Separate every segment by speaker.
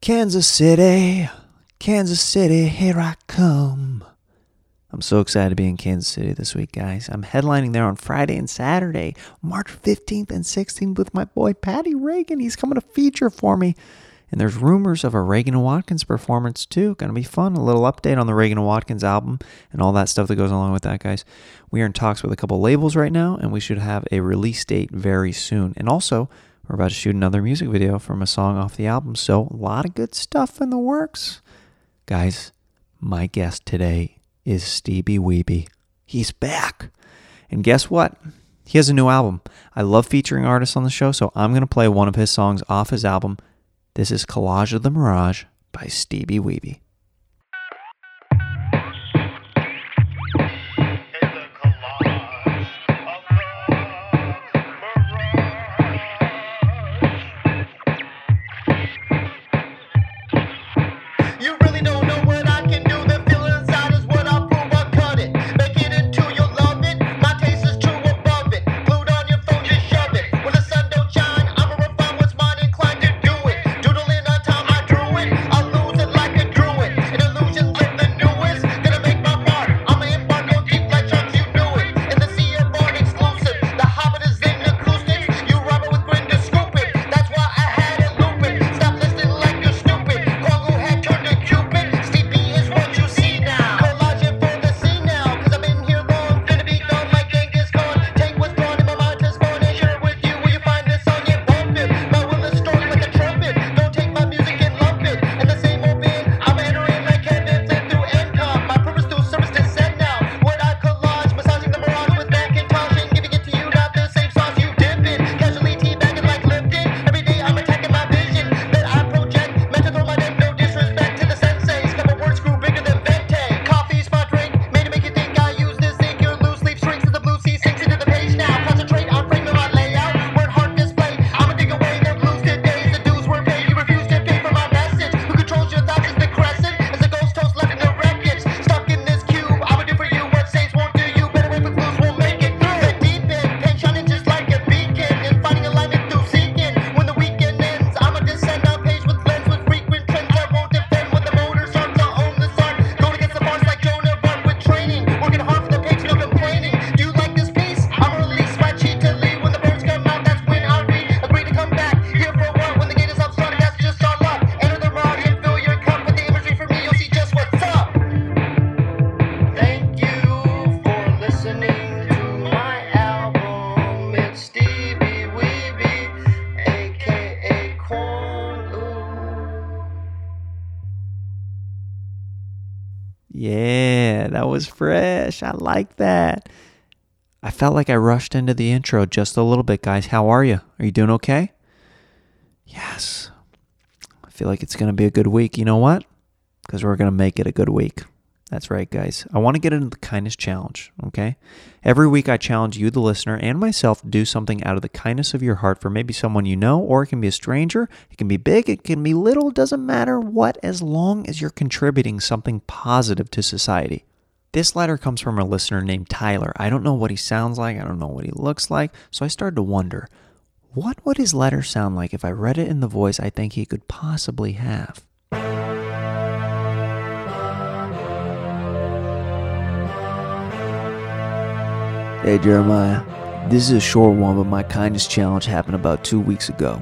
Speaker 1: Kansas City, Kansas City, here I come. I'm so excited to be in Kansas City this week, guys. I'm headlining there on Friday and Saturday, March 15th and 16th, with my boy Patty Reagan. He's coming to feature for me. And there's rumors of a Reagan and Watkins performance too. Gonna be fun. A little update on the Reagan and Watkins album and all that stuff that goes along with that, guys. We are in talks with a couple labels right now, and we should have a release date very soon. And also, we're about to shoot another music video from a song off the album. So a lot of good stuff in the works. Guys, my guest today is Stevie Weeby. He's back. And guess what? He has a new album. I love featuring artists on the show, so I'm going to play one of his songs off his album. This is Collage of the Mirage by Stevie Weeby.
Speaker 2: It's a collage of You really don't know what I can do. The feel inside is what I prove. I cut it, make it into your love it. My taste is true above it. Glued on your phone, just shove it. When the sun don't shine, I'ma refine what's mine, inclined to do it. Doodle in on time, I drew it. I lose it like a druid. An illusion like the newest. Then I make my mark. I'ma embark on deep electrons, you knew it. In the sea of art exclusive. The hobbit is in acoustics. You rub it with grin to scoop it. That's why I had it looping. Stop listening like you're stupid. Cargo had turned to Cupid. Sleepy is what you see now. Collaging for the sea now. Cause I've been here long. Gonna be gone like Genghis Khan. Take what's drawn in my mind this morning. Share it with you. Will you find this song? Yeah, bump it. My will is strong like a trumpet. Don't take my music and lump it. And the same old man. I'm entering like Kevin Flynn through NCOM. My purpose through service to send now. What I collage, massaging the mirage with Macintosh and giving it to you. Not the same sauce you dip it. Casually teabagging like Lipton. Every day I'm attacking my vision that I project. Meant to throw my name, no disrespect to the senseis. Couple words grew bigger than Vente. Coffee's my drink, made to make you think I use this ink. Your loose leaf shrinks to the blue sea, sinks into the page now. Concentrate on framing my layout. Word hard display. I'ma dig away the blues today. The dues were paid, you refuse to pay for my message. Who controls your thoughts is the crescent. As a ghost toast left in the wreckage. Stuck in this cube, I'ma do for you what saints won't do you. Better wait for clues, we'll make it through. The deep end, pain shining just like a beacon. And finding alignment through seeking. When the weekend ends, I'ma descend on page with lens with frequent trends. I won't defend when the motor starts. I'll own the sun. Going against the bars like Jonah, but with training. Working hard for the page, no complaining. Do you like this piece? I'ma release my cheat to leave. When the birds come out, that's when I read. Agree to come back. Here for what? When the gate is unslung, that's just our luck. Enter the rod and fill your cup with the imagery from me. You'll see just what's up. Thank you for listening to my album. It's Stevie Weeby, aka Corn
Speaker 1: Yeah, that was fresh. I like that. I felt like I rushed into the intro just a little bit, guys. How are you? Are you doing okay? Yes. I feel like it's going to be a good week. You know what? Because we're going to make it a good week. That's right, guys. I want to get into the kindness challenge, okay? Every week, I challenge you, the listener, and myself to do something out of the kindness of your heart for maybe someone you know, or it can be a stranger. It can be big, it can be little, it doesn't matter what, as long as you're contributing something positive to society. This letter comes from a listener named Tyler. I don't know what he sounds like, I don't know what he looks like, so I started to wonder what would his letter sound like if I read it in the voice I think he could possibly have? Hey, Jeremiah. This is a short one, but my kindness challenge happened about two weeks ago.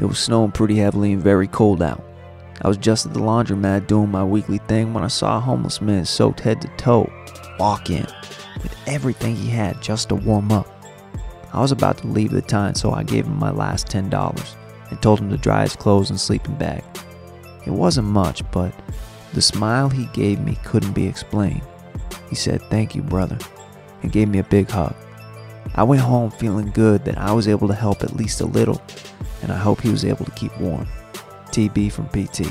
Speaker 1: It was snowing pretty heavily and very cold out. I was just at the laundromat doing my weekly thing when I saw a homeless man soaked head to toe walk in with everything he had just to warm up. I was about to leave the tent, so I gave him my last $10 and told him to dry his clothes and sleeping bag. It wasn't much, but the smile he gave me couldn't be explained. He said, Thank you, brother, and gave me a big hug. I went home feeling good that I was able to help at least a little, and I hope he was able to keep warm. TB from PT.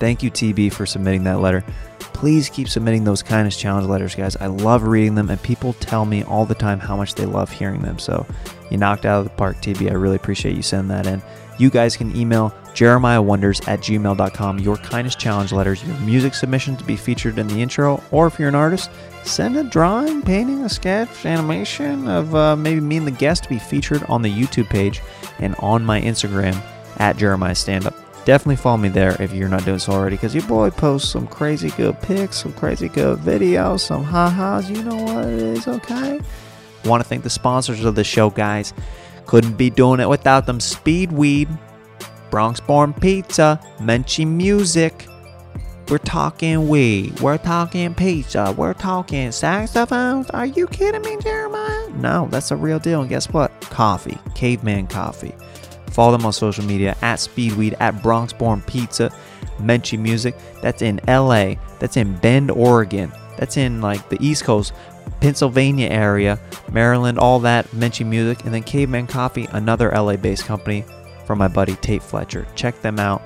Speaker 1: Thank you, TB, for submitting that letter. Please keep submitting those kindness challenge letters, guys. I love reading them, and people tell me all the time how much they love hearing them. So you knocked out of the park, TB. I really appreciate you sending that in. You guys can email jeremiahwonders at gmail.com your kindness challenge letters, your music submission to be featured in the intro, or if you're an artist, send a drawing, painting, a sketch, animation of uh, maybe me and the guest to be featured on the YouTube page and on my Instagram at Jeremiah Standup. Definitely follow me there if you're not doing so already, because your boy posts some crazy good pics, some crazy good videos, some ha-has. You know what it is, okay? Want to thank the sponsors of the show, guys. Couldn't be doing it without them. Speedweed, Bronx Born Pizza, Menchie Music. We're talking weed. We're talking pizza. We're talking saxophones. Are you kidding me, Jeremiah? No, that's a real deal. And guess what? Coffee. Caveman coffee. Follow them on social media at Speedweed, at Bronxborn Pizza, Menchie Music. That's in LA. That's in Bend, Oregon. That's in like the East Coast, Pennsylvania area, Maryland, all that. Menchie Music. And then Caveman Coffee, another LA based company from my buddy Tate Fletcher. Check them out.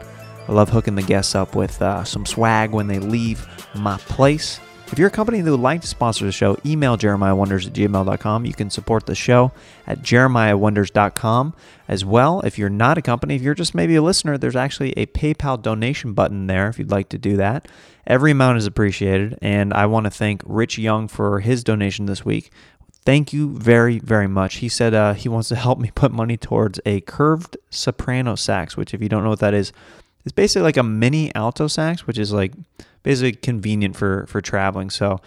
Speaker 1: I love hooking the guests up with uh, some swag when they leave my place. If you're a company that would like to sponsor the show, email jeremiahwonders at gmail.com. You can support the show at jeremiahwonders.com as well. If you're not a company, if you're just maybe a listener, there's actually a PayPal donation button there if you'd like to do that. Every amount is appreciated, and I want to thank Rich Young for his donation this week. Thank you very, very much. He said uh, he wants to help me put money towards a curved soprano sax, which, if you don't know what that is, it's basically like a mini alto sax, which is like basically convenient for for traveling. So,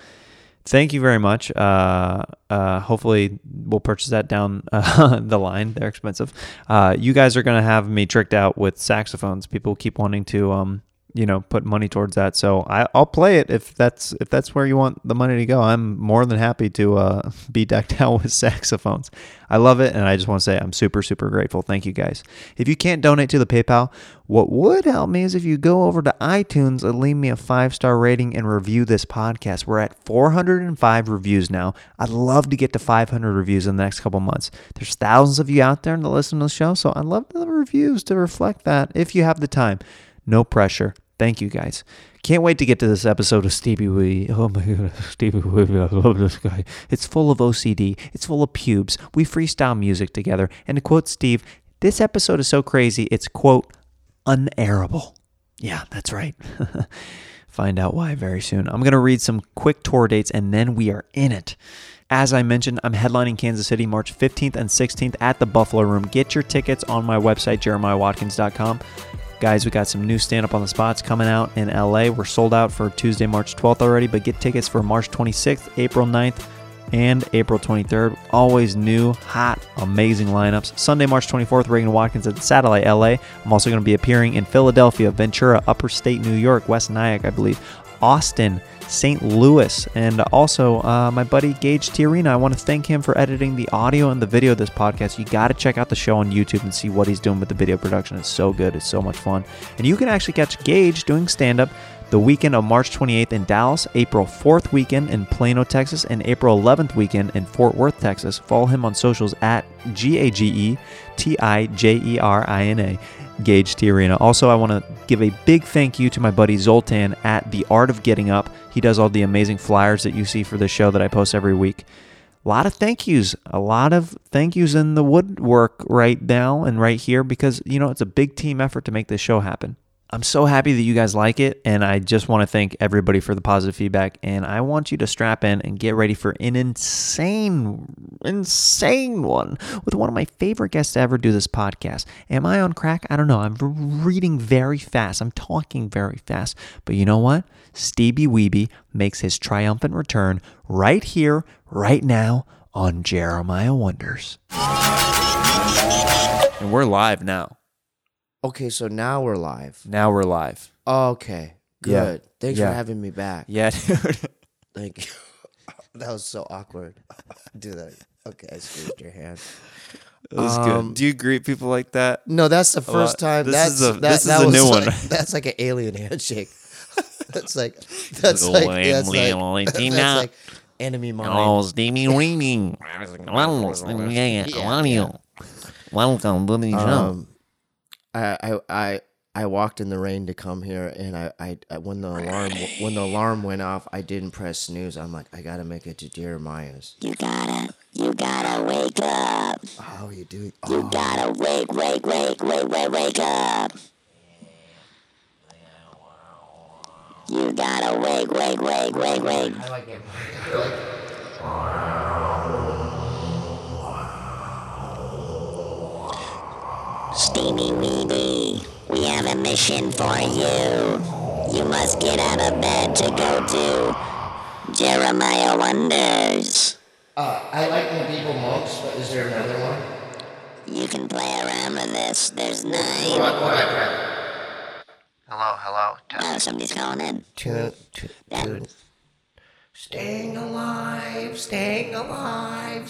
Speaker 1: thank you very much. Uh, uh, hopefully, we'll purchase that down uh, the line. They're expensive. Uh, you guys are gonna have me tricked out with saxophones. People keep wanting to, um, you know, put money towards that. So I, I'll play it if that's if that's where you want the money to go. I'm more than happy to uh, be decked out with saxophones. I love it, and I just want to say I'm super super grateful. Thank you guys. If you can't donate to the PayPal, what would help me is if you go over to iTunes and leave me a five star rating and review this podcast. We're at 405 reviews now. I'd love to get to 500 reviews in the next couple months. There's thousands of you out there that listen to the show, so I'd love the reviews to reflect that if you have the time. No pressure. Thank you guys. Can't wait to get to this episode of Stevie Wee. Oh my god, Stevie Wee, I love this guy. It's full of OCD. It's full of pubes. We freestyle music together. And to quote Steve, this episode is so crazy, it's quote unairable. Yeah, that's right. Find out why very soon. I'm going to read some quick tour dates and then we are in it. As I mentioned, I'm headlining Kansas City March 15th and 16th at the Buffalo Room. Get your tickets on my website, jeremiahwatkins.com. Guys, we got some new stand up on the spots coming out in LA. We're sold out for Tuesday, March 12th already, but get tickets for March 26th, April 9th, and April 23rd. Always new, hot, amazing lineups. Sunday, March 24th, Reagan Watkins at the Satellite LA. I'm also going to be appearing in Philadelphia, Ventura, Upper State, New York, West Nyack, I believe, Austin, St. Louis, and also uh, my buddy Gage Tiarina. I want to thank him for editing the audio and the video of this podcast. You got to check out the show on YouTube and see what he's doing with the video production. It's so good, it's so much fun. And you can actually catch Gage doing stand up the weekend of March 28th in Dallas, April 4th weekend in Plano, Texas, and April 11th weekend in Fort Worth, Texas. Follow him on socials at G A G E T I J E R I N A, Gage T Arena. Also, I want to give a big thank you to my buddy Zoltan at The Art of Getting Up. He does all the amazing flyers that you see for the show that I post every week. A lot of thank yous, a lot of thank yous in the woodwork right now and right here because, you know, it's a big team effort to make this show happen. I'm so happy that you guys like it, and I just want to thank everybody for the positive feedback. And I want you to strap in and get ready for an insane, insane one with one of my favorite guests to ever do this podcast. Am I on crack? I don't know. I'm reading very fast. I'm talking very fast. But you know what? Stevie Weeby makes his triumphant return right here, right now on Jeremiah Wonders. And we're live now.
Speaker 3: Okay, so now we're live.
Speaker 1: Now we're live.
Speaker 3: Okay,
Speaker 1: Yeah,
Speaker 3: good. Thanks
Speaker 1: yeah.
Speaker 3: for having me back.
Speaker 1: Yeah, dude.
Speaker 3: Thank you. that was so awkward. Do that. Okay, I squeezed your hand.
Speaker 1: That was
Speaker 3: Um,
Speaker 1: good. Do you greet people like that?
Speaker 3: No, that's the
Speaker 1: lot.
Speaker 3: first time.
Speaker 1: This
Speaker 3: that's
Speaker 1: is a-
Speaker 3: that,
Speaker 1: this is
Speaker 3: that
Speaker 1: a
Speaker 3: was
Speaker 1: new
Speaker 3: like,
Speaker 1: one.
Speaker 3: That's like an alien handshake. that's like that's like that's like, that's like enemy mine.
Speaker 4: Stevie Weaving. Vamos, yeah, Mario. Welcome to the show.
Speaker 3: Um, I I I. I walked in the rain to come here, and I, I, I when the alarm when the alarm went off, I didn't press snooze. I'm like, I gotta make it to Jeremiah's.
Speaker 5: You gotta, you gotta wake up.
Speaker 3: Oh, you do.
Speaker 5: You
Speaker 3: Oh.
Speaker 5: gotta wake, wake, wake, wake, wake, wake up. You gotta wake, wake, wake, wake, wake. Steamy Weedy, we have a mission for you. You must get out of bed to go to Jeremiah Wonders.
Speaker 3: Uh, I like medieval monks, but is there another one?
Speaker 5: You can play around with this. There's nine.
Speaker 3: Hello, hello.
Speaker 5: Oh, somebody's calling in.
Speaker 3: Tune, tune, tune. Staying alive, staying alive,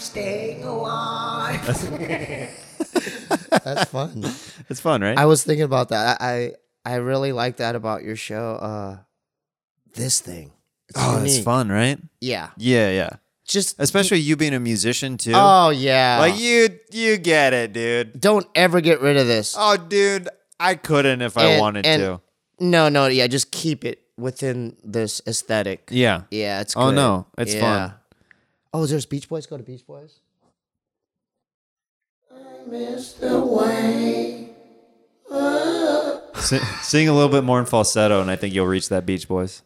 Speaker 3: staying alive. That's fun.
Speaker 6: It's fun, right?
Speaker 3: I was thinking about that. I I, I really like that about your show. Uh, this thing.
Speaker 6: oh, it's
Speaker 3: unique.
Speaker 6: fun, right?
Speaker 3: Yeah.
Speaker 6: Yeah, yeah.
Speaker 3: Just
Speaker 6: Especially you being a musician too.
Speaker 3: Oh yeah.
Speaker 6: Like you, you get it, dude.
Speaker 3: don't ever get rid of this.
Speaker 6: Oh, dude, I couldn't if I
Speaker 3: And-
Speaker 6: wanted
Speaker 3: and-
Speaker 6: to.
Speaker 3: No, no, yeah, just keep it within this aesthetic.
Speaker 6: Yeah.
Speaker 3: Yeah, it's.
Speaker 6: Oh,
Speaker 3: good.
Speaker 6: no, it's fun.
Speaker 3: Oh, there's Beach Boys. Go to Beach Boys. Oh,
Speaker 6: Sing, sing a little bit more in falsetto, and I think you'll reach that Beach Boys.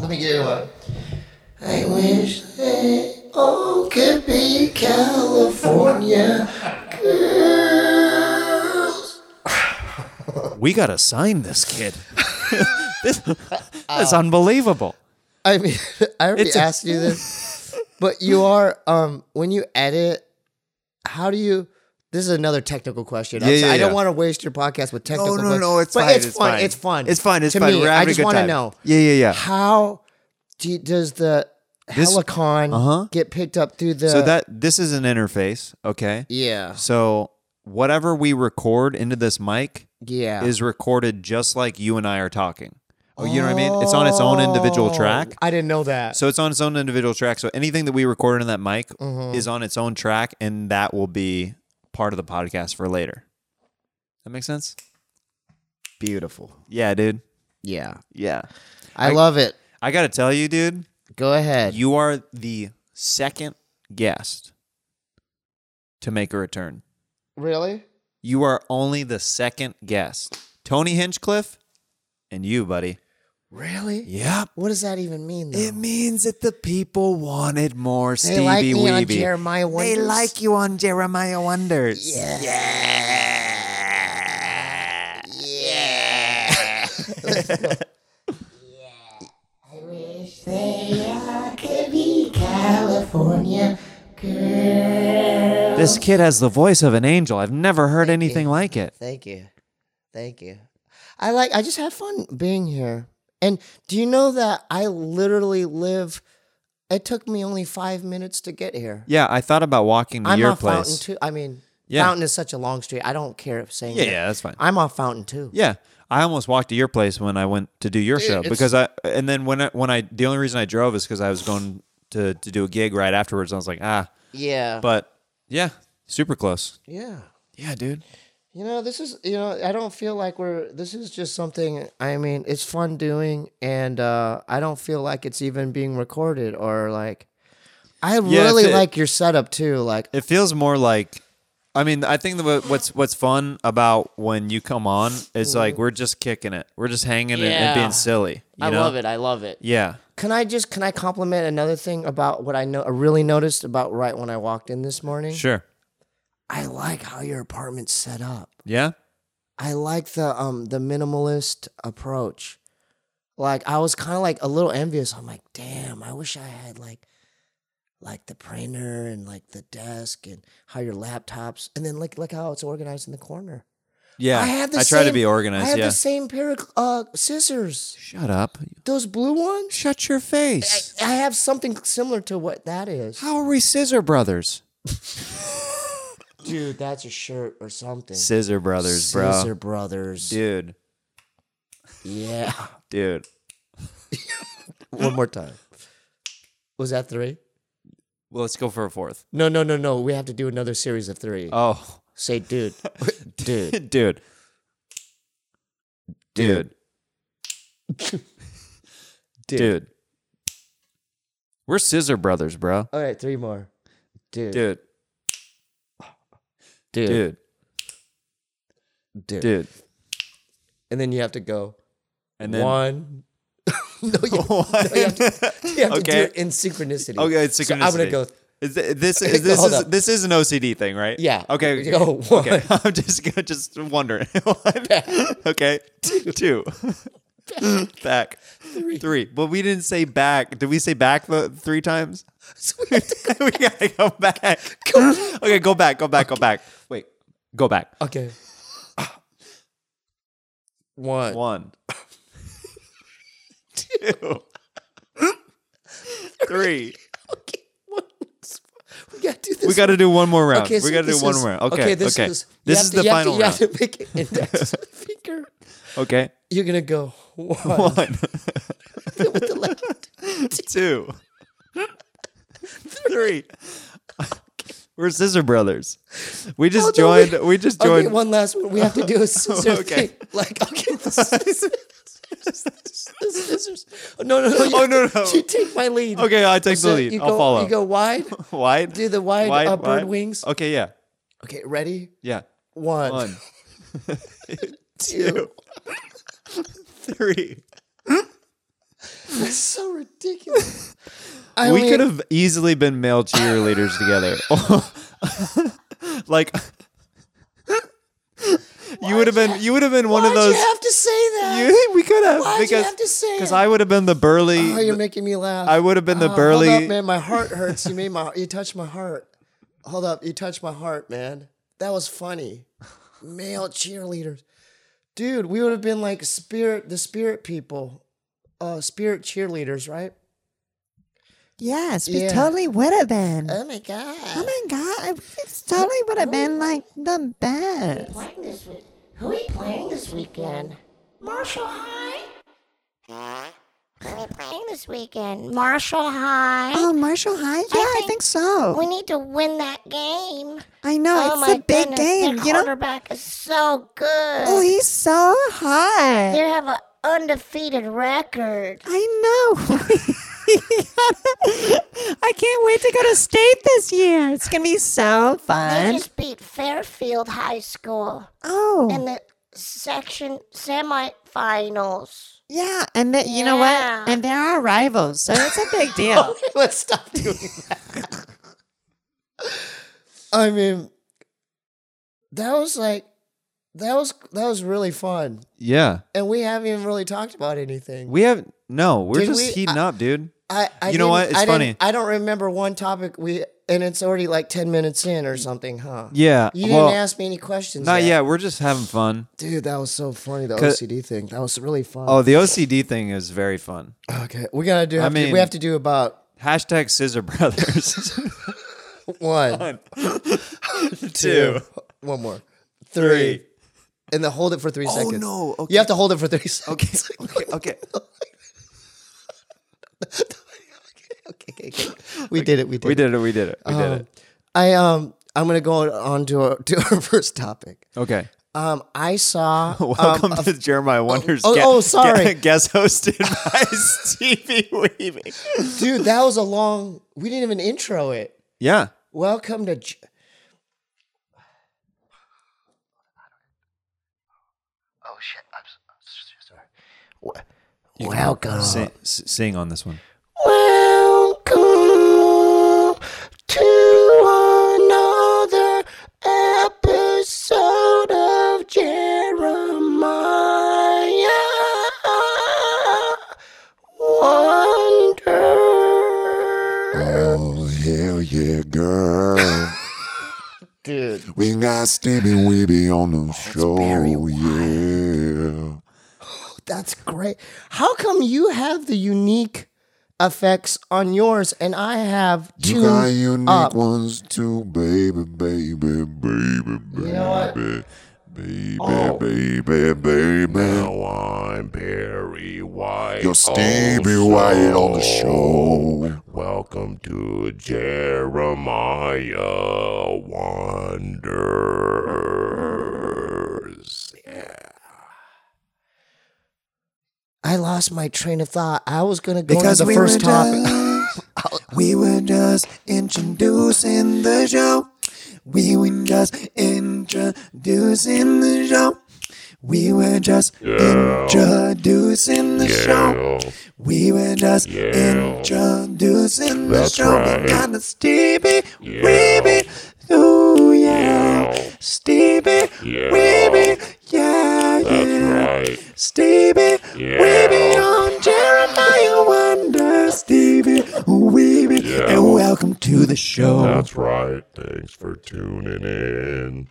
Speaker 3: Let me get you one.
Speaker 6: We gotta sign this kid. this, that's unbelievable.
Speaker 3: I mean, I already
Speaker 6: It's a-
Speaker 3: asked you this, but you are um when you edit, how do you? This is another technical question. I'm
Speaker 6: Yeah,
Speaker 3: so-
Speaker 6: yeah,
Speaker 3: I don't
Speaker 6: yeah.
Speaker 3: want to waste your podcast with technical.
Speaker 6: no,
Speaker 3: que-
Speaker 6: no, it's
Speaker 3: but
Speaker 6: fine,
Speaker 3: It's,
Speaker 6: it's
Speaker 3: fun.
Speaker 6: fine.
Speaker 3: It's fun.
Speaker 6: It's fine, it's
Speaker 3: to
Speaker 6: fine.
Speaker 3: Me,
Speaker 6: We're
Speaker 3: I
Speaker 6: having a
Speaker 3: just
Speaker 6: good
Speaker 3: want to
Speaker 6: time.
Speaker 3: know.
Speaker 6: Yeah, yeah, yeah.
Speaker 3: How do you- does the
Speaker 6: This-
Speaker 3: helicon
Speaker 6: Uh-huh.
Speaker 3: get picked up through the?
Speaker 6: So that this is an interface, okay?
Speaker 3: yeah
Speaker 6: So whatever we record into this mic
Speaker 3: yeah
Speaker 6: is recorded just like you and I are talking. Oh, you know what I mean? It's on its own individual
Speaker 3: Oh,
Speaker 6: track.
Speaker 3: I didn't know that.
Speaker 6: So it's on its own individual track. So anything that we record in that mic
Speaker 3: Mm-hmm.
Speaker 6: is on its own track, and that will be part of the podcast for later. That makes sense?
Speaker 3: beautiful.
Speaker 6: Yeah, dude.
Speaker 3: Yeah,
Speaker 6: Yeah.
Speaker 3: I, love it.
Speaker 6: I got to tell you, dude,
Speaker 3: Go ahead.
Speaker 6: you are the second guest to make a return.
Speaker 3: really?
Speaker 6: You are only the second guest. Tony Hinchcliffe and you, buddy.
Speaker 3: Really?
Speaker 6: Yep.
Speaker 3: What does that even mean? Though?
Speaker 6: It means that the people wanted more
Speaker 3: they
Speaker 6: Stevie
Speaker 3: like me on
Speaker 6: Weeby.
Speaker 3: Jeremiah Wonders.
Speaker 6: They like you on Jeremiah Wonders.
Speaker 3: Yeah.
Speaker 6: This kid has the voice of an angel. I've never heard anything like it.
Speaker 3: Thank you. Thank you. I like I just had fun being here. And do you know that I literally live it took me only 5 minutes to get here.
Speaker 6: Yeah, I thought about walking to
Speaker 3: I'm
Speaker 6: your
Speaker 3: off Fountain
Speaker 6: place.
Speaker 3: 2. I mean,
Speaker 6: Yeah.
Speaker 3: Fountain is such a long street. I don't care if saying
Speaker 6: Yeah,
Speaker 3: it.
Speaker 6: yeah, that's fine.
Speaker 3: I'm off Fountain 2.
Speaker 6: Yeah, I almost walked to your place when I went to do your show
Speaker 3: it's-
Speaker 6: because I and then when I, when I the only reason I drove is because I was going to to do a gig right afterwards. And I was like, ah,
Speaker 3: Yeah.
Speaker 6: but yeah, super close.
Speaker 3: yeah.
Speaker 6: Yeah, dude.
Speaker 3: You know, this is you know, I don't feel like we're this is just something I mean, it's fun doing and uh I don't feel like it's even being recorded or like I
Speaker 6: Yeah,
Speaker 3: really
Speaker 6: it-
Speaker 3: like your setup too. Like
Speaker 6: It feels more like. I mean, I think that what- what's what's fun about when you come on is like we're just kicking it, we're just hanging and- and,
Speaker 3: Mm-hmm. Yeah.
Speaker 6: being silly. You know?
Speaker 3: it. I love it.
Speaker 6: Yeah,
Speaker 3: Can I just can I compliment another thing about what I know I really noticed about right when I walked in this morning?
Speaker 6: sure.
Speaker 3: I like how your apartment's set up.
Speaker 6: Yeah,
Speaker 3: I like the um the minimalist approach. Like I was kind of like a little envious. I'm like, damn, I wish I had like like the printer and like the desk and how your laptops and then like look how it's organized in the corner.
Speaker 6: yeah.
Speaker 3: I have the
Speaker 6: I try to
Speaker 3: same-
Speaker 6: be
Speaker 3: I
Speaker 6: organized.
Speaker 3: have
Speaker 6: Yeah.
Speaker 3: the same pair of uh, scissors.
Speaker 6: Shut up.
Speaker 3: Those blue ones.
Speaker 6: Shut your face.
Speaker 3: I have something similar to what that is.
Speaker 6: How are we Scissor Brothers?
Speaker 3: Dude, that's a shirt or something.
Speaker 6: Scissor Brothers, bro.
Speaker 3: Scissor Brothers.
Speaker 6: Dude,
Speaker 3: Yeah.
Speaker 6: dude.
Speaker 3: One more time. Was that three?
Speaker 6: Well, let's go for a fourth.
Speaker 3: No, no, no, no. We have to do another series of three.
Speaker 6: Oh,
Speaker 3: Say, dude. dude.
Speaker 6: dude. Dude. Dude. We're Scissor Brothers, bro.
Speaker 3: All right, three more. Dude.
Speaker 6: Dude.
Speaker 3: dude, dude,
Speaker 6: dude, dude.
Speaker 3: And then you have to go
Speaker 6: And then
Speaker 3: one. no, you,
Speaker 6: What?
Speaker 3: you have you have to do
Speaker 6: okay.
Speaker 3: it in synchronicity.
Speaker 6: Okay, it's
Speaker 3: So I'm gonna
Speaker 6: synchronicity.
Speaker 3: go.
Speaker 6: Is th- this is this
Speaker 3: Hold
Speaker 6: is
Speaker 3: up.
Speaker 6: this is an OCD thing, right?
Speaker 3: Yeah.
Speaker 6: Okay.
Speaker 3: You go
Speaker 6: okay. okay.
Speaker 3: one.
Speaker 6: I'm just gonna just wondering. One. okay. Two. Back. Three. But we didn't say back. Did we say back the three times? we gotta go back. okay, go back. Go back. Go back. Wait. Go back.
Speaker 3: Okay. One.
Speaker 6: One. Two. Three.
Speaker 3: Okay. One. We gotta do this.
Speaker 6: We got to do one more round.
Speaker 3: Okay,
Speaker 6: we
Speaker 3: so
Speaker 6: got to do
Speaker 3: this
Speaker 6: one
Speaker 3: is-
Speaker 6: more round. Okay, okay.
Speaker 3: this is you
Speaker 6: This
Speaker 3: have
Speaker 6: is
Speaker 3: to-
Speaker 6: the
Speaker 3: you have
Speaker 6: final
Speaker 3: to,
Speaker 6: round.
Speaker 3: You have to make an index with the finger.
Speaker 6: Okay.
Speaker 3: You're gonna go one,
Speaker 6: One,
Speaker 3: with the left.
Speaker 6: two, three. We're sister brothers. We just
Speaker 3: Oh, no,
Speaker 6: joined. we, just
Speaker 3: Okay,
Speaker 6: joined.
Speaker 3: one last one. We have to do a scissor
Speaker 6: Okay.
Speaker 3: thing. Like okay, the scissors. the scissors. No, no, no. you
Speaker 6: Oh,
Speaker 3: have
Speaker 6: no,
Speaker 3: to-
Speaker 6: no.
Speaker 3: You take my lead.
Speaker 6: okay, I take
Speaker 3: So
Speaker 6: the lead.
Speaker 3: You
Speaker 6: I'll
Speaker 3: go,
Speaker 6: follow.
Speaker 3: You go wide.
Speaker 6: wide.
Speaker 3: Do the wide,
Speaker 6: Wide,
Speaker 3: upward
Speaker 6: wide.
Speaker 3: wings.
Speaker 6: Okay, yeah,
Speaker 3: Okay, ready?
Speaker 6: yeah.
Speaker 3: One,
Speaker 6: One,
Speaker 3: two.
Speaker 6: three.
Speaker 3: That's so ridiculous. I
Speaker 6: we
Speaker 3: only-
Speaker 6: could have easily been male cheerleaders together. like you would have been. You would have been one
Speaker 3: Why'd
Speaker 6: of those.
Speaker 3: you have to say that?
Speaker 6: You- we could have
Speaker 3: Why'd you
Speaker 6: because
Speaker 3: have to say
Speaker 6: because
Speaker 3: it?
Speaker 6: I would have been the burly.
Speaker 3: Oh, you're making me laugh.
Speaker 6: I would have been the
Speaker 3: Oh,
Speaker 6: burly.
Speaker 3: Hold up, man. My heart hurts. You made my. You touched my heart. Hold up. You touched my heart, man. That was funny. Male cheerleaders, dude. We would have been like spirit, the spirit people, uh, spirit cheerleaders, right?
Speaker 7: Yes, we
Speaker 3: Yeah.
Speaker 7: totally would have been.
Speaker 3: Oh my god.
Speaker 7: oh my god, it totally would have been like the best.
Speaker 5: Playing this week. Who are we playing this weekend? Marshall High? Huh? Who are we playing this weekend? Marshall High?
Speaker 7: Oh, Marshall High? Yeah, I think,
Speaker 5: think
Speaker 7: so.
Speaker 5: We need to win that game.
Speaker 7: I know,
Speaker 5: oh my
Speaker 7: it's a big
Speaker 5: goodness,
Speaker 7: game.
Speaker 5: Their
Speaker 7: You know,
Speaker 5: quarterback is so good.
Speaker 7: oh, he's so hot.
Speaker 5: they have an undefeated record.
Speaker 7: I know. I can't wait to go to state this year. It's gonna be so
Speaker 5: They
Speaker 7: fun.
Speaker 5: just beat Fairfield High School in
Speaker 7: Oh,
Speaker 5: the section semifinals.
Speaker 7: yeah, and that you know
Speaker 5: Yeah.
Speaker 7: what? And they're our rivals, so it's a big
Speaker 5: Oh,
Speaker 7: deal.
Speaker 3: Let's stop doing that. I mean, that was like, that was that was really fun,
Speaker 6: yeah,
Speaker 3: and we haven't even really talked about anything.
Speaker 6: we have no. We're
Speaker 3: Did
Speaker 6: just
Speaker 3: we-
Speaker 6: heating up, dude.
Speaker 3: I, I
Speaker 6: You know
Speaker 3: didn't-
Speaker 6: what? It's
Speaker 3: I didn't-
Speaker 6: funny.
Speaker 3: I don't remember one topic we, and it's already like ten minutes in or something, huh?
Speaker 6: Yeah,
Speaker 3: You didn't
Speaker 6: well,
Speaker 3: ask me any questions.
Speaker 6: not
Speaker 3: yet.
Speaker 6: yet. We're just having fun.
Speaker 3: dude. That was so funny. The
Speaker 6: 'Cause-
Speaker 3: OCD thing. That was really fun.
Speaker 6: Oh, the OCD thing is very fun.
Speaker 3: okay. We gotta do.
Speaker 6: I
Speaker 3: have to-
Speaker 6: mean-
Speaker 3: we have to do about
Speaker 6: Hashtag Scissor Brothers.
Speaker 3: one,
Speaker 6: Two.
Speaker 3: one more, three,
Speaker 6: Three. Oh,
Speaker 3: and then hold it for three seconds.
Speaker 6: no. Okay.
Speaker 3: You have to hold it for thirty seconds.
Speaker 6: Okay. Okay.
Speaker 3: okay, okay, okay. We did it. We did.
Speaker 6: We
Speaker 3: it.
Speaker 6: did it. We did it. We did
Speaker 3: Um,
Speaker 6: it.
Speaker 3: I um. I'm gonna go on to our, to our first topic.
Speaker 6: Okay.
Speaker 3: Um, I saw.
Speaker 6: Welcome
Speaker 3: um,
Speaker 6: to Jeremiah Wonders.
Speaker 3: oh,
Speaker 6: gue-
Speaker 3: oh, sorry.
Speaker 6: gue- Guest hosted by Stevie Weaving.
Speaker 3: dude, that was a long. We didn't even intro it.
Speaker 6: Yeah.
Speaker 3: Welcome to. J- oh, Welcome.
Speaker 6: Sing, s- sing on this one.
Speaker 3: Welcome to another episode of Jeremiah Wonder.
Speaker 8: Oh, hell yeah, girl.
Speaker 3: Dude,
Speaker 8: we got Stevie Weeby on the show. Yeah.
Speaker 3: that's great. How come you have the unique effects on yours and I have two?
Speaker 8: You got unique
Speaker 3: up.
Speaker 8: ones too, baby, baby, baby, baby,
Speaker 3: know
Speaker 8: baby. Baby, baby, baby. Now I'm Perry White. You're Stevie White on the show. Welcome to Jeremiah Wonders.
Speaker 3: I lost my train of thought. I was gonna go
Speaker 8: Because
Speaker 3: to the
Speaker 8: we
Speaker 3: first
Speaker 8: were
Speaker 3: topic.
Speaker 8: We were just introducing the show. We were just in
Speaker 9: introducing the show. We were just
Speaker 8: Yeah.
Speaker 9: introducing the show.
Speaker 8: Yeah.
Speaker 9: We were just
Speaker 8: Yeah.
Speaker 9: introducing the
Speaker 8: That's
Speaker 9: show.
Speaker 8: right.
Speaker 9: We got the Stevie
Speaker 8: Yeah.
Speaker 9: Weeby. Ooh, yeah.
Speaker 8: Yeah.
Speaker 9: Stevie
Speaker 8: Yeah.
Speaker 9: Weeby. Yeah, yeah.
Speaker 8: That's right.
Speaker 9: Stevie
Speaker 8: Yeah.
Speaker 9: Weeby on Jeremiah Wonder. Stevie Weeby.
Speaker 8: Yeah.
Speaker 9: And welcome to the show.
Speaker 8: That's right. Thanks for tuning in.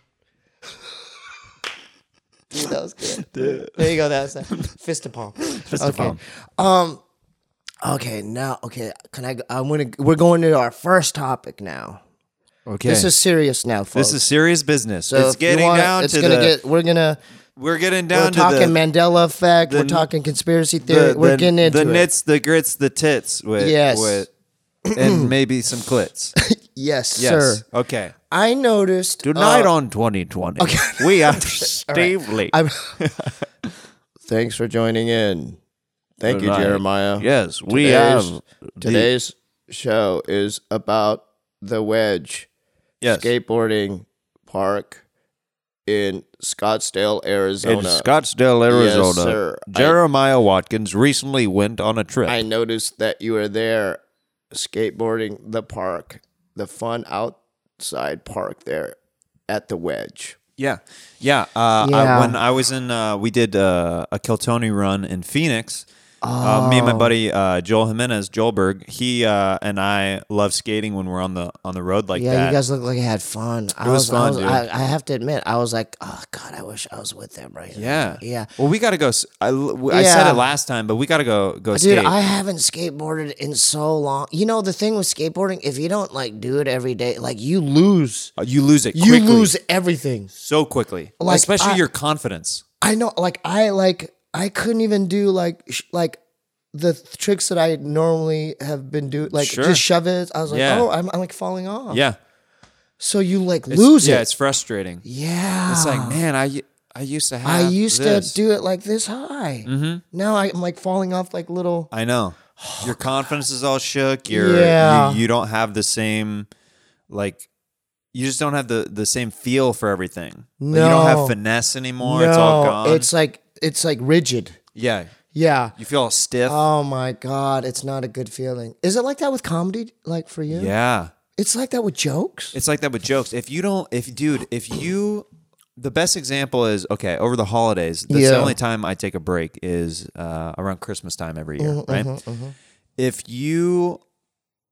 Speaker 3: Dude, that was good. There you go. That's a fist of palm. Fist okay.
Speaker 6: palm.
Speaker 3: Um. Okay. Now. Okay. Can I? I'm gonna. We're going to our first topic now.
Speaker 6: Okay.
Speaker 3: This is serious now, folks.
Speaker 6: this is serious business.
Speaker 3: So
Speaker 6: it's
Speaker 3: if you
Speaker 6: getting
Speaker 3: wanna-
Speaker 6: down
Speaker 3: it's
Speaker 6: to
Speaker 3: gonna
Speaker 6: the.
Speaker 3: Get, we're gonna.
Speaker 6: we're getting down
Speaker 3: we're
Speaker 6: to
Speaker 3: talking
Speaker 6: the.
Speaker 3: Mandela effect.
Speaker 6: the-
Speaker 3: we're talking conspiracy theory.
Speaker 6: the,
Speaker 3: we're
Speaker 6: the-
Speaker 3: getting into
Speaker 6: the
Speaker 3: it.
Speaker 6: nits, the grits, the tits with
Speaker 3: Yes.
Speaker 6: with, and maybe some clits.
Speaker 3: Yes,
Speaker 6: Yes.
Speaker 3: sir.
Speaker 6: Okay.
Speaker 3: I noticed
Speaker 6: Tonight
Speaker 3: uh,
Speaker 6: on 2020, we are Steve Lee.
Speaker 3: I'm- Thanks for joining in. Thank
Speaker 6: Tonight.
Speaker 3: you, Jeremiah.
Speaker 6: Yes, we
Speaker 3: Today's-
Speaker 6: have the-
Speaker 3: Today's show is about the wedge
Speaker 6: yes,
Speaker 3: skateboarding park in Scottsdale, Arizona.
Speaker 6: in Scottsdale, Arizona.
Speaker 3: sir. I-
Speaker 6: Jeremiah Watkins recently went on a trip.
Speaker 3: I noticed that you were there skateboarding the park, the fun outside park there at the wedge.
Speaker 6: Yeah, yeah. Uh, I,
Speaker 3: Yeah.
Speaker 6: when I was in, uh, we did uh, a Kiltony run in Phoenix. Uh, me and my buddy uh, Joel Jimenez, Joelberg, he uh, and I love skating when we're on the on the road like
Speaker 3: yeah,
Speaker 6: that.
Speaker 3: you guys look like you had fun. I
Speaker 6: was fun,
Speaker 3: I, was-
Speaker 6: dude.
Speaker 3: I, I have to admit, I was like, oh god, I wish I was with them right now.
Speaker 6: yeah,
Speaker 3: yeah.
Speaker 6: Well, we got to go. s- I, l- I said
Speaker 3: Yeah.
Speaker 6: it last time, but we got to go go
Speaker 3: Dude,
Speaker 6: skate.
Speaker 3: I haven't skateboarded in so long. You know the thing with skateboarding, if you don't like do it every day, like you lose,
Speaker 6: Uh, you lose it.
Speaker 3: you
Speaker 6: quickly,
Speaker 3: lose everything.
Speaker 6: so quickly,
Speaker 3: Like,
Speaker 6: especially
Speaker 3: I-
Speaker 6: your confidence.
Speaker 3: I know, like I like I couldn't even do like sh- like the th- tricks that I normally have been doing, like
Speaker 6: Sure.
Speaker 3: just shove it. I was like,
Speaker 6: Yeah.
Speaker 3: oh, I'm, I'm like falling off.
Speaker 6: Yeah,
Speaker 3: So you like
Speaker 6: It's-
Speaker 3: lose
Speaker 6: Yeah,
Speaker 3: it.
Speaker 6: it's frustrating.
Speaker 3: yeah.
Speaker 6: It's like man, I u- I used to have.
Speaker 3: I used
Speaker 6: this. Mm-hmm.
Speaker 3: to do it like this high. Now I'm like falling off like little.
Speaker 6: I know. Your confidence is all shook. You're,
Speaker 3: Yeah.
Speaker 6: you you don't have the same like you just don't have the the same feel for everything. Like, you don't
Speaker 3: No.
Speaker 6: have finesse anymore. it's all
Speaker 3: No,
Speaker 6: gone.
Speaker 3: It's like it's like rigid.
Speaker 6: yeah.
Speaker 3: Yeah.
Speaker 6: You feel all stiff.
Speaker 3: Oh my god, it's not a good feeling. Is it like that with comedy? Like for you?
Speaker 6: yeah.
Speaker 3: It's like that with jokes.
Speaker 6: It's like that with jokes. If you don't, if dude, if you, the best example is okay. Over the holidays, that's the
Speaker 3: Yeah.
Speaker 6: only time I take a break is uh, around Christmas time every year,
Speaker 3: Mm-hmm,
Speaker 6: right? If you,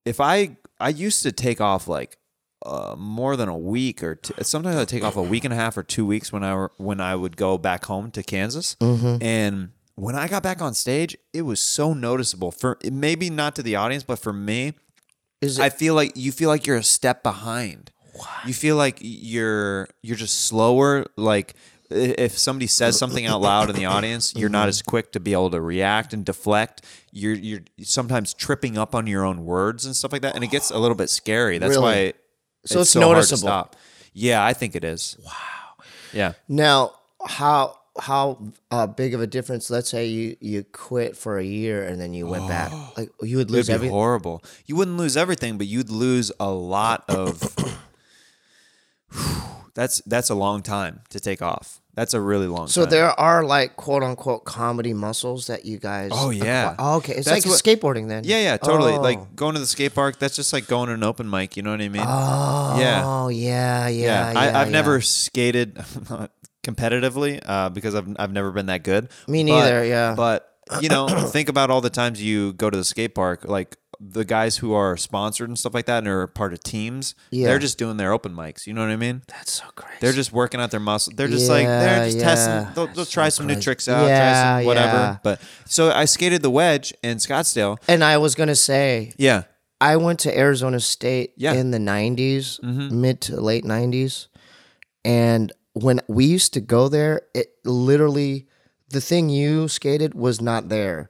Speaker 6: if I, I used to take off like uh, more than a week or two, sometimes I would take off a week and a half or two weeks when I were, when I would go back home to Kansas
Speaker 3: Mm-hmm.
Speaker 6: and. When I got back on stage, it was so noticeable for maybe not to the audience, but for me,
Speaker 3: Is
Speaker 6: I
Speaker 3: it?
Speaker 6: feel like you feel like you're a step behind. You feel like you're you're just slower. Like i- if somebody says something out loud in the audience, you're not
Speaker 3: Mm-hmm.
Speaker 6: as quick to be able to react and deflect. You're you're sometimes tripping up on your own words and stuff like that, and it gets a little bit scary. That's
Speaker 3: Really?
Speaker 6: why.
Speaker 3: So it's
Speaker 6: hard to
Speaker 3: noticeable.
Speaker 6: stop. Yeah, I think it is. Wow. Yeah.
Speaker 3: now how how uh, big of a difference? Let's say you you quit for a year and then you went back. Like you would lose
Speaker 6: It'd be
Speaker 3: everything.
Speaker 6: horrible. You wouldn't lose everything, but you'd lose a lot of. that's that's a long time to take off. That's a really long.
Speaker 3: So
Speaker 6: time.
Speaker 3: there are like quote unquote comedy muscles that you guys.
Speaker 6: Oh, yeah.
Speaker 3: acquire- Oh, okay, it's
Speaker 6: That's
Speaker 3: like
Speaker 6: what-
Speaker 3: skateboarding then.
Speaker 6: Yeah, yeah, totally.
Speaker 3: Oh.
Speaker 6: Like going to the skate park. That's just like going to an open mic. You know what I mean?
Speaker 3: Oh yeah, yeah, yeah.
Speaker 6: yeah. I, I've
Speaker 3: yeah.
Speaker 6: never skated competitively uh, because I've I've never been that good.
Speaker 3: Me
Speaker 6: But-
Speaker 3: neither, yeah.
Speaker 6: But you know, think about all the times you go to the skate park, like. The guys who are sponsored and stuff like that and are part of teams,
Speaker 3: Yeah.
Speaker 6: they're just doing their open mics. You know what I mean?
Speaker 3: That's so crazy.
Speaker 6: They're just working out their muscle. They're just like
Speaker 3: Yeah,
Speaker 6: they're just
Speaker 3: yeah.
Speaker 6: testing. They'll, they'll try some new tricks out, try
Speaker 3: Yeah,
Speaker 6: some whatever.
Speaker 3: yeah.
Speaker 6: But so I skated the wedge in Scottsdale.
Speaker 3: And I was gonna say,
Speaker 6: Yeah,
Speaker 3: I went to Arizona State
Speaker 6: Yeah. Mm-hmm.
Speaker 3: in the 90s, mid to late 90s. And when we used to go there, it literally, the thing you skated was not there.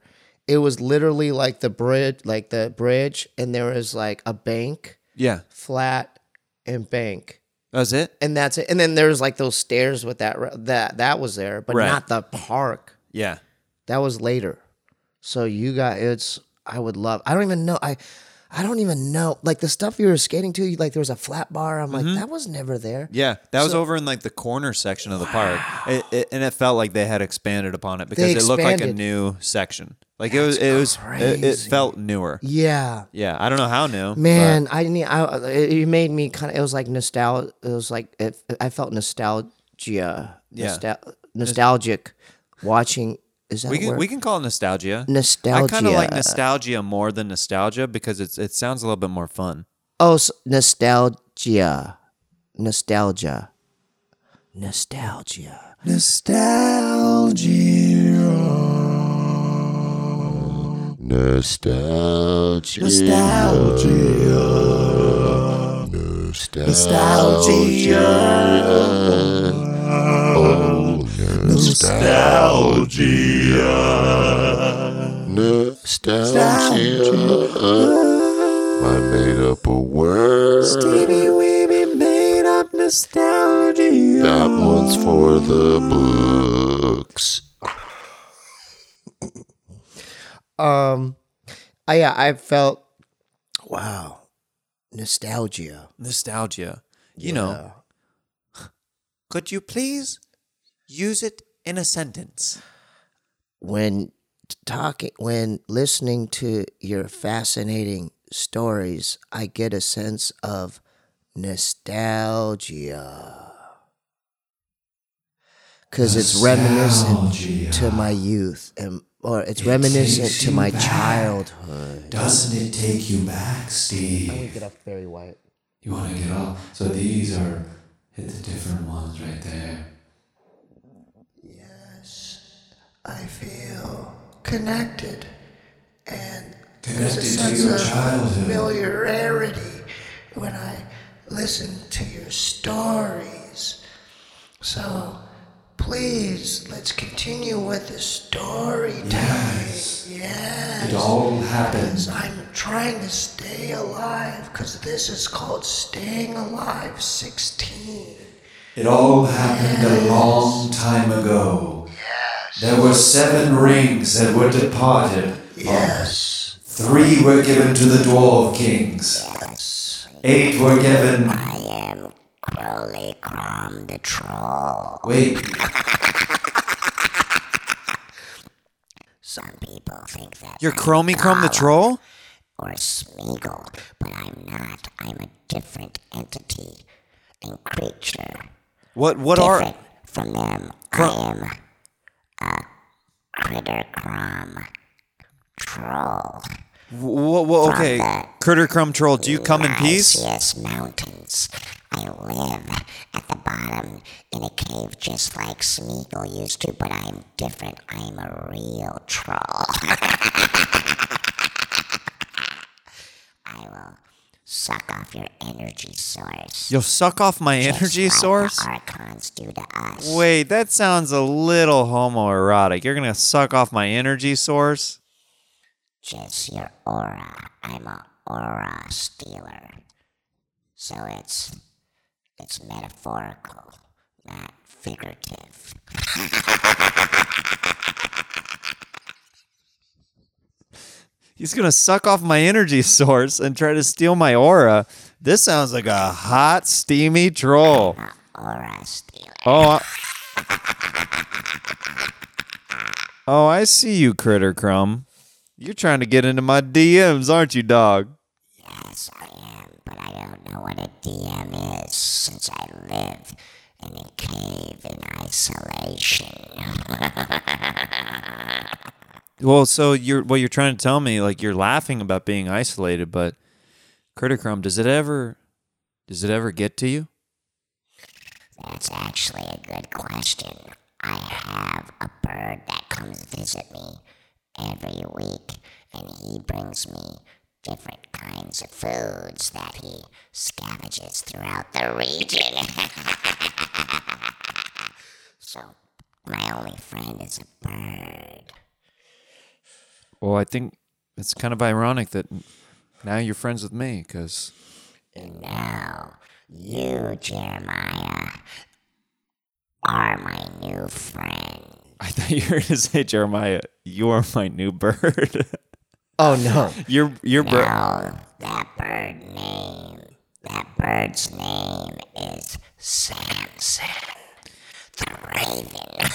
Speaker 3: It was literally like the bridge, like the bridge, and there was like a bank,
Speaker 6: yeah.
Speaker 3: flat, and bank.
Speaker 6: That was it.
Speaker 3: And that's it. And then there's like those stairs with that, ra- that, that was there, but
Speaker 6: Right.
Speaker 3: not the park.
Speaker 6: Yeah.
Speaker 3: That was later. So you got it's I would love I don't even know I I don't even know. Like the stuff you were skating to, you- like there was a flat bar. I'm
Speaker 6: Mm-hmm.
Speaker 3: like, that was never there.
Speaker 6: Yeah, that was
Speaker 3: So-
Speaker 6: over in like the corner section of the park, it, it, and it felt like they had expanded upon it
Speaker 3: They
Speaker 6: because it looked like a
Speaker 3: expanded.
Speaker 6: new section. Like it was, it was, it, it
Speaker 3: crazy.
Speaker 6: felt newer.
Speaker 3: Yeah.
Speaker 6: Yeah, I don't know how new.
Speaker 3: Man, I need. I it it made me kind of. It was like nostalgia. It was like it, I felt nostalgia.
Speaker 6: Yeah.
Speaker 3: nostal- nostalgic. Watching is that
Speaker 6: but we
Speaker 3: a
Speaker 6: can
Speaker 3: word?
Speaker 6: we can call it nostalgia.
Speaker 3: nostalgia.
Speaker 6: I kind of like nostalgia more than nostalgia because it's it sounds a little bit more fun.
Speaker 3: Oh, s nostalgia, nostalgia, nostalgia.
Speaker 8: Nostalgia. Nostalgia. Nostalgia. Oh, nostalgia. Nostalgia. I made up a word.
Speaker 9: Stevie Weeby made up nostalgia.
Speaker 8: That one's for the books.
Speaker 3: Um, I yeah, I felt wow, nostalgia.
Speaker 6: Nostalgia, you know. Could you please use it in a sentence?
Speaker 3: when t- talking when listening to your fascinating stories i get a sense of nostalgia because it's reminiscent to my youth and or it's reminiscent to my childhood
Speaker 10: Doesn't it take you back, Steve?
Speaker 3: get up very white
Speaker 10: You want to get off? So these are hit the different ones right there.
Speaker 9: I feel connected and there's a
Speaker 10: Connected to
Speaker 9: sense
Speaker 10: your
Speaker 9: of
Speaker 10: childhood.
Speaker 9: familiarity when I listen to your stories. So please, let's continue with the storytelling. Yes.
Speaker 10: It all happens.
Speaker 9: I'm trying to stay alive because this is called Staying Alive 16.
Speaker 10: It all happened a long time ago. There were seven rings that were departed. Yes. Three were given to the Dwarf Kings. Eight were given.
Speaker 5: I am Crowley Crom the Troll.
Speaker 10: Wait,
Speaker 5: Some people think that
Speaker 6: You're Chromie Chrome the troll.
Speaker 5: or Smeagol, but I'm not. I'm a different entity and creature.
Speaker 6: What what are
Speaker 5: Different from them. I am a Critter Crom Troll.
Speaker 6: Whoa, whoa, okay. Critter Crumb Troll, do you come in peace?
Speaker 5: Yes, mountains. I live at the bottom in a cave just like Smeagol used to, but I'm different. I'm a real troll. I will suck off your energy source.
Speaker 6: You'll suck off my
Speaker 5: just
Speaker 6: energy
Speaker 5: like the
Speaker 6: source?
Speaker 5: Archons do to us.
Speaker 6: Wait, that sounds a little homoerotic. You're going to suck off my energy source?
Speaker 5: Just your aura. I'm a aura stealer. So it's it's metaphorical, not figurative.
Speaker 6: He's going to suck off my energy source and try to steal my aura. This sounds like a hot, steamy troll.
Speaker 5: Aura stealer.
Speaker 6: Oh, I- oh, I see you, Critter Crumb. You're trying to get into my DMs, aren't you, dog?
Speaker 5: Yes, I am, but I don't know what a DM is since I live in a cave in isolation.
Speaker 6: Well, so you're what you're trying to tell me, like you're laughing about being isolated, but Critter Crumb, does it ever does it ever get to you?
Speaker 5: That's actually a good question. I have a bird that comes visit me every week, and he brings me different kinds of foods that he scavenges throughout the region. so, my only friend is a bird.
Speaker 6: Well, I think it's kind of ironic that now you're friends with me because
Speaker 5: And now, you, Jeremiah, are my new friend.
Speaker 6: I thought you were gonna say Jeremiah, you're my new bird.
Speaker 3: oh no
Speaker 6: your your bird
Speaker 5: Now, that bird name, that bird's name is Samson the Raven.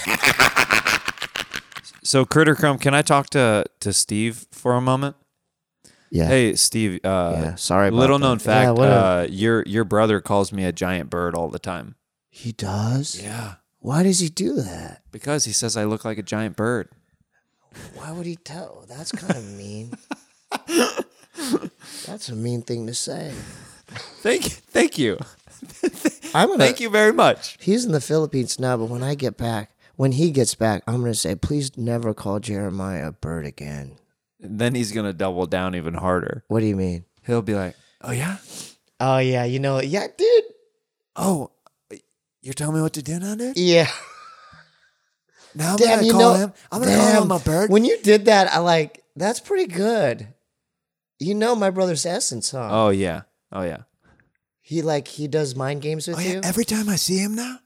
Speaker 6: So Critter Crumb, can I talk to to Steve for a moment?
Speaker 3: Yeah.
Speaker 6: Hey Steve. Uh,
Speaker 3: Yeah, sorry about
Speaker 6: Little
Speaker 3: that.
Speaker 6: known
Speaker 3: Yeah,
Speaker 6: fact.
Speaker 3: what a-
Speaker 6: uh, your your brother calls me a giant bird all the time
Speaker 3: He does?
Speaker 6: Yeah.
Speaker 3: Why does he do that?
Speaker 6: because he says I look like a giant bird.
Speaker 3: Why would he tell? That's kind of mean. That's a mean thing to say.
Speaker 6: Thank thank you.
Speaker 3: I'm gonna,
Speaker 6: Thank you very much.
Speaker 3: He's in the Philippines now, but when I get back, when he gets back, I'm gonna say, please never call Jeremiah a bird again.
Speaker 6: Then he's gonna double down even harder.
Speaker 3: What do you mean?
Speaker 6: He'll be like, "Oh yeah,
Speaker 3: Oh yeah, you know, yeah, dude.
Speaker 6: oh, you're telling me what to do now, dude?
Speaker 3: Yeah.
Speaker 6: Now I'm
Speaker 3: Damn,
Speaker 6: gonna
Speaker 3: you
Speaker 6: call
Speaker 3: know,
Speaker 6: him. I'm gonna call him
Speaker 3: damn,
Speaker 6: a bird.
Speaker 3: When you did that, I like that's pretty good. You know my brother's essence, huh?
Speaker 6: oh yeah, oh yeah.
Speaker 3: He like he does mind games with
Speaker 6: Oh,
Speaker 3: you.
Speaker 6: yeah. Every time I see him now,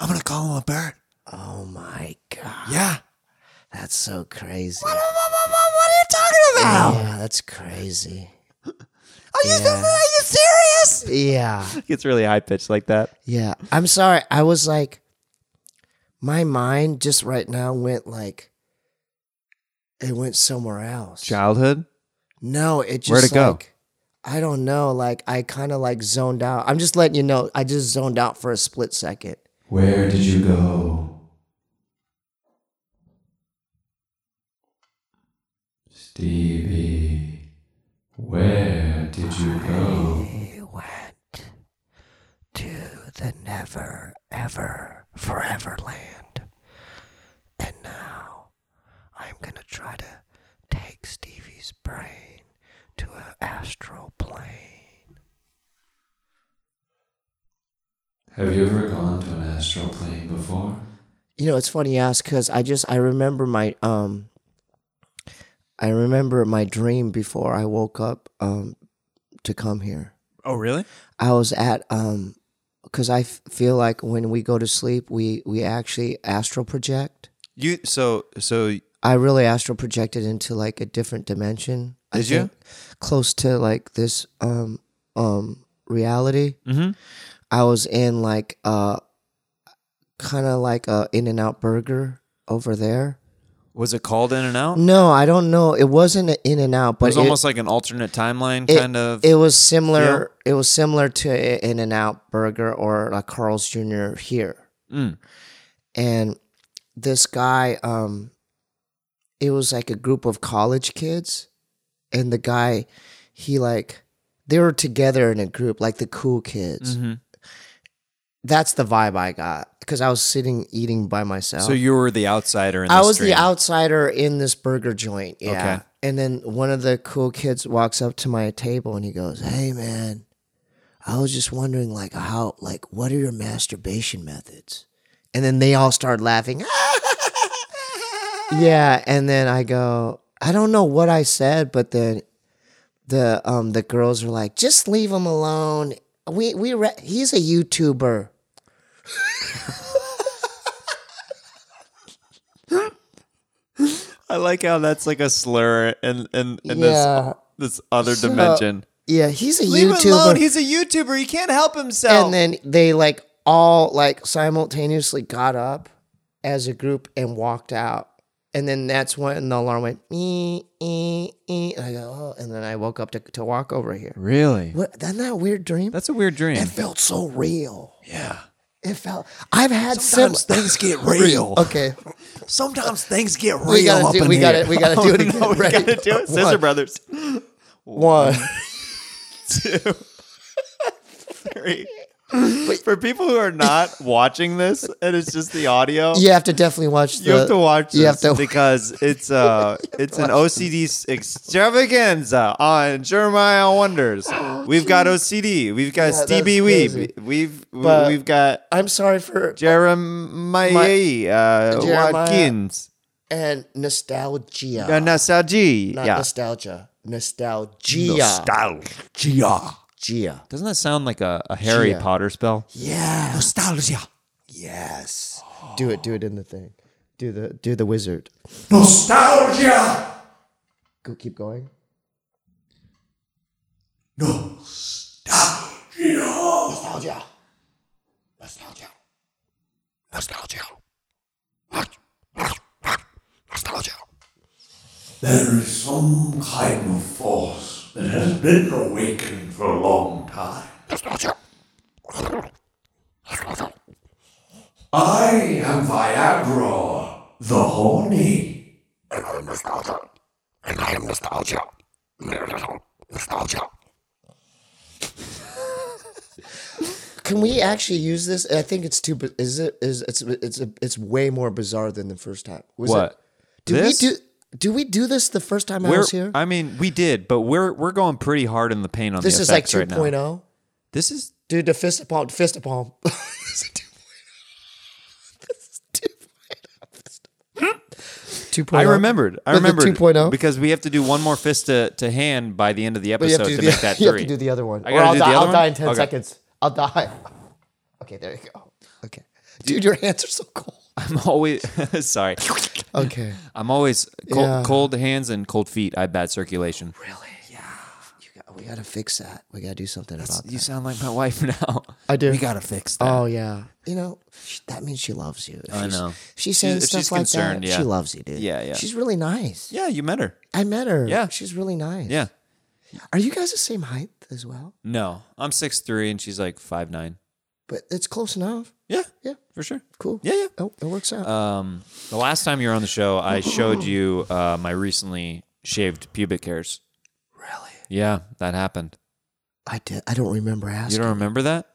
Speaker 6: I'm gonna call him a bird.
Speaker 3: oh my god,
Speaker 6: Yeah.
Speaker 3: that's so crazy.
Speaker 6: What are you talking
Speaker 3: Yeah, that's crazy. Are you yeah.
Speaker 6: you serious?
Speaker 3: yeah.
Speaker 6: Gets really high pitched like that.
Speaker 3: Yeah. I'm sorry. I was like, my mind just right now went like, it went somewhere else.
Speaker 6: Childhood.
Speaker 3: No, it just
Speaker 6: Where'd it go?
Speaker 3: like, I don't know. Like I kind of like zoned out. I'm just letting you know. I just zoned out for a split second.
Speaker 10: Where did you go? Stevie, where did you go?
Speaker 3: He went to the never, ever, forever land. And now I'm going to try to take Stevie's brain to an astral plane.
Speaker 10: Have you ever gone to an astral plane before?
Speaker 3: You know, it's funny you ask because I just, I remember my, um, I remember my dream before I woke up um, to come here.
Speaker 6: Oh really?
Speaker 3: I was at um because I f- feel like when we go to sleep, we we actually astral project.
Speaker 6: You so so
Speaker 3: I really astral projected into like a different dimension. I
Speaker 6: Did you?
Speaker 3: think, Close to like this um um reality.
Speaker 6: Mhm.
Speaker 3: I was in like uh kind of like a in and out burger over there.
Speaker 6: was it called in and out?
Speaker 3: No, I don't know. It wasn't an in and out,
Speaker 6: it
Speaker 3: but
Speaker 6: was almost like an alternate timeline
Speaker 3: it-
Speaker 6: kind of.
Speaker 3: It was similar. It was similar to In and Out Burger or like Carl's Jr. here,
Speaker 6: Mm.
Speaker 3: and this guy, um, it was like a group of college kids, and the guy, he like, they were together in a group, like the cool kids.
Speaker 6: Mhm.
Speaker 3: That's the vibe I got because I was sitting eating by myself.
Speaker 6: So you were the outsider. In
Speaker 3: I
Speaker 6: this
Speaker 3: was
Speaker 6: dream.
Speaker 3: the outsider in this burger joint. Yeah.
Speaker 6: Okay.
Speaker 3: And then one of the cool kids walks up to my table and he goes, "Hey man, I was just wondering like how like what are your masturbation methods?" And then they all start laughing. yeah, and then I go, "I don't know what I said, but then the um the girls were like, "Just leave him alone. We we re- he's a YouTuber."
Speaker 6: I like how that's like a slur in in, in
Speaker 3: Yeah.
Speaker 6: this this other
Speaker 3: So-
Speaker 6: dimension.
Speaker 3: Yeah, he's a
Speaker 6: Leave
Speaker 3: YouTuber.
Speaker 6: him alone. He's a YouTuber. He can't help himself.
Speaker 3: And then they like all like simultaneously got up as a group and walked out. And then that's when the alarm went ee, ee, ee. And I go, oh, and then I woke up to, to walk over here.
Speaker 6: really?
Speaker 3: What isn't that a weird dream?
Speaker 6: That's a weird dream.
Speaker 3: it felt so real.
Speaker 6: yeah.
Speaker 3: It felt I've had some
Speaker 6: Sometimes things get real.
Speaker 3: Okay.
Speaker 6: uh, Sometimes things get real.
Speaker 3: We gotta
Speaker 6: up
Speaker 3: do
Speaker 6: in
Speaker 3: we
Speaker 6: here.
Speaker 3: gotta we gotta do it
Speaker 6: Oh,
Speaker 3: again.
Speaker 6: no, we
Speaker 3: Ready?
Speaker 6: gotta do it. Sister
Speaker 3: One,
Speaker 6: Brothers.
Speaker 3: One.
Speaker 6: Two. Three. For people who are not watching this and it's just the audio,
Speaker 3: You have to definitely watch the
Speaker 6: you have to watch this
Speaker 3: you have to-
Speaker 6: because it's uh it's an OCD s- extravaganza on Jeremiah Wonders. We've got OCD, we've got
Speaker 3: Oh, Yeah,
Speaker 6: Stevie
Speaker 3: that's
Speaker 6: Weeb, we've
Speaker 3: But-
Speaker 6: we've got
Speaker 3: I'm sorry for uh,
Speaker 6: Jeremiah uh,
Speaker 3: Jeremiah.
Speaker 6: Watkins,
Speaker 3: and nostalgia.
Speaker 6: uh, Nasaji.
Speaker 3: Not
Speaker 6: Yeah,
Speaker 3: nostalgia. Nostalgia.
Speaker 6: nostalgia.
Speaker 3: Gia.
Speaker 6: Doesn't that sound like a, a Harry
Speaker 3: Gia.
Speaker 6: Potter spell?
Speaker 3: Yeah.
Speaker 6: Nostalgia.
Speaker 3: Yes. Do it. Do it in the thing. Do the do the wizard.
Speaker 10: Nostalgia!
Speaker 3: Go. Keep going.
Speaker 9: Nostalgia. Nostalgia. Nostalgia. Nostalgia.
Speaker 10: There is some kind of force that has been awakened for a long time. I am Viagra, the horny.
Speaker 9: And I am nostalgia. And I am nostalgia. Nostalgia.
Speaker 3: Can we actually use this? I think it's too. bi- Is it? Is it's it's it's way more bizarre than the first time. Was
Speaker 6: What?
Speaker 3: It, did
Speaker 6: This?
Speaker 3: we do? Do we do this the first time I
Speaker 6: We're-
Speaker 3: was here?
Speaker 6: I mean, we did, but we're we're going pretty hard in the paint on
Speaker 3: this
Speaker 6: the
Speaker 3: is like
Speaker 6: effects right
Speaker 3: 2.0.
Speaker 6: now. This is
Speaker 3: dude. The fist upon fist upon. this is 2.0.
Speaker 6: I remembered. I
Speaker 3: oh. The- oh. the
Speaker 6: remembered
Speaker 3: 2.0.
Speaker 6: because we have to do one more fist to, to hand by the end of the
Speaker 3: But you
Speaker 6: episode
Speaker 3: have to,
Speaker 6: to,
Speaker 3: do
Speaker 6: make
Speaker 3: the,
Speaker 6: that
Speaker 3: you have
Speaker 6: three.
Speaker 3: to do the other one.
Speaker 6: I
Speaker 3: or
Speaker 6: gotta
Speaker 3: I'll,
Speaker 6: do
Speaker 3: die,
Speaker 6: the
Speaker 3: I'll
Speaker 6: other
Speaker 3: die
Speaker 6: one?
Speaker 3: in 10
Speaker 6: Okay.
Speaker 3: seconds. I'll die. Okay, there you go. Okay. Dude, your hands are so cold.
Speaker 6: I'm always sorry.
Speaker 3: Okay.
Speaker 6: I'm always cold,
Speaker 3: Yeah.
Speaker 6: cold hands and cold feet. I have bad circulation.
Speaker 3: We got to fix that. We got to do something about that.
Speaker 6: You sound like my wife now.
Speaker 3: I do.
Speaker 6: We gotta fix that.
Speaker 3: Oh, yeah. You know, sh- that means she loves you. If
Speaker 6: I
Speaker 3: she's-
Speaker 6: know.
Speaker 3: if She's saying
Speaker 6: If
Speaker 3: stuff
Speaker 6: she's
Speaker 3: like
Speaker 6: concerned,
Speaker 3: that.
Speaker 6: yeah.
Speaker 3: She loves you, dude.
Speaker 6: Yeah, yeah.
Speaker 3: She's really nice.
Speaker 6: yeah, you met her.
Speaker 3: I met her.
Speaker 6: Yeah.
Speaker 3: She's really nice.
Speaker 6: Yeah.
Speaker 3: Are you guys the same height as well?
Speaker 6: No, I'm six three and she's like five nine.
Speaker 3: But it's close enough.
Speaker 6: Yeah,
Speaker 3: Yeah.
Speaker 6: for sure.
Speaker 3: Cool.
Speaker 6: Yeah, yeah.
Speaker 3: Oh, it works out.
Speaker 6: Um, the last time you were on the show, I showed you uh, my recently shaved pubic hairs. Really? Yeah, that happened.
Speaker 3: I did. I don't remember asking.
Speaker 6: You don't remember that?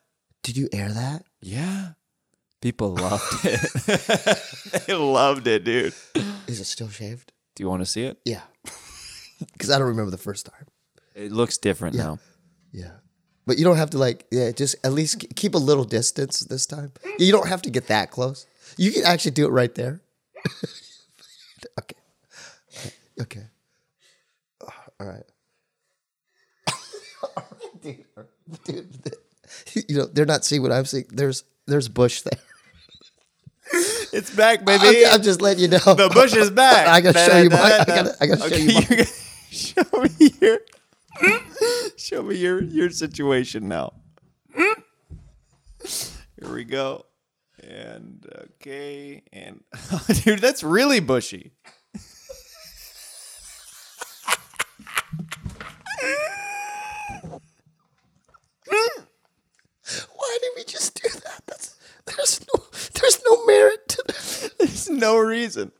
Speaker 3: Did you air that?
Speaker 6: Yeah. People loved it. they loved it, dude.
Speaker 3: Is it still shaved?
Speaker 6: Do you want to see it?
Speaker 3: Yeah. Because I don't remember the first time.
Speaker 6: It looks different
Speaker 3: Yeah.
Speaker 6: now.
Speaker 3: Yeah. But you don't have to like yeah, just at least k- keep a little distance this time. You don't have to get that close. You can actually do it right there. okay. Okay. All right. dude, dude, th- you know, they're not seeing what I'm seeing. There's there's bush there.
Speaker 6: It's back,
Speaker 3: I'm, I'm just letting you know.
Speaker 6: the bush is back.
Speaker 3: I gotta show you
Speaker 6: Da,
Speaker 3: mine.
Speaker 6: da, da,
Speaker 3: I
Speaker 6: da.
Speaker 3: gotta, I gotta show
Speaker 6: Okay,
Speaker 3: you mine.
Speaker 6: you gotta- show me your show me your your situation now. Here we go. And okay, and dude, that's really bushy.
Speaker 3: Why did we just do that? That's, there's no there's no merit to this.
Speaker 6: There's no reason.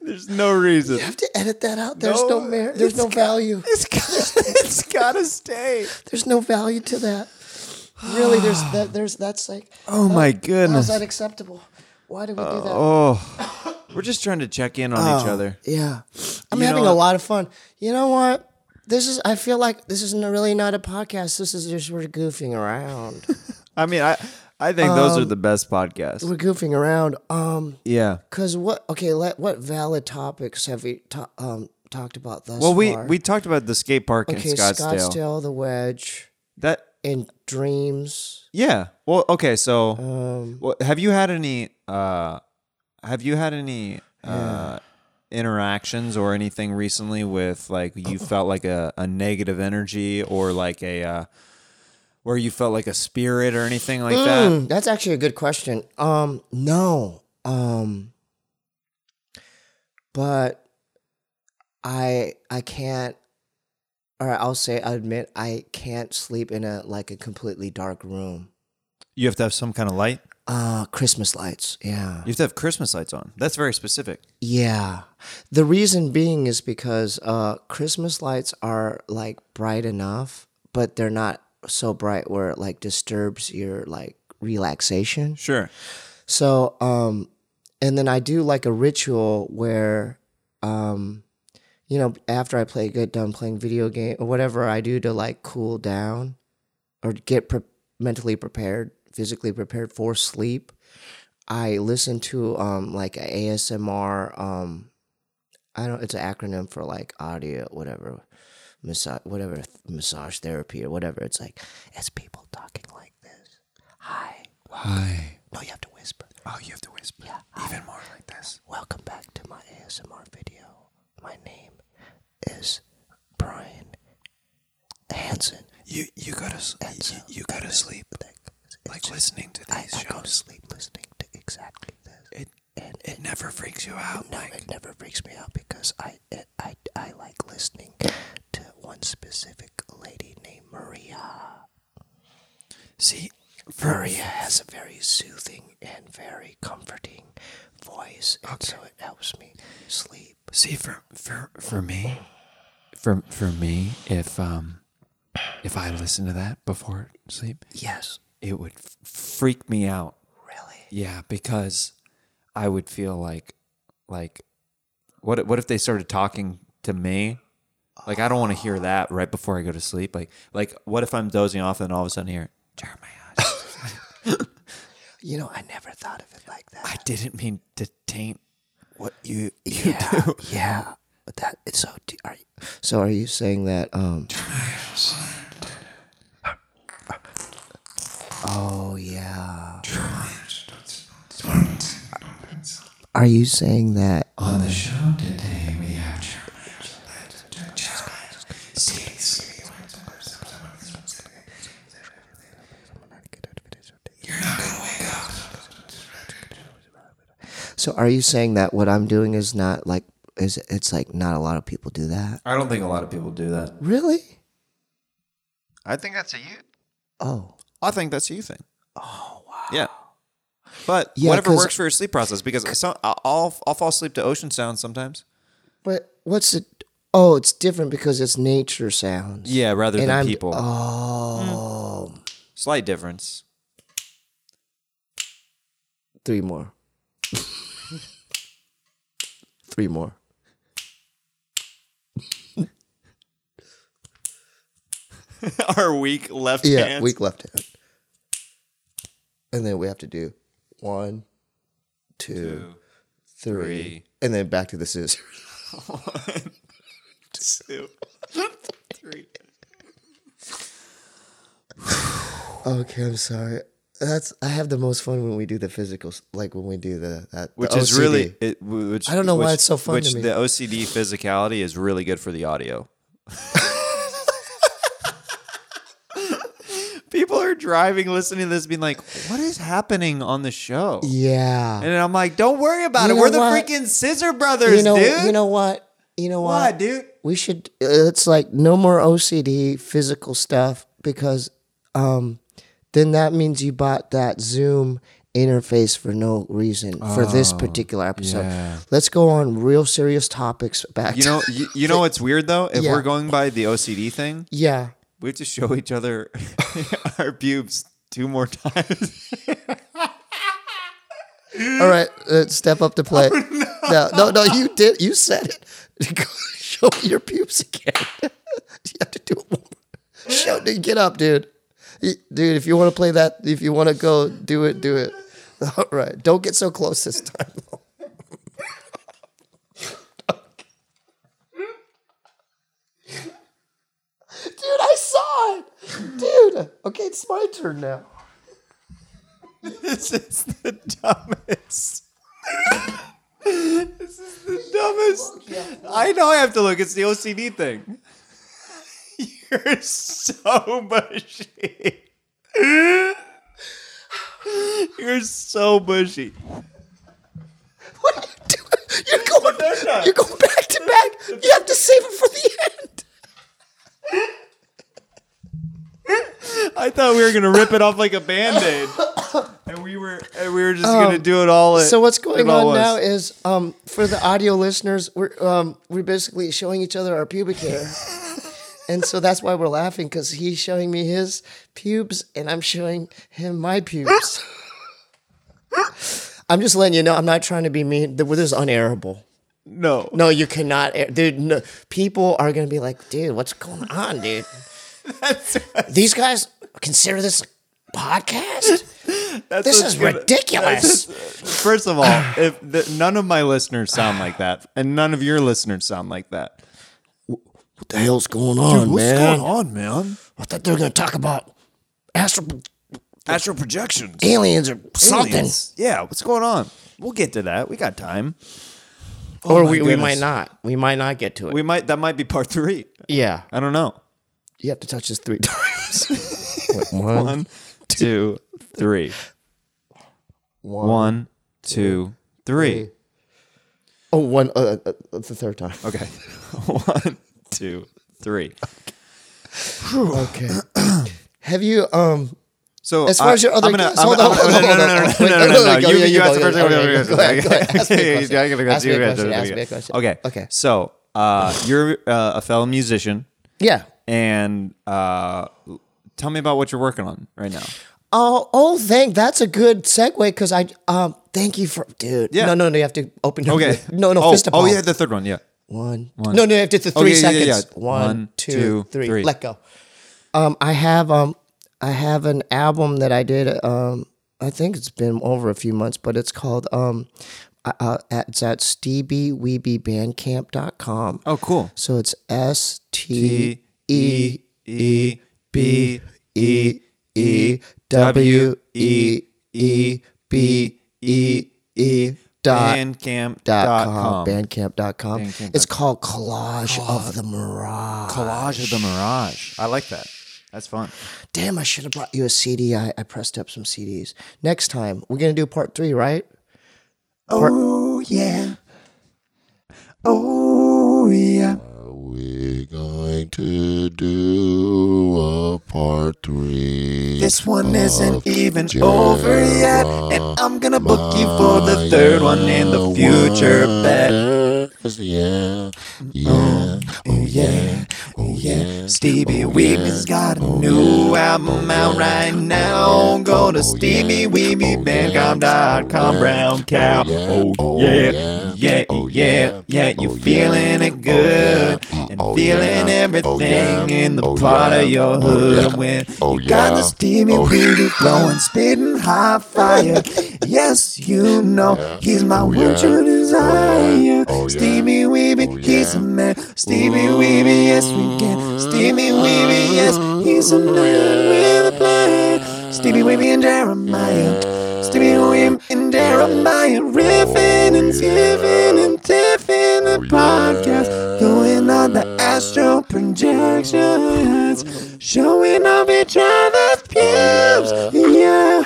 Speaker 6: There's no reason.
Speaker 3: You have to edit that out. There's
Speaker 6: No,
Speaker 3: no, merit. There's no value.
Speaker 6: It's got, it's gotta stay.
Speaker 3: There's no value to that. Really, there's that. There's that's like.
Speaker 6: Oh my
Speaker 3: How's
Speaker 6: goodness.
Speaker 3: that acceptable? Why did we do that?
Speaker 6: Oh, we're just trying to check in on each other.
Speaker 3: Oh, Yeah, I'm
Speaker 6: You
Speaker 3: having
Speaker 6: know
Speaker 3: a
Speaker 6: what?
Speaker 3: lot of fun. You know what? This is. I feel like this isn't really not a podcast. This is just we're goofing around.
Speaker 6: I mean, I I think
Speaker 3: Um,
Speaker 6: those are the best podcasts.
Speaker 3: we're goofing around. Um,
Speaker 6: Yeah.
Speaker 3: cause what? Okay, let what valid topics have we ta- um talked about thus
Speaker 6: Well, we
Speaker 3: far?
Speaker 6: we talked about the skate park
Speaker 3: okay
Speaker 6: in Scottsdale.
Speaker 3: Scottsdale, the wedge,
Speaker 6: That
Speaker 3: and dreams.
Speaker 6: yeah. Well, okay. So,
Speaker 3: Um,
Speaker 6: well, have you had any uh, have you had any uh, interactions or anything recently with like you felt like a, a negative energy or like a uh, where you felt like a spirit or anything like that?
Speaker 3: Mm, that's actually a good question. Um, no. Um, but I I can't. Or I'll say I admit I can't sleep in a like a completely dark room.
Speaker 6: You have to have some kind of light.
Speaker 3: Uh, Christmas lights. Yeah.
Speaker 6: You have to have Christmas lights on. That's very specific.
Speaker 3: Yeah. The reason being is because uh, Christmas lights are like bright enough, but they're not so bright where it like disturbs your like relaxation.
Speaker 6: Sure.
Speaker 3: So, um, and then I do like a ritual where, um, you know, after I play get done playing video game or whatever I do to like cool down or get pre- mentally prepared, physically prepared for sleep, I listen to um like a ASMR um I don't it's an acronym for like audio whatever massage whatever th- massage therapy or whatever it's like it's people talking like this. Hi.
Speaker 6: Hi.
Speaker 3: No, you have to whisper.
Speaker 6: Oh, you have to whisper even more like this.
Speaker 3: Welcome back to my ASMR video. My name is Brian Hansen.
Speaker 11: You you go to s- you, you go to sleep like listening to these shows. I go to sleep listening to exactly this. It and it, never freaks you out. No, it never freaks me out because I it, I I like listening to one specific lady named Maria. See, Maria has a very soothing and very comforting voice, and so it helps me sleep. See, for for for me, for for me, if um, if I listen to that before sleep, yes, it would f- freak me out. Really? Yeah, because I would feel like, like,
Speaker 6: What what if they started talking to me? Like I don't want to hear that right before I go to sleep. Like like what if I'm dozing off and all of a sudden here, Jeremiah?
Speaker 11: you know, I never thought of it like that. I didn't mean to taint what you you
Speaker 6: Yeah,
Speaker 11: do. Yeah, but that it's so. do- Are you,
Speaker 3: So are you saying that? Um. Oh yeah. Are you saying that?
Speaker 10: On
Speaker 6: Um,
Speaker 10: the show today, we have
Speaker 3: So are you saying that what I'm doing is not like is it's like not a lot of people do that?
Speaker 6: I don't think a lot of people do that.
Speaker 3: Really?
Speaker 6: I think that's a you.
Speaker 3: Oh.
Speaker 6: I think that's a you thing. Oh wow. Yeah. But
Speaker 3: Yeah,
Speaker 6: whatever
Speaker 3: 'cause-
Speaker 6: works for your sleep process, because some, I'll- I'll I'll fall asleep to ocean sounds sometimes.
Speaker 3: But what's it? Oh, it's different because it's nature sounds.
Speaker 6: Yeah, rather
Speaker 3: And
Speaker 6: than
Speaker 3: I'm-
Speaker 6: people.
Speaker 3: Oh,
Speaker 6: Slight difference.
Speaker 3: three more. three more.
Speaker 6: Our weak left
Speaker 3: yeah,
Speaker 6: hands.
Speaker 3: weak left hand. And then we have to do one, two, three,
Speaker 6: Two, three.
Speaker 3: and then back to the scissors.
Speaker 6: One, two, three.
Speaker 3: Okay, I'm sorry. That's I have the most fun when we do the physicals, like when we do the that the
Speaker 6: Which is
Speaker 3: OCD.
Speaker 6: really, it, w- which
Speaker 3: I don't know why
Speaker 6: which-
Speaker 3: it's so fun
Speaker 6: Which
Speaker 3: to me.
Speaker 6: the OCD physicality is really good for the audio. People are driving, listening to this, being like, "What is happening on the show?"
Speaker 3: yeah.
Speaker 6: And I'm like, "Don't worry about
Speaker 3: You
Speaker 6: it.
Speaker 3: know
Speaker 6: We're the
Speaker 3: what?
Speaker 6: freaking Scissor Brothers,
Speaker 3: you know,
Speaker 6: dude."
Speaker 3: You know what? You know what?
Speaker 6: What, dude?
Speaker 3: We should. uh, It's like no more OCD physical stuff because um, then that means you bought that Zoom interface for no reason for this
Speaker 6: Oh,
Speaker 3: particular episode.
Speaker 6: yeah.
Speaker 3: Let's go on real serious topics back.
Speaker 6: You know,
Speaker 3: to-
Speaker 6: you, you know what's weird though? If
Speaker 3: Yeah.
Speaker 6: we're going by the OCD thing,
Speaker 3: Yeah.
Speaker 6: we have to show each other our pubes two more times.
Speaker 3: All right, uh, step up to play. no. no, no, you did. You said it. Go Show me your pubes again. you have to do it. One more. Show, dude, get up, dude. Y- Dude, if you want to play that, if you want to go, do it, do it. All right, don't get so close this time. Dude, I saw it. Dude, okay, it's my turn now.
Speaker 6: this is the dumbest. this is the dumbest. I know I have to look. It's the OCD thing. You're so bushy. You're so bushy.
Speaker 3: You're going, you're going back to back. You have to save it for the end.
Speaker 6: I thought we were gonna rip it off like a band-aid. and we were and we were just gonna
Speaker 3: Um,
Speaker 6: do it all at,
Speaker 3: so what's
Speaker 6: it
Speaker 3: going
Speaker 6: all
Speaker 3: on
Speaker 6: was.
Speaker 3: now is um, for the audio listeners, we're um, we're basically showing each other our pubic hair, and so that's why we're laughing because he's showing me his pubes and I'm showing him my pubes. I'm just letting you know. I'm not trying to be mean. Th- This is unairable.
Speaker 6: No,
Speaker 3: no, you cannot, air, dude. No, people are gonna be like, dude, what's going on, dude? These guys consider this a podcast.
Speaker 6: That's
Speaker 3: this
Speaker 6: what's
Speaker 3: is
Speaker 6: gonna-
Speaker 3: ridiculous.
Speaker 6: that's- First of all, if the, none of my listeners sound like that, and none of your listeners sound like that,
Speaker 3: what the hell's going on,
Speaker 11: what's
Speaker 3: man?
Speaker 11: going on, man?
Speaker 3: I thought they were gonna talk about astral
Speaker 6: astral projections,
Speaker 3: aliens or something.
Speaker 6: Yeah, what's going on? We'll get to that. We got time. Oh
Speaker 3: Or
Speaker 6: my
Speaker 3: we- we might
Speaker 6: goodness.
Speaker 3: not. We might not get to it.
Speaker 6: We might. That might be part three.
Speaker 3: Yeah,
Speaker 6: I don't know.
Speaker 3: you have to touch this three times.
Speaker 6: Wait, One, two, three. One, two, three.
Speaker 3: Oh, one. Uh, uh, that's the third time.
Speaker 6: Okay. One, two, three.
Speaker 3: okay. Have you um?
Speaker 6: So
Speaker 3: as far
Speaker 6: Oh, I-
Speaker 3: as your other,
Speaker 6: I'm gonna-
Speaker 3: kids,
Speaker 6: I'm-
Speaker 3: hold on,
Speaker 6: I'm-
Speaker 3: hold on,
Speaker 6: no,
Speaker 3: hold
Speaker 6: no,
Speaker 3: on,
Speaker 6: no,
Speaker 3: hold
Speaker 6: no,
Speaker 3: on. Wait,
Speaker 6: no, no, no,
Speaker 3: go,
Speaker 6: you-
Speaker 3: yeah,
Speaker 6: you
Speaker 3: go,
Speaker 6: asked the
Speaker 3: yeah,
Speaker 6: first one,
Speaker 3: go, yeah,
Speaker 6: okay,
Speaker 3: go ahead,
Speaker 6: okay.
Speaker 3: go ahead. Ask me
Speaker 6: Yeah,
Speaker 3: a question,
Speaker 6: I gotta go,
Speaker 3: ask me
Speaker 6: you gotta
Speaker 3: a question,
Speaker 6: do it
Speaker 3: ask
Speaker 6: again.
Speaker 3: me a question.
Speaker 6: Okay.
Speaker 3: Okay.
Speaker 6: So uh, you're uh, a fellow musician.
Speaker 3: Yeah.
Speaker 6: And uh, tell me about what you're working on right now.
Speaker 3: Oh, oh, thank. That's a good segue because I um. Thank you for, dude.
Speaker 6: Yeah.
Speaker 3: No, no, no. You have to open. up
Speaker 6: Okay.
Speaker 3: your- No, no.
Speaker 6: Oh,
Speaker 3: fist up.
Speaker 6: oh yeah, the third one. Yeah.
Speaker 3: One. No, no, after the
Speaker 6: Oh,
Speaker 3: three
Speaker 6: yeah, yeah,
Speaker 3: seconds.
Speaker 6: yeah.
Speaker 3: One, two, three.
Speaker 6: three.
Speaker 3: Let go. Um, I have um, I have an album that I did. Um, I think it's been over a few months, but it's called um, uh, uh, it's at stevieweebiebandcamp.com.
Speaker 6: Oh, cool.
Speaker 3: So it's S T
Speaker 6: T
Speaker 3: E
Speaker 6: E E B E
Speaker 3: E W E E B E E dot
Speaker 6: Bandcamp.com.
Speaker 3: Bandcamp.com. It's called Collage of the Mirage.
Speaker 6: Collage of the Mirage. I like that. That's fun.
Speaker 3: Damn, I should have brought you a CD. I, I pressed up some CDs. Next time, we're going to do part three, right?
Speaker 11: Oh yeah. Oh yeah.
Speaker 8: We're going to do a part three.
Speaker 11: This one isn't even
Speaker 8: Jeremiah
Speaker 11: over yet, and I'm gonna book you for the third one in the future. Bet.
Speaker 8: Wonders. Yeah, yeah, oh, yeah, oh yeah. oh,
Speaker 11: Stevie Weeby's got a new album out right now. Go
Speaker 8: oh,
Speaker 11: to StevieWeebyBandcamp.com. Brown cow. Oh yeah, yeah, yeah, Oh, yeah. Mm, You're feeling it good and feeling everything in the part of your hood when
Speaker 8: Oh
Speaker 11: you got the
Speaker 8: yeah,
Speaker 11: Stevie Weeby blowing, spitting hot fire. Yes, you know he's my one true desire. Stevie Weeby, he's a man. Stevie Weeby, yes we can. Stevie Weeby, yes he's a man with a plan. Stevie Weeby and Jeremiah. Stevie Weeby and Jeremiah riffing and tiffing and tiffing
Speaker 3: Oh,
Speaker 11: the podcast, doing all the astral projections, showing off each other's pubes. Yeah.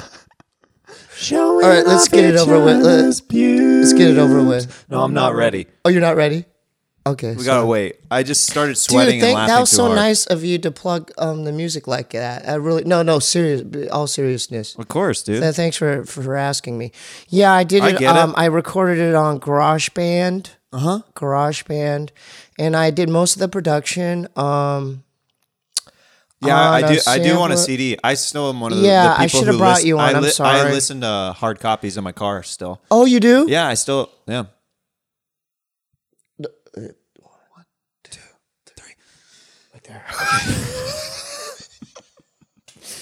Speaker 11: Showing
Speaker 3: All right, let's
Speaker 11: off
Speaker 3: get it
Speaker 11: each
Speaker 3: over with. Let-
Speaker 11: other's pubes.
Speaker 3: Let's get it over with.
Speaker 6: No, I'm not ready.
Speaker 3: Oh, you're not ready? Okay.
Speaker 6: We
Speaker 3: so-
Speaker 6: gotta wait. I just started
Speaker 3: Dude,
Speaker 6: sweating
Speaker 3: thank,
Speaker 6: and laughing
Speaker 3: that was
Speaker 6: too
Speaker 3: so
Speaker 6: hard.
Speaker 3: nice of you to plug um, the music like that. I really no no serious all seriousness.
Speaker 6: Of course, dude.
Speaker 3: Th- thanks for for asking me. Yeah, I did
Speaker 6: I
Speaker 3: it.
Speaker 6: get it. Uh-huh.
Speaker 3: um, I recorded it on GarageBand. Uh huh. GarageBand, and I did most of the production. Um,
Speaker 6: Yeah, I,
Speaker 3: on
Speaker 6: I
Speaker 3: a
Speaker 6: do. I do want a
Speaker 3: sampler-
Speaker 6: CD. I still am one of the,
Speaker 3: Yeah,
Speaker 6: the people
Speaker 3: I should have
Speaker 6: who
Speaker 3: brought
Speaker 6: lis-
Speaker 3: you one,
Speaker 6: I
Speaker 3: I'm
Speaker 6: I
Speaker 3: sorry.
Speaker 6: listen to hard copies in my car still.
Speaker 3: Oh, you do?
Speaker 6: Yeah, I still. Yeah.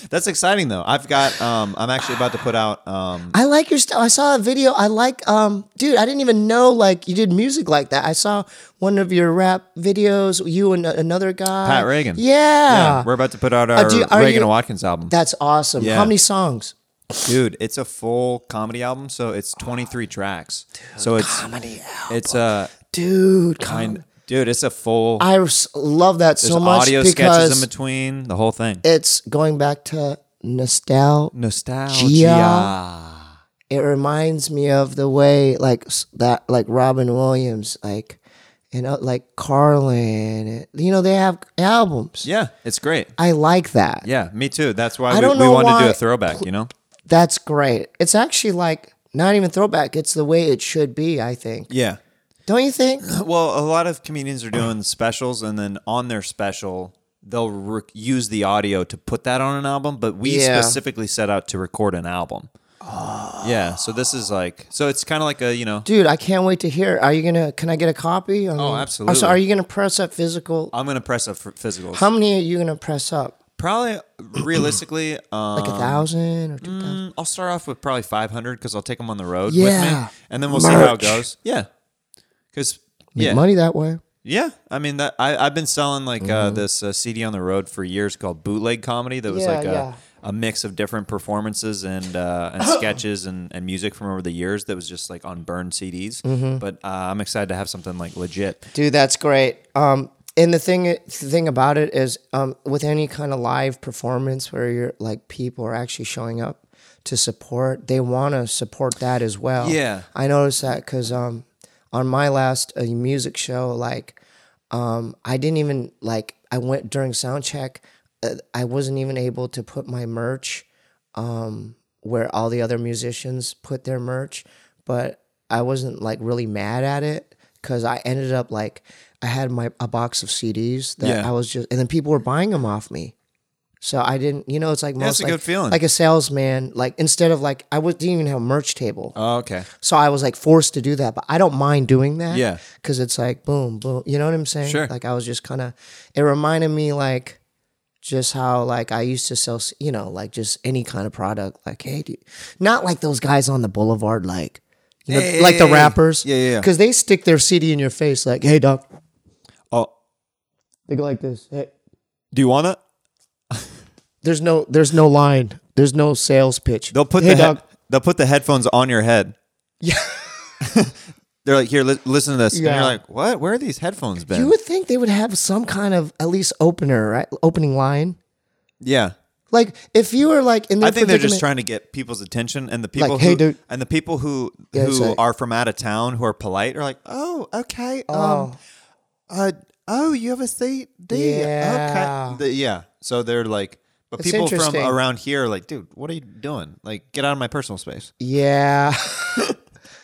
Speaker 6: That's exciting though. I've got. Um, I'm actually about to put out. Um,
Speaker 3: I like your stuff. I saw a video. I like, um, dude. I didn't even know like you did music like that. I saw one of your rap videos. You and a- another guy,
Speaker 6: Pat Reagan.
Speaker 3: Uh, Yeah,
Speaker 6: we're about to put out
Speaker 3: Uh,
Speaker 6: our
Speaker 3: do- are
Speaker 6: Reagan
Speaker 3: you-
Speaker 6: and Watkins album.
Speaker 3: That's awesome.
Speaker 6: Yeah.
Speaker 3: How many songs?
Speaker 6: dude it's a full comedy album so it's 23 tracks so it's comedy album. it's a
Speaker 3: dude
Speaker 6: kind dude it's a full
Speaker 3: I s- love that
Speaker 6: there's
Speaker 3: so much
Speaker 6: audio
Speaker 3: because
Speaker 6: sketches in between the whole thing
Speaker 3: it's going back to nostalgia.
Speaker 6: Nostalgia.
Speaker 3: It reminds me of the way like s- that, like Robin Williams, like you know, like Carlin. and- You know, they have albums.
Speaker 6: yeah it's great
Speaker 3: I like that.
Speaker 6: yeah me too that's why
Speaker 3: I
Speaker 6: we,
Speaker 3: don't
Speaker 6: we
Speaker 3: know
Speaker 6: wanted to do
Speaker 3: why-
Speaker 6: a throwback you know
Speaker 3: That's great. It's actually like not even throwback. It's the way it should be. I think.
Speaker 6: yeah
Speaker 3: Don't you think?
Speaker 6: well a lot of comedians are doing specials and then on their special they'll re- use the audio to put that on an album but we
Speaker 3: Yeah. Ah.
Speaker 6: specifically set out to record an album yeah so this is like so it's kind of like a you know
Speaker 3: Dude, I can't wait to hear. it. Are you gonna? Can I get a copy? I mean- so
Speaker 6: Oh, absolutely.
Speaker 3: Are you gonna press up physical?
Speaker 6: i'm gonna press up for physicals
Speaker 3: How many are you gonna press up?
Speaker 6: Probably realistically, um,
Speaker 3: Like a thousand or two?
Speaker 6: mm, I'll start off with probably five hundred because I'll take them on the road with
Speaker 3: Yeah.
Speaker 6: me, and then we'll see how it
Speaker 3: Merch.
Speaker 6: goes. Yeah, because
Speaker 3: Make
Speaker 6: yeah,
Speaker 3: money that way. Mm-hmm.
Speaker 6: yeah. I mean, that I I've been selling like uh, this uh, CD on the road for years called Bootleg Comedy. That was
Speaker 3: Yeah,
Speaker 6: like a,
Speaker 3: yeah.
Speaker 6: a mix of different performances and uh, and sketches and, and music from over the years. That was just like on burned CDs.
Speaker 3: Mhm.
Speaker 6: But uh, I'm excited to have something like legit.
Speaker 3: Dude, that's great. Um, And the thing the thing about it is, um, with any kind of live performance where you're like people are actually showing up to support, they want to support that as well.
Speaker 6: Yeah.
Speaker 3: I noticed that because um, on my last uh, music show, like um, I didn't even like I went during sound check, uh, I wasn't even able to put my merch um, where all the other musicians put their merch, but I wasn't like really mad at it because I ended up like I had my a box of CDs that
Speaker 6: Yeah.
Speaker 3: I was just and then people were buying them off me. So I didn't, you know, it's like
Speaker 6: Yeah, it's
Speaker 3: most
Speaker 6: a
Speaker 3: like,
Speaker 6: good feeling.
Speaker 3: like a salesman, like instead of like I was didn't even have a merch table.
Speaker 6: Oh, okay.
Speaker 3: So I was like forced to do that, but I don't mind doing that.
Speaker 6: Yeah.
Speaker 3: Cause it's like boom, boom. You know what I'm saying?
Speaker 6: Sure.
Speaker 3: Like I was just kind of, it reminded me like just how like I used to sell, s- you know, like just any kind of product. Like, hey, do you, not like those guys on the boulevard, like, you know,
Speaker 6: Hey,
Speaker 3: like the
Speaker 6: hey, hey.
Speaker 3: rappers.
Speaker 6: Yeah, yeah, yeah.
Speaker 3: Cause they stick their CD in your face, like, hey, doc.
Speaker 6: Oh.
Speaker 3: They go like this. Hey.
Speaker 6: Do you want it?
Speaker 3: There's no, there's no line. There's no sales pitch.
Speaker 6: They'll put
Speaker 3: hey,
Speaker 6: the
Speaker 3: doc.
Speaker 6: head they'll put the headphones on your head.
Speaker 3: Yeah.
Speaker 6: They're like, here, li- listen to this. And
Speaker 3: Yeah.
Speaker 6: you're like, what? Where are these headphones been?
Speaker 3: You would think they would have some kind of at least opener, right? Opening line.
Speaker 6: yeah.
Speaker 3: Like if you were like in their
Speaker 6: I think they're just
Speaker 3: predicament-
Speaker 6: trying to get people's attention, and the people
Speaker 3: Like,
Speaker 6: who
Speaker 3: "Hey, dude."
Speaker 6: and the people who
Speaker 3: Yeah, it's
Speaker 6: who
Speaker 3: like-
Speaker 6: are from out of town who are polite are like, oh, okay, um,
Speaker 11: Oh.
Speaker 6: uh, oh, you have a seat there,
Speaker 11: Yeah.
Speaker 6: okay, The- yeah. So they're like, but
Speaker 11: It's
Speaker 6: people from
Speaker 11: interesting.
Speaker 6: around here are like, dude, what are you doing? Like, get out of my personal space.
Speaker 3: Yeah.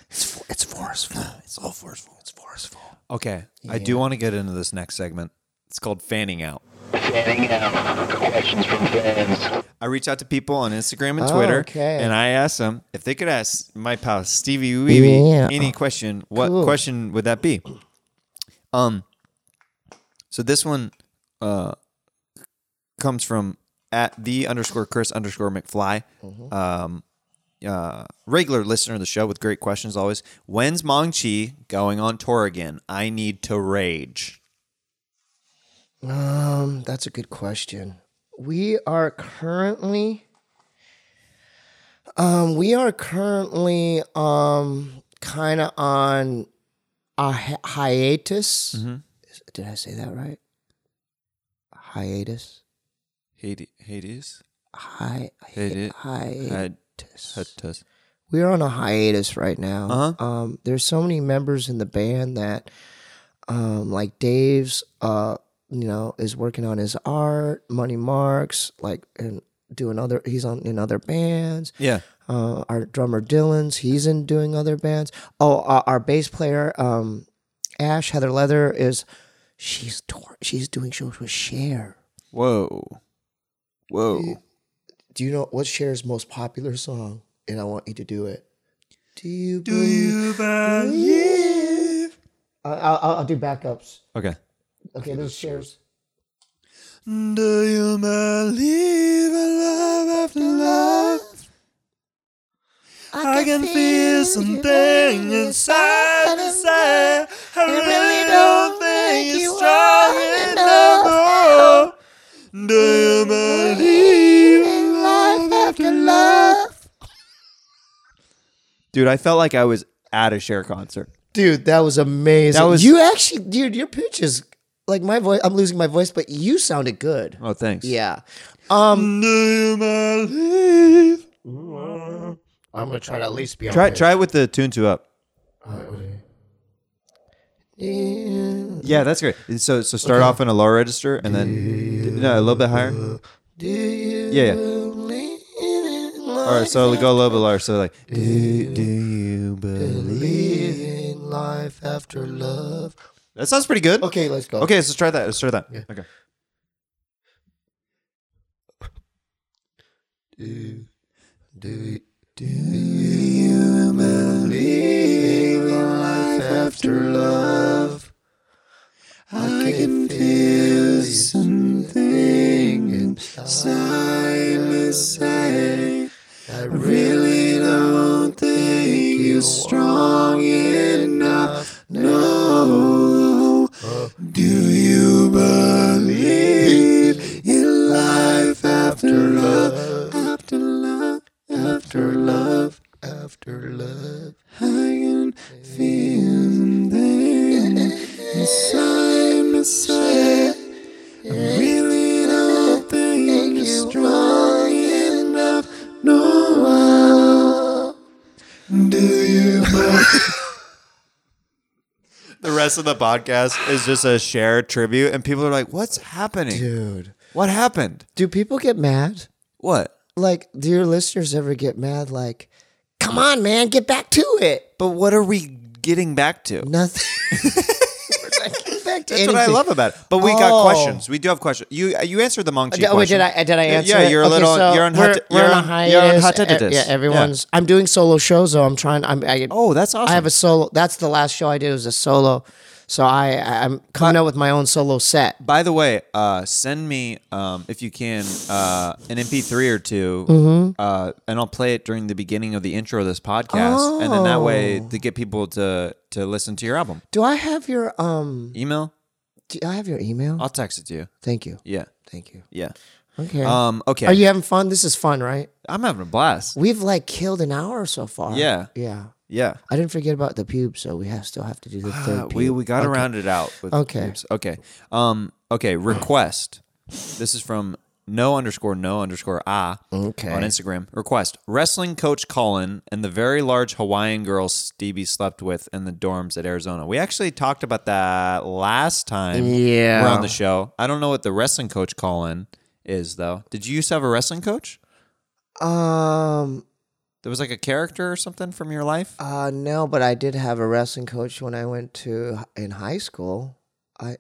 Speaker 11: it's for, it's forceful. It's all forceful. It's forceful.
Speaker 6: Okay, I do want to get into this next segment. It's called fanning out.
Speaker 2: Fanning out. Questions from fans.
Speaker 6: I reach out to people on Instagram and
Speaker 2: Oh,
Speaker 6: Twitter,
Speaker 2: okay.
Speaker 6: and I ask them if they could ask my pal Stevie Weeby
Speaker 2: Yeah.
Speaker 6: any question. What
Speaker 2: Cool.
Speaker 6: question would that be? Um, so this one uh comes from at the underscore Chris underscore McFly,
Speaker 2: Mm-hmm.
Speaker 6: um, uh, regular listener of the show with great questions always. When's Mong Chi going on tour again? I need to rage.
Speaker 3: Um, that's a good question. We are currently um we are currently um kind of on a hi- hiatus.
Speaker 6: Mm-hmm.
Speaker 3: Is- Did I say that right? Hiatus.
Speaker 6: Hades. Hades.
Speaker 3: Hi.
Speaker 6: Hades.
Speaker 3: hiatus.
Speaker 6: Hiatus.
Speaker 3: We're on a hiatus right now.
Speaker 6: Uh-huh.
Speaker 3: Um, there's so many members in the band that, um, like Dave's, uh, you know, is working on his art. Money Marks, like, and doing other. He's on in other bands.
Speaker 6: Yeah.
Speaker 3: Uh, our drummer Dylan's, he's in doing other bands. Oh, our, our bass player, um, Ash Heather Leather is, she's tour, she's doing shows with Cher.
Speaker 6: Whoa. Whoa.
Speaker 3: Do you know what's Cher's most popular song? And I want you to do it. Do you
Speaker 11: Do you believe?
Speaker 3: I- I'll, I'll, I'll do backups.
Speaker 6: Okay.
Speaker 3: Okay, those shares.
Speaker 11: Do you believe in love after love? I, can feel something inside inside. I really don't think you're strong enough. Do you believe in life after love?
Speaker 6: Dude, I felt like I was at a share concert.
Speaker 3: Dude, that was amazing.
Speaker 6: That was-
Speaker 3: you actually, dude, your pitch is like my voice. I'm losing my voice, but you sounded good.
Speaker 6: Oh, thanks.
Speaker 3: Yeah. Um,
Speaker 11: Do you believe?
Speaker 3: I'm gonna try to at least be
Speaker 6: Try try it with the tune to up. Yeah, that's great. So so start off in a low register and then no, a little bit higher. Yeah, yeah. All right, so go a little bit lower. So like, do, do you believe?
Speaker 3: in life after love.
Speaker 6: That sounds pretty good.
Speaker 3: Okay, let's go.
Speaker 6: Okay, so try that. Let's try that.
Speaker 3: Yeah.
Speaker 6: Okay.
Speaker 11: Do, do, do you believe in life after love? I can feel something inside me say, I really don't think you're strong enough. No, do you believe in life after love? After love, after love, after love. I can feel something inside me say.
Speaker 6: rest of the podcast is just a shared tribute, and people are like, "What's happening,
Speaker 3: dude?
Speaker 6: What happened?
Speaker 3: Do people get mad?
Speaker 6: What?
Speaker 3: Like, do your listeners ever get mad? Like, come on, man, get back to it.
Speaker 6: But what are we getting back to?
Speaker 3: Nothing. Back to
Speaker 6: That's what I
Speaker 3: anything.
Speaker 6: love about it. But we got
Speaker 3: Oh.
Speaker 6: questions. We do have questions. You you answered the monk
Speaker 3: Uh,
Speaker 6: cheat
Speaker 3: wait,
Speaker 6: question.
Speaker 3: did I did I
Speaker 6: Yeah,
Speaker 3: answer?
Speaker 6: Yeah,
Speaker 3: it?
Speaker 6: you're a
Speaker 3: Okay,
Speaker 6: little.
Speaker 3: so
Speaker 6: you're on.
Speaker 3: we're,
Speaker 6: hot-
Speaker 3: we're
Speaker 6: you're
Speaker 3: on, a hiatus.
Speaker 6: You're on hot
Speaker 3: E-
Speaker 6: tititus.
Speaker 3: Yeah, everyone's. I'm doing solo shows though. I'm trying. I'm. I,
Speaker 6: oh, that's awesome.
Speaker 3: I have a solo. That's the last show I did was a solo. So I I- I'm coming out with my own solo set.
Speaker 6: By the way, uh, send me um, if you can uh, an MP3 or 2
Speaker 3: Mhm.
Speaker 6: uh, and I'll play it during the beginning of the intro of this podcast, and then that way
Speaker 3: Oh.
Speaker 6: to get people to to listen to your album.
Speaker 3: Do I have your um?
Speaker 6: Email?
Speaker 3: Do I have your email?
Speaker 6: I'll text it to you.
Speaker 3: Thank you.
Speaker 6: Yeah.
Speaker 3: Thank you.
Speaker 6: Yeah.
Speaker 3: Okay.
Speaker 6: Um. Okay.
Speaker 3: Are you having fun? This is fun, right?
Speaker 6: I'm having a blast.
Speaker 3: We've like killed an hour so far.
Speaker 6: Yeah.
Speaker 3: Yeah.
Speaker 6: Yeah.
Speaker 3: I didn't forget about the pubes, so we have still have to do the
Speaker 6: Uh,
Speaker 3: third.
Speaker 6: we
Speaker 3: pube.
Speaker 6: we got to
Speaker 3: Okay.
Speaker 6: round it out. With
Speaker 3: Okay.
Speaker 6: oops, okay. Um. Okay. Request. This is from no underscore no underscore ah
Speaker 3: Okay.
Speaker 6: on Instagram. Request wrestling coach Colin and the very large Hawaiian girl Stevie slept with in the dorms at Arizona. We actually talked about that last time.
Speaker 3: Yeah.
Speaker 6: We're on the show. I don't know what the wrestling coach Colin is though. Did you used to have a wrestling coach?
Speaker 3: Um.
Speaker 6: There was like a character or something from your life.
Speaker 3: Uh, no, but I did have a wrestling coach when I went to in high school. I,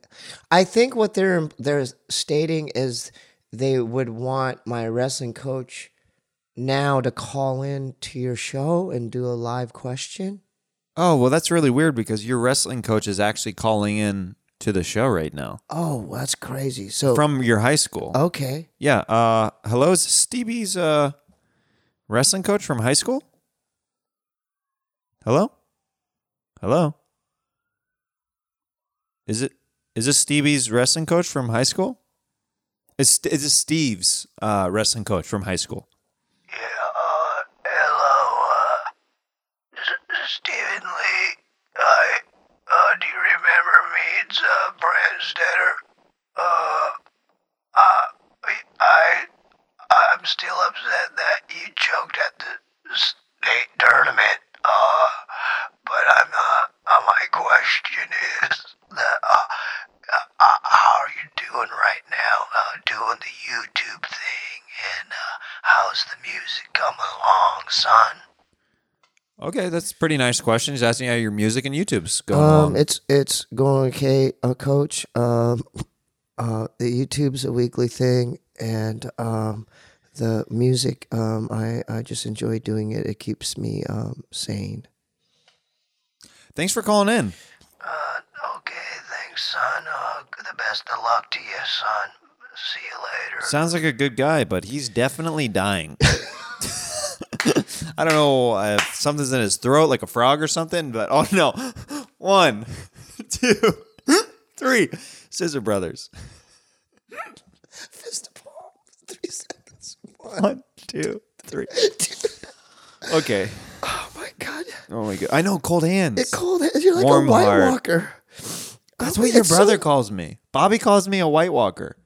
Speaker 3: I think what they're they're stating is they would want my wrestling coach now to call in to your show and do a live question.
Speaker 6: Oh well, that's really weird because your wrestling coach is actually calling in to the show right now.
Speaker 3: Oh, that's crazy. So
Speaker 6: from your high school.
Speaker 3: okay,
Speaker 6: Yeah. Uh, hello, is Stevie's uh, wrestling coach from high school? Hello. Hello. Is it is this Stevie's wrestling coach from high school? Is is this Steve's uh, wrestling coach from high school?
Speaker 9: Stephen Lee, I, uh, do you remember me? It's, uh, Branstetter. Uh, uh, I, I'm still upset that you choked at the state tournament. Uh, but I'm not, uh, my question is that, uh, uh, uh, how are you doing right now? Uh, doing the YouTube thing and, uh, how's the music coming along, son?
Speaker 6: Okay, that's a pretty nice question. He's asking how your music and YouTube's going.
Speaker 3: um,
Speaker 6: along.
Speaker 3: it's it's going okay, uh, coach. Um, uh, the YouTube's a weekly thing, and um, the music. Um, I I just enjoy doing it. It keeps me um sane.
Speaker 6: Thanks for calling in.
Speaker 9: Thanks, son. Uh, the best of luck to you, son. See you later.
Speaker 6: Sounds like a good guy, but he's definitely dying. I don't know uh, if something's in his throat, like a frog or something, but oh no. One, two, three. Scissor Brothers.
Speaker 3: Three seconds.
Speaker 6: One, two, three. Okay.
Speaker 3: Oh my god!
Speaker 6: Oh my God. I know, cold hands.
Speaker 3: It's cold. You're like
Speaker 6: Warm
Speaker 3: a White
Speaker 6: heart.
Speaker 3: Walker.
Speaker 6: That's
Speaker 3: Oh,
Speaker 6: what your
Speaker 3: it's so-
Speaker 6: brother calls me. Bobby calls me a White Walker.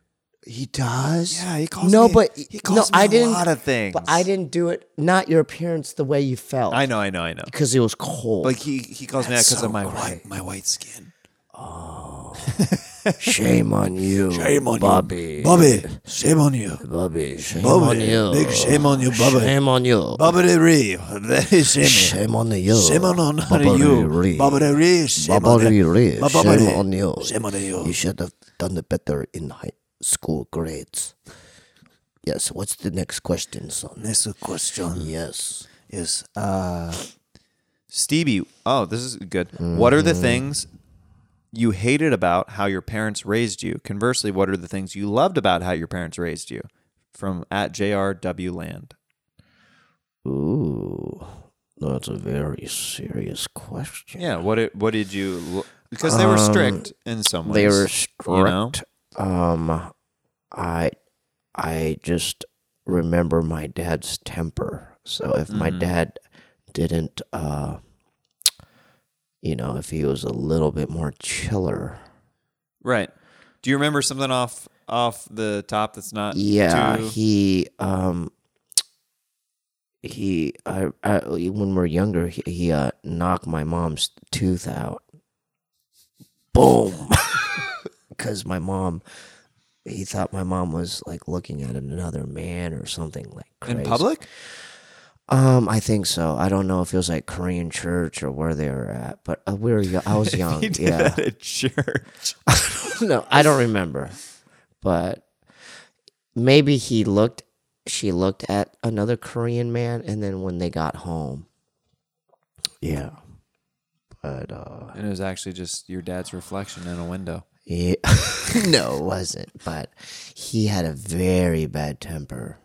Speaker 3: He does.
Speaker 6: Yeah, he calls
Speaker 3: no,
Speaker 6: me-
Speaker 3: but
Speaker 6: he calls
Speaker 3: no,
Speaker 6: me
Speaker 3: I
Speaker 6: a
Speaker 3: didn't,
Speaker 6: lot of things.
Speaker 3: But I didn't do it. Not your appearance, the way you felt.
Speaker 6: I know, I know, I know.
Speaker 3: because it was cold.
Speaker 6: Like he, he calls me that
Speaker 3: That's
Speaker 6: because
Speaker 3: so
Speaker 6: of my white my white skin.
Speaker 3: Shame on you,
Speaker 11: Shame on you.
Speaker 3: Bobby.
Speaker 11: Bobby, shame on you.
Speaker 3: Bobby, shame
Speaker 11: Bobby,
Speaker 3: on you.
Speaker 11: big shame on you, Bobby.
Speaker 3: Shame on you.
Speaker 11: Bobby de Ree, very shame.
Speaker 3: Shame on you.
Speaker 11: Shame on, on
Speaker 3: Bobby
Speaker 11: you.
Speaker 3: Ree.
Speaker 11: Bobby de Ree, shame on
Speaker 3: Bobby Ree,
Speaker 11: Ma-
Speaker 3: shame
Speaker 11: Bobby Ree.
Speaker 3: on you.
Speaker 11: Shame on you.
Speaker 3: You should have done it better in high school grades. Yes. What's the next question, son?
Speaker 11: Next question.
Speaker 3: Yes.
Speaker 11: Yes. Uh,
Speaker 6: Stevie, oh, this is good. What are the
Speaker 3: Mm-hmm.
Speaker 6: things you hated about how your parents raised you? Conversely, what are the things you loved about how your parents raised you? From at JRW Land.
Speaker 3: Ooh, that's a very serious question. Um,
Speaker 6: Yeah. What did, what did you? lo- Because they were strict in some ways.
Speaker 3: They were strict.
Speaker 6: you know?
Speaker 3: Um, I, I just remember my dad's temper. So if my
Speaker 6: Mhm.
Speaker 3: dad didn't, uh, you know, if he was a little bit more chiller,
Speaker 6: Right. Do you remember something off off the top that's not?
Speaker 3: yeah,
Speaker 6: too-
Speaker 3: he, um, he, I, I, when we were younger, he, he uh, knocked my mom's tooth out. boom. Because my mom, he thought my mom was like looking at another man or something like
Speaker 6: In
Speaker 3: crazy.
Speaker 6: public?
Speaker 3: Um, I think so. I don't know if it was like Korean church or where they were at, but uh, we were. yo- I was
Speaker 6: If
Speaker 3: young.
Speaker 6: you did
Speaker 3: yeah,
Speaker 6: that at church.
Speaker 3: no, I don't remember, but maybe he looked. She looked at another Korean man, and then when they got home, yeah, but uh,
Speaker 6: And it was actually just your dad's reflection in a window.
Speaker 3: Yeah. no, it wasn't. But he had a very bad temper.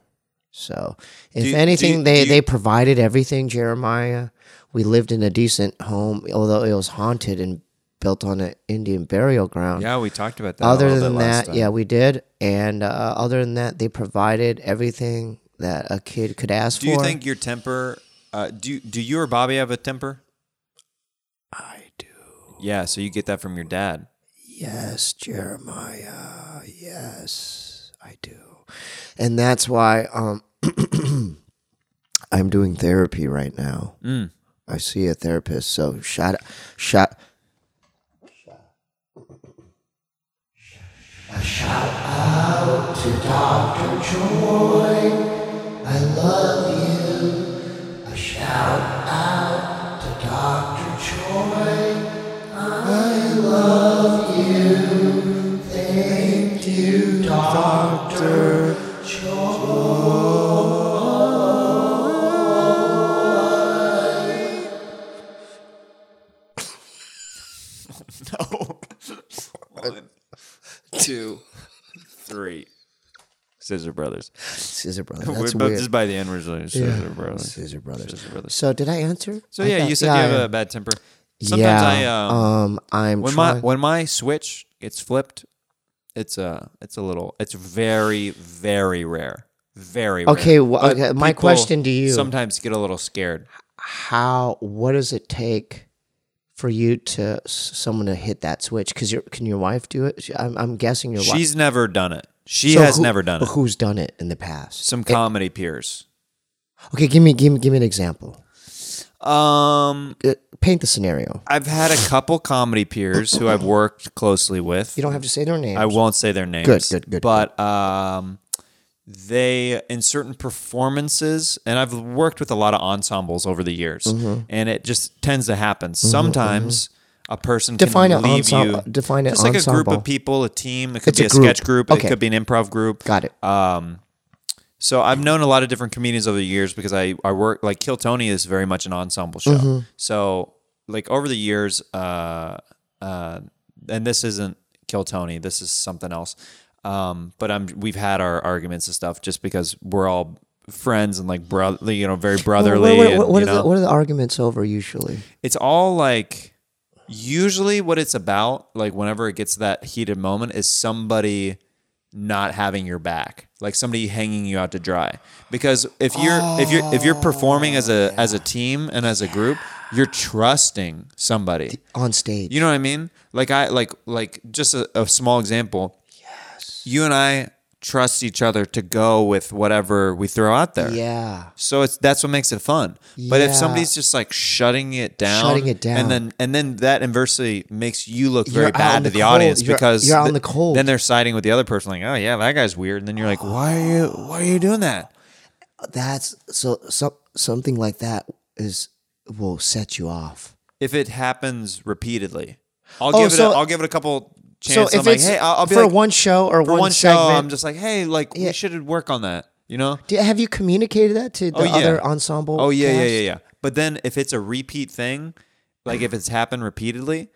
Speaker 3: So, if
Speaker 6: Do you- do
Speaker 3: anything,
Speaker 6: you-
Speaker 3: they,
Speaker 6: do you-
Speaker 3: they provided everything, Jeremiah. We lived in a decent home, although it was haunted and built on an Indian burial ground.
Speaker 6: Yeah, we talked about that a
Speaker 3: Other
Speaker 6: little
Speaker 3: than
Speaker 6: bit last
Speaker 3: that,
Speaker 6: time.
Speaker 3: yeah, we did. And uh, other than that, they provided everything that a kid could ask
Speaker 6: Do
Speaker 3: for.
Speaker 6: you think your temper? Uh, do do you or Bobby have a temper? I do. Yeah, so you get that from your dad.
Speaker 3: Yes, Jeremiah. Yes, I do. And that's why um, I'm doing therapy right now.
Speaker 6: Mm.
Speaker 3: I see a therapist. So shout, shout,
Speaker 9: Out to Dr. Joy. I love you. A shout out to Dr. Joy. I love you. Thank you, Dr. Joy.
Speaker 6: One, two, three. Scissor Brothers.
Speaker 3: Scissor Brothers.
Speaker 6: We're
Speaker 3: That's
Speaker 6: both
Speaker 3: weird.
Speaker 6: just by the end we're just like,
Speaker 3: Yeah.
Speaker 6: Scissor Brothers.
Speaker 3: Scissor Brothers.
Speaker 6: Scissor Brothers.
Speaker 3: So did I answer?
Speaker 6: So
Speaker 3: I
Speaker 6: yeah,
Speaker 3: thought-
Speaker 6: you said you have
Speaker 3: yeah.
Speaker 6: a bad temper. Sometimes
Speaker 3: Yeah,
Speaker 6: I um,
Speaker 3: um, I'm
Speaker 6: when my
Speaker 3: trying-
Speaker 6: when my switch gets flipped, it's a it's a little it's very very rare, very rare.
Speaker 3: Okay, wh-
Speaker 6: But
Speaker 3: okay, my
Speaker 6: people
Speaker 3: question to you-
Speaker 6: sometimes get a little scared.
Speaker 3: how what does it take for you to s- someone to hit that switch because your can your wife do it She- i'm, I'm guessing your wife
Speaker 6: She's never done it. She
Speaker 3: So
Speaker 6: has
Speaker 3: who-
Speaker 6: never done
Speaker 3: but
Speaker 6: it.
Speaker 3: who's done it in the past
Speaker 6: Some comedy peers.
Speaker 3: okay give me give me give me an example
Speaker 6: Um,
Speaker 3: Uh, paint the scenario
Speaker 6: I've had a couple comedy peers who I've worked closely with.
Speaker 3: You don't have to say their names.
Speaker 6: I won't say their names.
Speaker 3: Good, good, good,
Speaker 6: But um, they in certain performances, and I've worked with a lot of ensembles over the years,
Speaker 3: Mhm.
Speaker 6: and it just tends to happen.
Speaker 3: Mhm,
Speaker 6: Sometimes a person
Speaker 3: mm-hmm. Define
Speaker 6: can
Speaker 3: an
Speaker 6: leave
Speaker 3: ensemble-
Speaker 6: you.
Speaker 3: define an
Speaker 6: just like a group
Speaker 3: ensemble.
Speaker 6: of people, a team. It could
Speaker 3: It's
Speaker 6: be
Speaker 3: a
Speaker 6: a,
Speaker 3: group.
Speaker 6: sketch group.
Speaker 3: Okay.
Speaker 6: It could be an improv group.
Speaker 3: Got it.
Speaker 6: Um, so I've known a lot of different comedians over the years because I I work like Kill Tony is very much an ensemble show.
Speaker 3: Mhm.
Speaker 6: So like over the years, uh, uh, and this isn't Kill Tony. This is something else. Um, but I'm we've had our arguments and stuff just because we're all friends and like brother, you know, very brotherly.
Speaker 3: what, what,
Speaker 6: and,
Speaker 3: what, what
Speaker 6: you
Speaker 3: are the,
Speaker 6: know?
Speaker 3: what are the arguments over usually
Speaker 6: it's all like usually what it's about like whenever it gets to that heated moment is somebody not having your back like somebody hanging you out to dry because if you're if you're if you're performing as
Speaker 3: Oh,
Speaker 6: a as a team and as a group you're trusting somebody
Speaker 3: on stage
Speaker 6: you know what i mean like i like like just a, a small example yes you and i trust each other to go with whatever we throw out there
Speaker 3: yeah
Speaker 6: so it's that's what makes it fun. But if
Speaker 3: Yeah.
Speaker 6: somebody's just like shutting it down,
Speaker 3: Shutting it down.
Speaker 6: and then and then that inversely makes you look
Speaker 3: You're
Speaker 6: very
Speaker 3: out in
Speaker 6: bad to
Speaker 3: the
Speaker 6: the
Speaker 3: cold.
Speaker 6: audience
Speaker 3: You're-
Speaker 6: because
Speaker 3: you're out
Speaker 6: th-
Speaker 3: in the cold.
Speaker 6: Then they're siding with the other person, like, oh yeah, that guy's weird. And then you're like, why are you why are you doing that?
Speaker 3: that's so, so something like that is will set you off
Speaker 6: If it happens repeatedly, I'll
Speaker 3: Oh,
Speaker 6: give
Speaker 3: so-
Speaker 6: it. A, I'll give it a couple
Speaker 3: so
Speaker 6: chances.
Speaker 3: if
Speaker 6: I'm like,
Speaker 3: it's
Speaker 6: hey, I'll, I'll be
Speaker 3: for
Speaker 6: like,
Speaker 3: one show or
Speaker 6: for
Speaker 3: one
Speaker 6: one, show,
Speaker 3: segment-
Speaker 6: I'm just like, hey, like we should work on that. You know,
Speaker 3: Do, have you communicated that to the other ensemble
Speaker 6: Oh yeah, yeah,
Speaker 3: cast?
Speaker 6: yeah, yeah. But then if it's a repeat thing, like if it's happened repeatedly,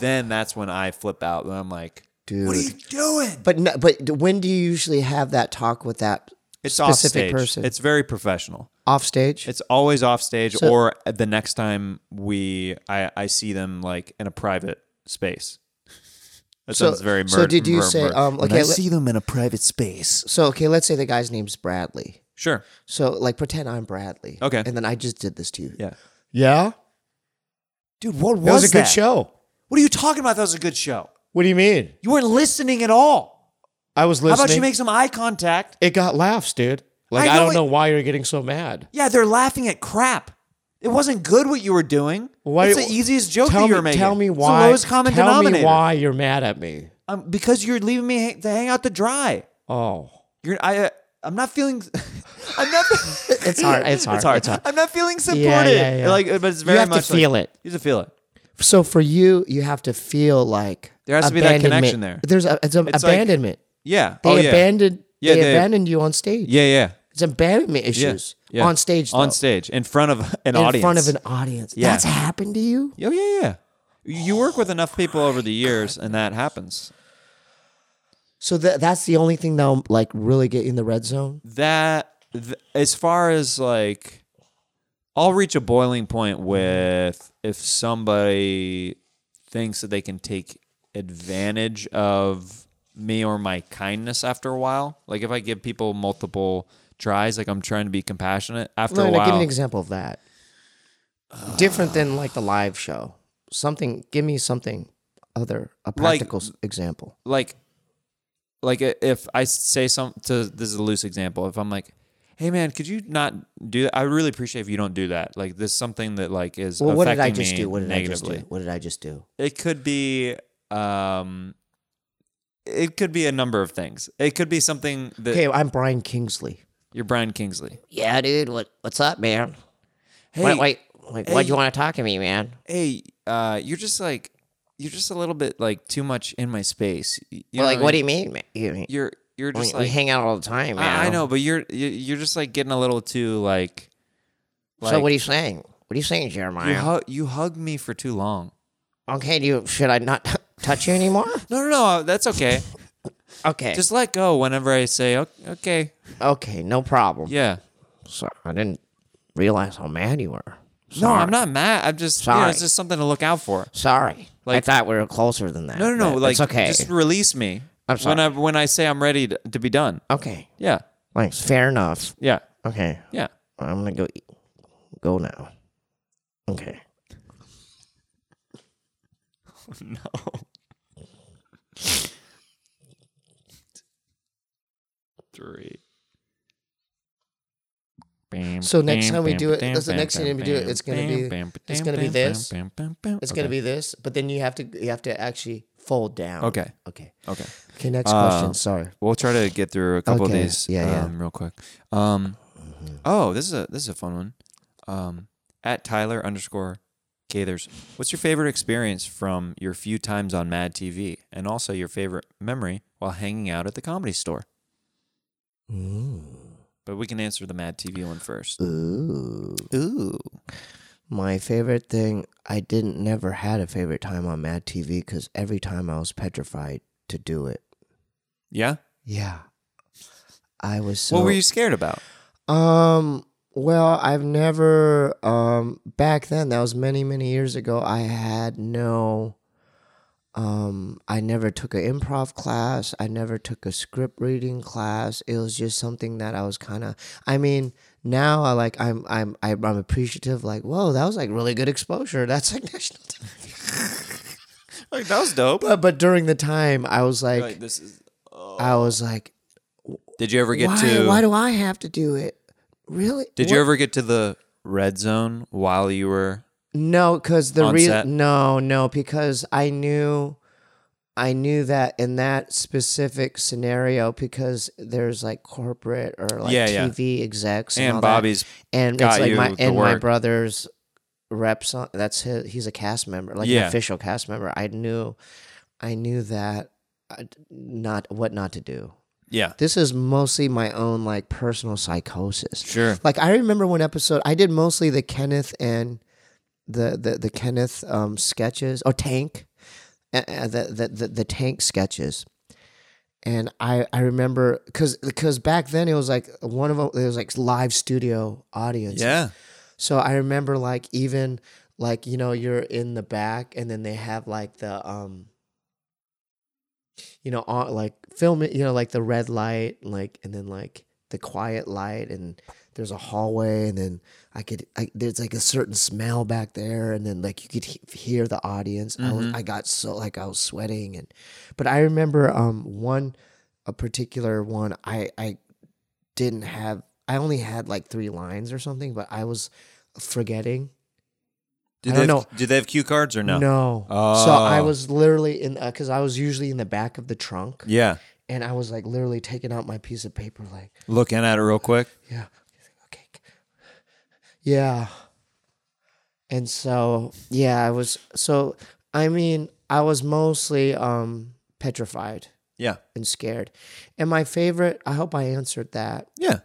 Speaker 6: then that's when I flip out. Then I'm like,
Speaker 3: dude.
Speaker 6: what are you doing?
Speaker 3: But no, but d- when do you usually have that talk with that
Speaker 6: It's off
Speaker 3: specific
Speaker 6: stage.
Speaker 3: person?
Speaker 6: It's very professional.
Speaker 3: off stage.
Speaker 6: It's always off stage,
Speaker 3: So-
Speaker 6: or the next time we I, I see them like in a private space. That
Speaker 3: So-
Speaker 6: sounds very. Mur-
Speaker 3: so did you
Speaker 6: mur-
Speaker 3: say,
Speaker 6: mur-
Speaker 3: um,
Speaker 6: When
Speaker 3: okay,
Speaker 6: I
Speaker 3: let-
Speaker 6: see them in a private space.
Speaker 3: So okay, let's say the guy's name's Bradley.
Speaker 6: Sure.
Speaker 3: So like, pretend I'm Bradley.
Speaker 6: Okay.
Speaker 3: And then I just did this to you.
Speaker 6: Yeah.
Speaker 3: Yeah.
Speaker 6: Dude, what
Speaker 3: That was a good
Speaker 6: that?
Speaker 3: show.
Speaker 6: What are you talking about? That was a good show.
Speaker 12: What do you mean?
Speaker 6: You weren't listening at all.
Speaker 12: I was
Speaker 6: How
Speaker 12: listening.
Speaker 6: about you make some eye contact?
Speaker 12: It got laughs, dude. Like
Speaker 6: I
Speaker 12: I,
Speaker 6: know
Speaker 12: don't
Speaker 6: it-
Speaker 12: know why you're getting so mad.
Speaker 6: Yeah, they're laughing at crap. It wasn't good what you were doing. Why? It's the easiest joke
Speaker 3: tell
Speaker 6: that you
Speaker 3: me,
Speaker 6: were making.
Speaker 3: Tell me
Speaker 6: It's the
Speaker 3: why.
Speaker 6: lowest common
Speaker 3: tell
Speaker 6: denominator.
Speaker 3: me why you're mad at me.
Speaker 6: Um, because you're leaving me hang- to hang out to dry.
Speaker 3: Oh,
Speaker 6: You're I. Uh, I'm not feeling. I'm not.
Speaker 3: it's hard. It's hard.
Speaker 6: It's hard.
Speaker 3: It's hard.
Speaker 6: I'm not feeling
Speaker 3: Yeah,
Speaker 6: supported.
Speaker 3: yeah, yeah.
Speaker 6: Like, but it's
Speaker 3: You
Speaker 6: very
Speaker 3: have to
Speaker 6: much like-
Speaker 3: feel it.
Speaker 6: You have to feel it.
Speaker 3: So for you, you have to feel like
Speaker 6: There has to be that
Speaker 3: abandonment.
Speaker 6: connection there.
Speaker 3: There's a, it's, a,
Speaker 6: It's like-
Speaker 3: abandonment.
Speaker 6: Yeah.
Speaker 3: They
Speaker 6: Oh, yeah.
Speaker 3: abandoned.
Speaker 6: Yeah,
Speaker 3: they,
Speaker 6: they-
Speaker 3: abandoned you on stage.
Speaker 6: Yeah, yeah.
Speaker 3: It's abandonment
Speaker 6: Yeah,
Speaker 3: issues
Speaker 6: yeah.
Speaker 3: on stage. Though.
Speaker 6: On stage, in front of an
Speaker 3: in
Speaker 6: audience.
Speaker 3: front of an audience.
Speaker 6: Yeah.
Speaker 3: That's happened to you.
Speaker 6: Oh yeah, yeah. You work with enough people over the years, and that happens.
Speaker 3: So that that's the only thing that'll like really get you in the red zone.
Speaker 6: That th- as far as like, I'll reach a boiling point with if somebody thinks that they can take advantage of me or my kindness after a while. Like if I give people multiple tries, like I'm trying to be compassionate after
Speaker 3: No,
Speaker 6: a
Speaker 3: no,
Speaker 6: while.
Speaker 3: give me an example of that. Different than like the live show. Something. Give me something other. A
Speaker 6: Like-
Speaker 3: practical s- example.
Speaker 6: like like i- if I say some to this is a loose example. If I'm like, hey man, could you not do that? I would really appreciate if you don't do that. Like this is something that like is
Speaker 3: Well, what did I
Speaker 6: affecting
Speaker 3: just
Speaker 6: me
Speaker 3: do? What did I just
Speaker 6: negatively.
Speaker 3: do? What did I just do?
Speaker 6: It could be um it could be a number of things. It could be something that
Speaker 3: Okay, I'm Brian Kingsley.
Speaker 6: you're Brian Kingsley.
Speaker 5: Yeah, dude. What What's up, man?
Speaker 6: Hey,
Speaker 5: wait, wait, wait. Why do
Speaker 6: hey.
Speaker 5: you want to talk to me, man?
Speaker 6: Hey, uh you're just like you're just a little bit like too much in my space. You know
Speaker 5: well, like, what do you
Speaker 6: I
Speaker 5: mean, man? You,
Speaker 6: You're you're
Speaker 5: we,
Speaker 6: just
Speaker 5: we
Speaker 6: like
Speaker 5: hang out all the time, man.
Speaker 6: I, I know, but you're you- you're just like getting a little too like.
Speaker 5: so what are you saying? What are you saying, Jeremiah?
Speaker 6: You, hu- you hugged me for too long.
Speaker 5: okay, do you should I not touch you anymore?
Speaker 6: No, no, no. That's okay.
Speaker 5: okay,
Speaker 6: Just let go whenever I say "Ok- okay.
Speaker 5: okay, no problem.
Speaker 6: Yeah.
Speaker 5: So I didn't realize how mad you were.
Speaker 6: No,
Speaker 5: Sorry.
Speaker 6: I'm not mad. I'm just. You know,
Speaker 5: Sorry.
Speaker 6: it's just something to look out for.
Speaker 5: Sorry.
Speaker 6: Like-
Speaker 5: I thought we were closer than that.
Speaker 6: No, no, no.
Speaker 5: but
Speaker 6: like,
Speaker 5: it's okay.
Speaker 6: just release me.
Speaker 5: I'm sorry.
Speaker 6: When I when I say I'm ready to, to be done.
Speaker 5: okay.
Speaker 6: Yeah.
Speaker 5: Thanks. Fair enough.
Speaker 6: Yeah.
Speaker 5: Okay.
Speaker 6: Yeah.
Speaker 5: I'm gonna go eat- go now. Okay.
Speaker 6: No. Three.
Speaker 3: So next time we do it, that's the next thing we do. It's gonna be it's gonna be this. It's gonna be this. But then you have to you have to actually fold down.
Speaker 6: Okay.
Speaker 3: Oh, Okay.
Speaker 6: Okay.
Speaker 3: Okay. Next
Speaker 6: Uh,
Speaker 3: question. Sorry.
Speaker 6: We'll try to get through a couple
Speaker 3: Okay,
Speaker 6: of these.
Speaker 3: yeah, yeah.
Speaker 6: um, Real quick. Um. Oh, this is a this is a fun one. Um. At Tyler underscore Cathers, what's your favorite experience from your few times on Mad TV, and also your favorite memory while hanging out at the Comedy Store? But we can answer the Mad TV one first.
Speaker 3: Ooh.
Speaker 6: Ooh.
Speaker 3: My favorite thing. I didn't never had a favorite time on Mad TV because every time I was petrified to do it.
Speaker 6: Yeah.
Speaker 3: Yeah. I was so.
Speaker 6: what were you scared about?
Speaker 3: Um. Well, I've never. Um. Back then, that was many, many years ago. I had no. Um. I never took an improv class. I never took a script reading class. It was just something that I was kind of. I mean, now I like. I'm. I'm. I'm I'm appreciative. Like, whoa, that was like really good exposure. That's like national.
Speaker 6: Like that was dope.
Speaker 3: But but during the time, I was like,
Speaker 6: Like, this is. oh."
Speaker 3: I was like,
Speaker 6: Did you ever get
Speaker 3: why?
Speaker 6: to?
Speaker 3: Why do I have to do it? Really?
Speaker 6: did
Speaker 3: What-
Speaker 6: you ever get to the red zone while you were?
Speaker 3: No, because the
Speaker 6: On set?
Speaker 3: reason no, no, because I knew, I knew that in that specific scenario, because there's like corporate or like
Speaker 6: Yeah, yeah.
Speaker 3: TV execs
Speaker 6: And
Speaker 3: all that.
Speaker 6: Bobby's
Speaker 3: and
Speaker 6: got
Speaker 3: it's like
Speaker 6: you
Speaker 3: my
Speaker 6: the
Speaker 3: and my
Speaker 6: work.
Speaker 3: brother's reps. On, that's his. He's a cast member, like
Speaker 6: Yeah.
Speaker 3: an official cast member. I knew, I knew that, I, not what not to do.
Speaker 6: Yeah.
Speaker 3: This is mostly my own like personal psychosis.
Speaker 6: Sure.
Speaker 3: Like I remember one episode I did mostly the Kenneth and the the, the Kenneth um, sketches or Tank, uh, uh, the, the the the Tank sketches, and I I remember because because back then it was like one of them it was like live studio audience.
Speaker 6: Yeah.
Speaker 3: So I remember like even like you know you're in the back and then they have like the um you know on like film it you know like the red light like and then like the quiet light and there's a hallway and then I could I, there's like a certain smell back there and then like you could he- hear the audience I, was,
Speaker 6: Mhm.
Speaker 3: I got so like I was sweating and but I remember um one a particular one I I didn't have I only had like three lines or something but I was forgetting
Speaker 6: Do
Speaker 3: I
Speaker 6: they
Speaker 3: don't
Speaker 6: have,
Speaker 3: know.
Speaker 6: Do they have cue cards or no?
Speaker 3: No.
Speaker 6: Oh.
Speaker 3: So I was literally in because I was usually in the back of the trunk.
Speaker 6: Yeah.
Speaker 3: And I was like literally taking out my piece of paper, like
Speaker 6: looking at it real quick.
Speaker 3: yeah, yeah. And so yeah, I was so I mean I was mostly um petrified.
Speaker 6: Yeah.
Speaker 3: And scared. And my favorite, I hope I answered that.
Speaker 6: Yeah.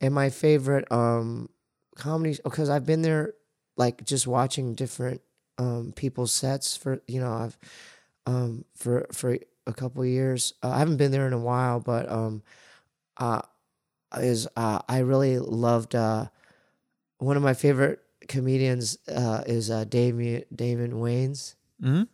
Speaker 3: And my favorite um comedy because I've been there like just watching different um people's sets for you know I've um for for a couple of years uh, I haven't been there in a while but um uh is uh I really loved uh one of my favorite comedians uh is uh Damien Damon Wayans
Speaker 6: Mhm.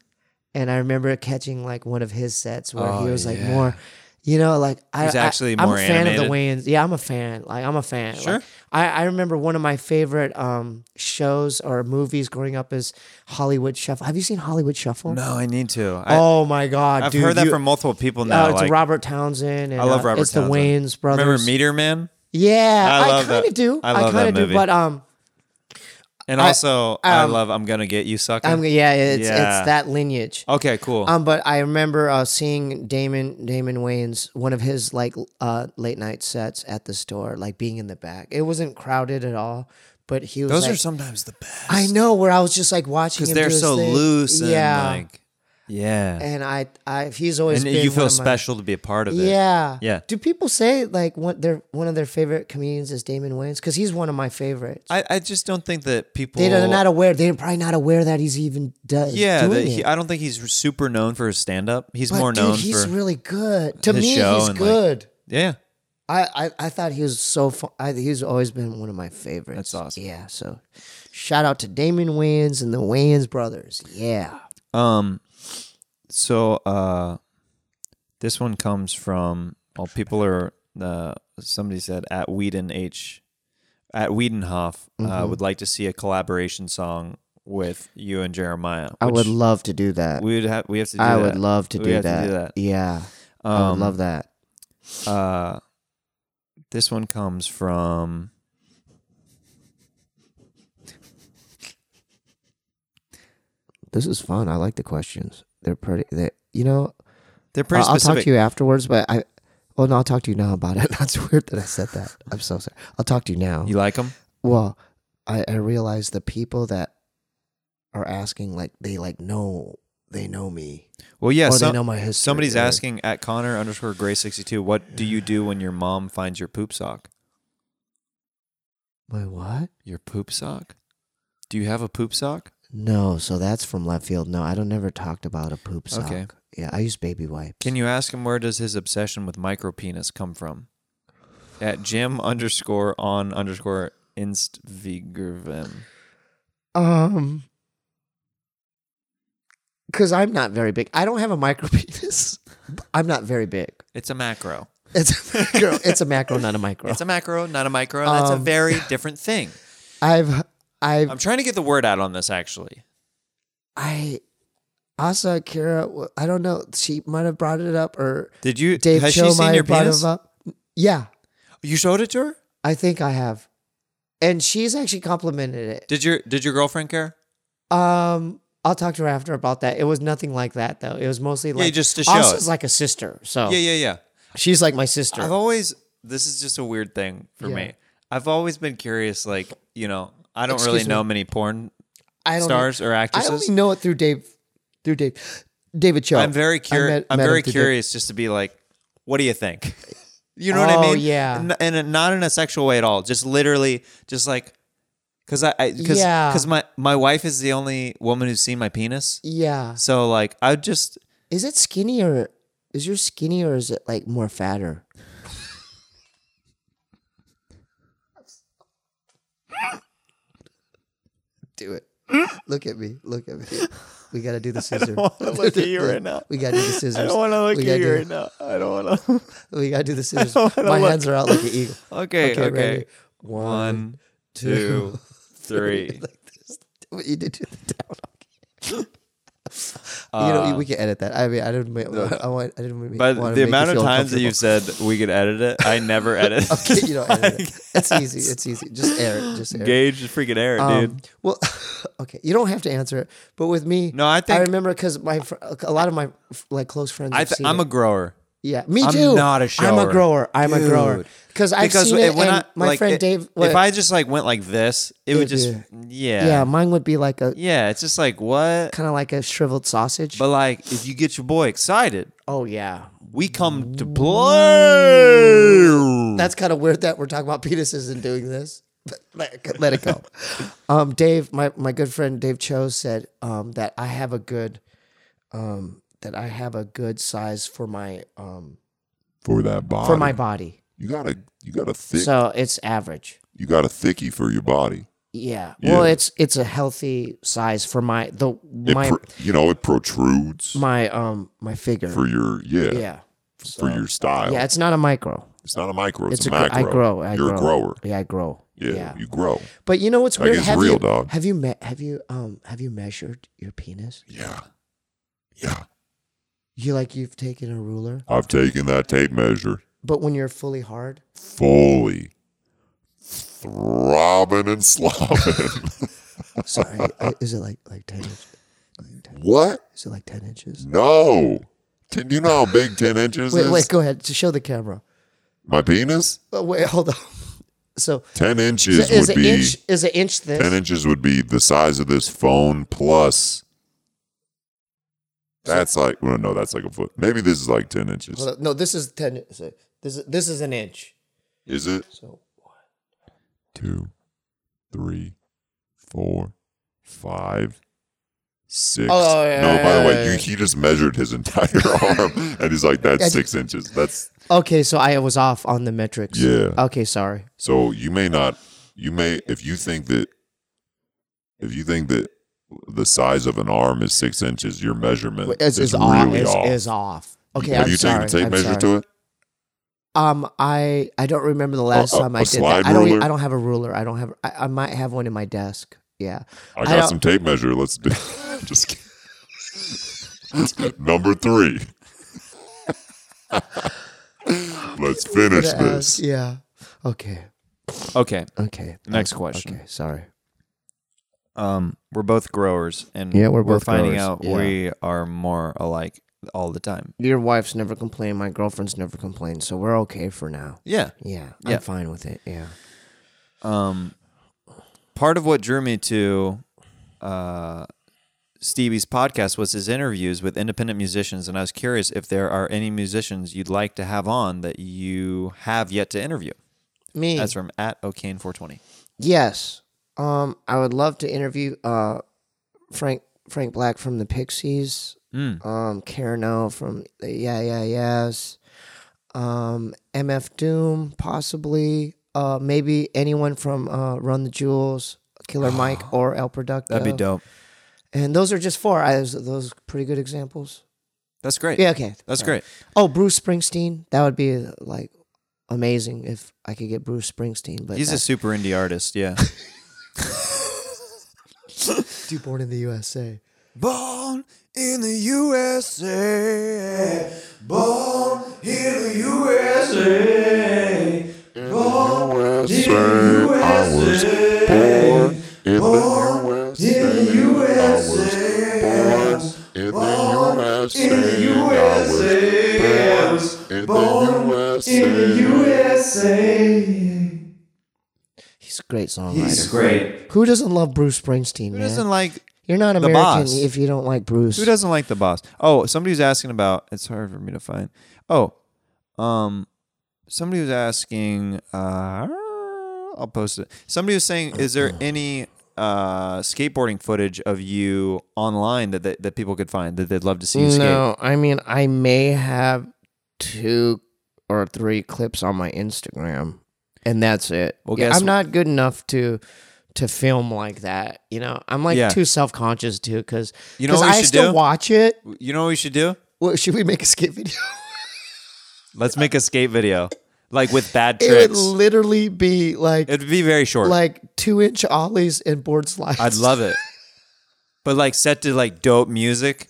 Speaker 3: and I remember catching like one of his sets where
Speaker 6: Oh,
Speaker 3: he was like
Speaker 6: yeah.
Speaker 3: more you know like I
Speaker 6: He's
Speaker 3: I-
Speaker 6: actually
Speaker 3: I'm
Speaker 6: more
Speaker 3: a fan of the
Speaker 6: animated.
Speaker 3: Wayans yeah I'm a fan like I'm a fan
Speaker 6: Sure.
Speaker 3: Like, I, I remember one of my favorite um, shows or movies growing up is Hollywood Shuffle. Have you seen Hollywood Shuffle?
Speaker 6: No, I need to. I-
Speaker 3: oh my god,
Speaker 6: I've
Speaker 3: dude,
Speaker 6: heard that
Speaker 3: you-
Speaker 6: from multiple people
Speaker 3: Oh,
Speaker 6: now.
Speaker 3: it's
Speaker 6: like-
Speaker 3: Robert Townsend. And,
Speaker 6: I love
Speaker 3: uh,
Speaker 6: Robert
Speaker 3: It's the
Speaker 6: Townsend.
Speaker 3: Wayans brothers.
Speaker 6: Remember Meteor Man?
Speaker 3: Yeah,
Speaker 6: I
Speaker 3: I,
Speaker 6: love that-
Speaker 3: kind of do.
Speaker 6: I love that
Speaker 3: kind of
Speaker 6: movie.
Speaker 3: do. But um,
Speaker 6: And
Speaker 3: I-
Speaker 6: also, I
Speaker 3: um,
Speaker 6: love I'm gonna get you sucker.
Speaker 3: I'm yeah, it's
Speaker 6: Yeah.
Speaker 3: it's that lineage.
Speaker 6: Okay, cool.
Speaker 3: Um, but I remember uh, seeing Damon Damon Wayans one of his like l- uh, late night sets at the store, like being in the back. It wasn't crowded at all, but he was.
Speaker 6: Those are
Speaker 3: like-
Speaker 6: sometimes the best
Speaker 3: I know where I was just like watching
Speaker 6: because
Speaker 3: him
Speaker 6: they're
Speaker 3: do his
Speaker 6: so
Speaker 3: thing.
Speaker 6: loose and
Speaker 3: yeah,
Speaker 6: like, yeah.
Speaker 3: and I I he's always
Speaker 6: And
Speaker 3: been
Speaker 6: you
Speaker 3: one
Speaker 6: feel
Speaker 3: of my-
Speaker 6: special to be a part of it.
Speaker 3: Yeah,
Speaker 6: Yeah.
Speaker 3: Do people say like one their one of their favorite comedians is Damon Wayans because he's one of my favorites.
Speaker 6: I, I just don't think that people.
Speaker 3: They're not aware. They're probably not aware that he's even does.
Speaker 6: Yeah, that
Speaker 3: doing
Speaker 6: he,
Speaker 3: it.
Speaker 6: I don't think he's super known for his stand up. He's
Speaker 3: But,
Speaker 6: more
Speaker 3: dude,
Speaker 6: known
Speaker 3: He's
Speaker 6: for
Speaker 3: really good. To
Speaker 6: his
Speaker 3: me,
Speaker 6: show
Speaker 3: he's
Speaker 6: and, like-
Speaker 3: good.
Speaker 6: yeah.
Speaker 3: I, I, I thought he was so fun. I, he's always been one of my favorites. That's awesome. Yeah. So, shout out to Damon Wayans and the Wayans brothers. Yeah.
Speaker 6: Um, so uh, this one comes from well, people are uh, somebody said at Whedon H, at Whedonhoff uh,
Speaker 3: Mhm.
Speaker 6: would like to see a collaboration song with you and Jeremiah.
Speaker 3: I would
Speaker 6: which
Speaker 3: love to do that.
Speaker 6: We would have. We have to. Do
Speaker 3: I
Speaker 6: that.
Speaker 3: would love to
Speaker 6: We
Speaker 3: do
Speaker 6: have
Speaker 3: that. Yeah. I would love that.
Speaker 6: Um, Uh, this one comes from.
Speaker 3: This is fun. I like the questions. They're pretty. They, you know,
Speaker 6: They're pretty
Speaker 3: I'll, I'll talk
Speaker 6: specific.
Speaker 3: to you afterwards, but I. Well, no, I'll talk to you now about it. That's weird that I said that. I'm so sorry. I'll talk to you now.
Speaker 6: You like 'em?
Speaker 3: Well, I, I realize the people that are asking, like, they like know they know me.
Speaker 6: Well, yeah.
Speaker 3: Or
Speaker 6: some-
Speaker 3: they know my history.
Speaker 6: Somebody's
Speaker 3: or-
Speaker 6: asking at Connor underscore Gray sixty two. What do you do when your mom finds your poop sock?
Speaker 3: My what?
Speaker 6: Your poop sock? Do you have a poop sock?
Speaker 3: No, so that's from left field. No, I don't never talked about a poop sock.
Speaker 6: Okay.
Speaker 3: Yeah, I use baby wipe.
Speaker 6: Can you ask him where does his obsession with micro penis come from? At Jim underscore on underscore instvigervem.
Speaker 3: Um, because I'm not very big. I don't have a micro penis. I'm not very big.
Speaker 6: It's a macro.
Speaker 3: It's a macro. it's a macro, not a micro.
Speaker 6: It's a macro, not a micro. and That's a
Speaker 3: Um,
Speaker 6: very different thing.
Speaker 3: I've I've
Speaker 6: I'm trying to get the word out on this actually.
Speaker 3: I Asa Kira. w- I don't know. She might have brought it up, or
Speaker 6: Did you-
Speaker 3: Dave
Speaker 6: has she
Speaker 3: Cho
Speaker 6: seen
Speaker 3: might
Speaker 6: your
Speaker 3: have brought
Speaker 6: penis?
Speaker 3: it up. Yeah,
Speaker 6: You showed it to her?
Speaker 3: I think I have, and she's actually complimented it.
Speaker 6: Did your did your girlfriend care?
Speaker 3: Um, I'll talk to her after about that. It was nothing like that though. It was mostly like
Speaker 6: just to show
Speaker 3: Asa's
Speaker 6: it.
Speaker 3: like a sister. So
Speaker 6: Yeah, yeah, yeah.
Speaker 3: She's like my sister.
Speaker 6: I've always this is just a weird thing for
Speaker 3: Yeah.
Speaker 6: me. I've always been curious, like, you know, I don't
Speaker 3: Excuse
Speaker 6: really know
Speaker 3: me.
Speaker 6: many porn
Speaker 3: I don't e-
Speaker 6: stars or
Speaker 3: I only
Speaker 6: actresses.
Speaker 3: know it through Dave, through Dave, David Cho.
Speaker 6: I'm very curious.
Speaker 3: met-
Speaker 6: I'm
Speaker 3: met him
Speaker 6: very
Speaker 3: through Dave-
Speaker 6: curious just to be like, what do you think? You know what I
Speaker 3: Oh,
Speaker 6: mean?
Speaker 3: yeah.
Speaker 6: And, and it- not in a sexual way at all. Just literally, just like, cause I, I cause,
Speaker 3: Yeah.
Speaker 6: cause my my wife is the only woman who's seen my penis.
Speaker 3: Yeah.
Speaker 6: So like, I would just
Speaker 3: Is it skinny or is your skinny or is it like more fatter? do it. Look at me. Look at me. We gotta do the
Speaker 6: I
Speaker 3: scissors.
Speaker 6: don't wanna look at you right now.
Speaker 3: We gotta do the
Speaker 6: I don't
Speaker 3: scissors.
Speaker 6: wanna look
Speaker 3: We
Speaker 6: at
Speaker 3: gotta
Speaker 6: you
Speaker 3: do-
Speaker 6: right now. I don't wanna-
Speaker 3: We gotta do the scissors.
Speaker 6: don't wanna
Speaker 3: My
Speaker 6: look.
Speaker 3: hands are out like an eagle.
Speaker 6: Okay, okay.
Speaker 3: ready?
Speaker 6: One,
Speaker 3: One,
Speaker 6: two,
Speaker 3: two,
Speaker 6: three.
Speaker 3: What you did to the down. you know,
Speaker 6: Uh,
Speaker 3: we can edit that. I mean, I don't. ma-
Speaker 6: no.
Speaker 3: I, want, I didn't.
Speaker 6: But
Speaker 3: want
Speaker 6: the amount of times that you've said we could edit it, I never edit.
Speaker 3: okay, you know, edit it. it's easy. It's easy. Just air it. Um, Just air
Speaker 6: Gage,
Speaker 3: it.
Speaker 6: just freaking air it, dude.
Speaker 3: Well, okay, you don't have to answer it. But with me, no,
Speaker 6: I
Speaker 3: think I remember because my fr- a lot of my like close friends.
Speaker 6: I
Speaker 3: have
Speaker 6: th-
Speaker 3: seen
Speaker 6: I'm
Speaker 3: it.
Speaker 6: a grower.
Speaker 3: Yeah, me
Speaker 6: I'm
Speaker 3: too.
Speaker 6: not a shower.
Speaker 3: I'm a grower. I'm a grower
Speaker 6: Dude.
Speaker 3: because I've
Speaker 6: Because
Speaker 3: seen
Speaker 6: it-
Speaker 3: it.
Speaker 6: when
Speaker 3: and
Speaker 6: I-
Speaker 3: my
Speaker 6: like,
Speaker 3: friend
Speaker 6: it-
Speaker 3: Dave.
Speaker 6: if I just like went like this, it would just yeah.
Speaker 3: yeah, mine would be like a
Speaker 6: Yeah, it's just like what?
Speaker 3: kind of like a shriveled sausage.
Speaker 6: But like if you get your boy excited,
Speaker 3: oh yeah.
Speaker 6: We come to play.
Speaker 3: That's kind of weird that we're talking about penises and doing this. But let, let it go. um, Dave, my, my good friend Dave Cho said um, that I have a good um, that I have a good size for my um,
Speaker 8: for that body.
Speaker 3: for my body.
Speaker 8: You got a you got a thick.
Speaker 3: So it's average.
Speaker 8: You got a thickie for your body.
Speaker 3: Yeah.
Speaker 8: Yeah.
Speaker 3: Well, it's it's a healthy size for my the
Speaker 8: It
Speaker 3: my
Speaker 8: pro- you know it protrudes
Speaker 3: my um my figure
Speaker 8: for your yeah
Speaker 3: yeah
Speaker 8: for your style.
Speaker 3: yeah. It's not a micro.
Speaker 8: It's not a micro. It's,
Speaker 3: It's
Speaker 8: a
Speaker 3: a gr- I
Speaker 8: macro.
Speaker 3: grow, I
Speaker 8: You're
Speaker 3: grow.
Speaker 8: a grower.
Speaker 3: Yeah, I grow.
Speaker 8: Yeah,
Speaker 3: Yeah.
Speaker 8: you grow.
Speaker 3: But you know what's
Speaker 8: Like,
Speaker 3: weird?
Speaker 8: it's
Speaker 3: have
Speaker 8: real,
Speaker 3: you,
Speaker 8: dog.
Speaker 3: Have you me- have you um have you measured your penis?
Speaker 8: Yeah. Yeah.
Speaker 3: You like you've taken a ruler,
Speaker 8: I've taken that tape measure
Speaker 3: but when you're fully hard,
Speaker 8: fully, throbbing and slobbing.
Speaker 3: Sorry, is it like like ten inches?
Speaker 8: What?
Speaker 3: Is it like ten inches?
Speaker 8: No. Ten, do you know how big ten inches
Speaker 3: Wait,
Speaker 8: is?
Speaker 3: wait, go ahead. To show the camera.
Speaker 8: My penis.
Speaker 3: Oh, wait, hold on. So
Speaker 8: Ten inches
Speaker 3: so is
Speaker 8: would
Speaker 3: an
Speaker 8: be
Speaker 3: inch is an inch this?
Speaker 8: ten inches would be the size of this phone plus. That's like well, no, that's like a foot. Maybe this is like ten inches.
Speaker 3: Hold on. No, this is ten. So this is this is an inch.
Speaker 8: Is it?
Speaker 3: So
Speaker 8: Two, three, four, five, six.
Speaker 3: Oh, yeah,
Speaker 8: no,
Speaker 3: yeah,
Speaker 8: by the way,
Speaker 3: yeah,
Speaker 8: you,
Speaker 3: yeah.
Speaker 8: he just measured his entire arm, and he's like, "That's six inches." That's
Speaker 3: okay, so I was off on the metrics.
Speaker 8: Yeah.
Speaker 3: Okay, sorry.
Speaker 8: so you may not, you may if you think that, if you think that the size of an arm is six inches, your measurement
Speaker 3: Wait, It's,
Speaker 8: is
Speaker 3: it's off,
Speaker 8: really
Speaker 3: it's-
Speaker 8: off.
Speaker 3: it's off. Okay,
Speaker 8: Have
Speaker 3: I'm
Speaker 8: you taken
Speaker 3: sorry.
Speaker 8: a tape
Speaker 3: I'm
Speaker 8: measure
Speaker 3: sorry.
Speaker 8: to it?
Speaker 3: Um, I I don't remember the last
Speaker 8: a-
Speaker 3: time I
Speaker 8: a
Speaker 3: did
Speaker 8: slide
Speaker 3: that. I don't. e-
Speaker 8: ruler?
Speaker 3: I don't have a ruler. I don't have. I, I might have one in my desk. Yeah.
Speaker 8: I got
Speaker 3: don't-
Speaker 8: some tape measure. Let's do. just kidding. number three. Let's finish
Speaker 3: Gonna
Speaker 8: this.
Speaker 3: ask- Yeah. Okay.
Speaker 6: Okay.
Speaker 3: Okay. Oh,
Speaker 6: Next question.
Speaker 3: Okay. Sorry.
Speaker 6: Um, we're both growers, and
Speaker 3: Yeah, we're both
Speaker 6: finding
Speaker 3: growers,
Speaker 6: out
Speaker 3: yeah.
Speaker 6: we are more alike all the time.
Speaker 3: Your wife's never complained. My girlfriend's never complained. So we're okay for now.
Speaker 6: Yeah.
Speaker 3: Yeah.
Speaker 6: Yeah.
Speaker 3: I'm fine with it. Yeah.
Speaker 6: Um, part of what drew me to uh, Stevie's podcast was his interviews with independent musicians, and I was curious if there are any musicians you'd like to have on that you have yet to interview.
Speaker 3: Me.
Speaker 6: That's from at Okane420.
Speaker 3: Yes. Um, I would love to interview uh Frank Frank Black from the Pixies.
Speaker 6: Mm.
Speaker 3: Um, Karen O from the Yeah Yeah Yeahs. Um, MF Doom possibly. Uh, maybe anyone from uh Run the Jewels, Killer Mike, or El Producto.
Speaker 6: That'd be dope.
Speaker 3: And those are just four. I, those- those pretty good examples.
Speaker 6: That's great.
Speaker 3: Yeah. Okay.
Speaker 6: That's
Speaker 3: Yeah.
Speaker 6: great.
Speaker 3: Oh, Bruce Springsteen. That would be like amazing if I could get Bruce Springsteen. But
Speaker 6: He's a
Speaker 3: that's-
Speaker 6: super indie artist. Yeah.
Speaker 3: dude born in the USA.
Speaker 6: Born in the USA.
Speaker 11: Born in the USA. Born
Speaker 8: I was born in the USA. I was born in the USA. I was born in the
Speaker 11: USA.
Speaker 3: He's a great songwriter.
Speaker 11: He's great.
Speaker 3: Who doesn't love Bruce Springsteen? Who
Speaker 6: doesn't like
Speaker 3: You're not
Speaker 6: the
Speaker 3: American
Speaker 6: boss?
Speaker 3: if you don't like Bruce.
Speaker 6: Who doesn't like the boss? Oh, somebody was asking about. It's hard for me to find. Oh, um, somebody was asking. Uh, I'll post it. Somebody was saying, is there any uh skateboarding footage of you online that that, that people could find that they'd love to see you skate?
Speaker 3: No, I mean I may have two or three clips on my Instagram, and that's it.
Speaker 6: Well,
Speaker 3: Yeah,
Speaker 6: guess
Speaker 3: I'm
Speaker 6: wh-
Speaker 3: not good enough to to film like that. You know, I'm like
Speaker 6: Yeah.
Speaker 3: too self conscious too because
Speaker 6: You know what we
Speaker 3: I
Speaker 6: should
Speaker 3: still
Speaker 6: do?
Speaker 3: watch it.
Speaker 6: You know what we should do?
Speaker 3: Well, should we make a skate video?
Speaker 6: Let's make a skate video, like with bad
Speaker 3: It would
Speaker 6: tricks.
Speaker 3: literally be like
Speaker 6: It'd be very short.
Speaker 3: like two inch ollies and board slides.
Speaker 6: I'd love it. But like set to like dope music.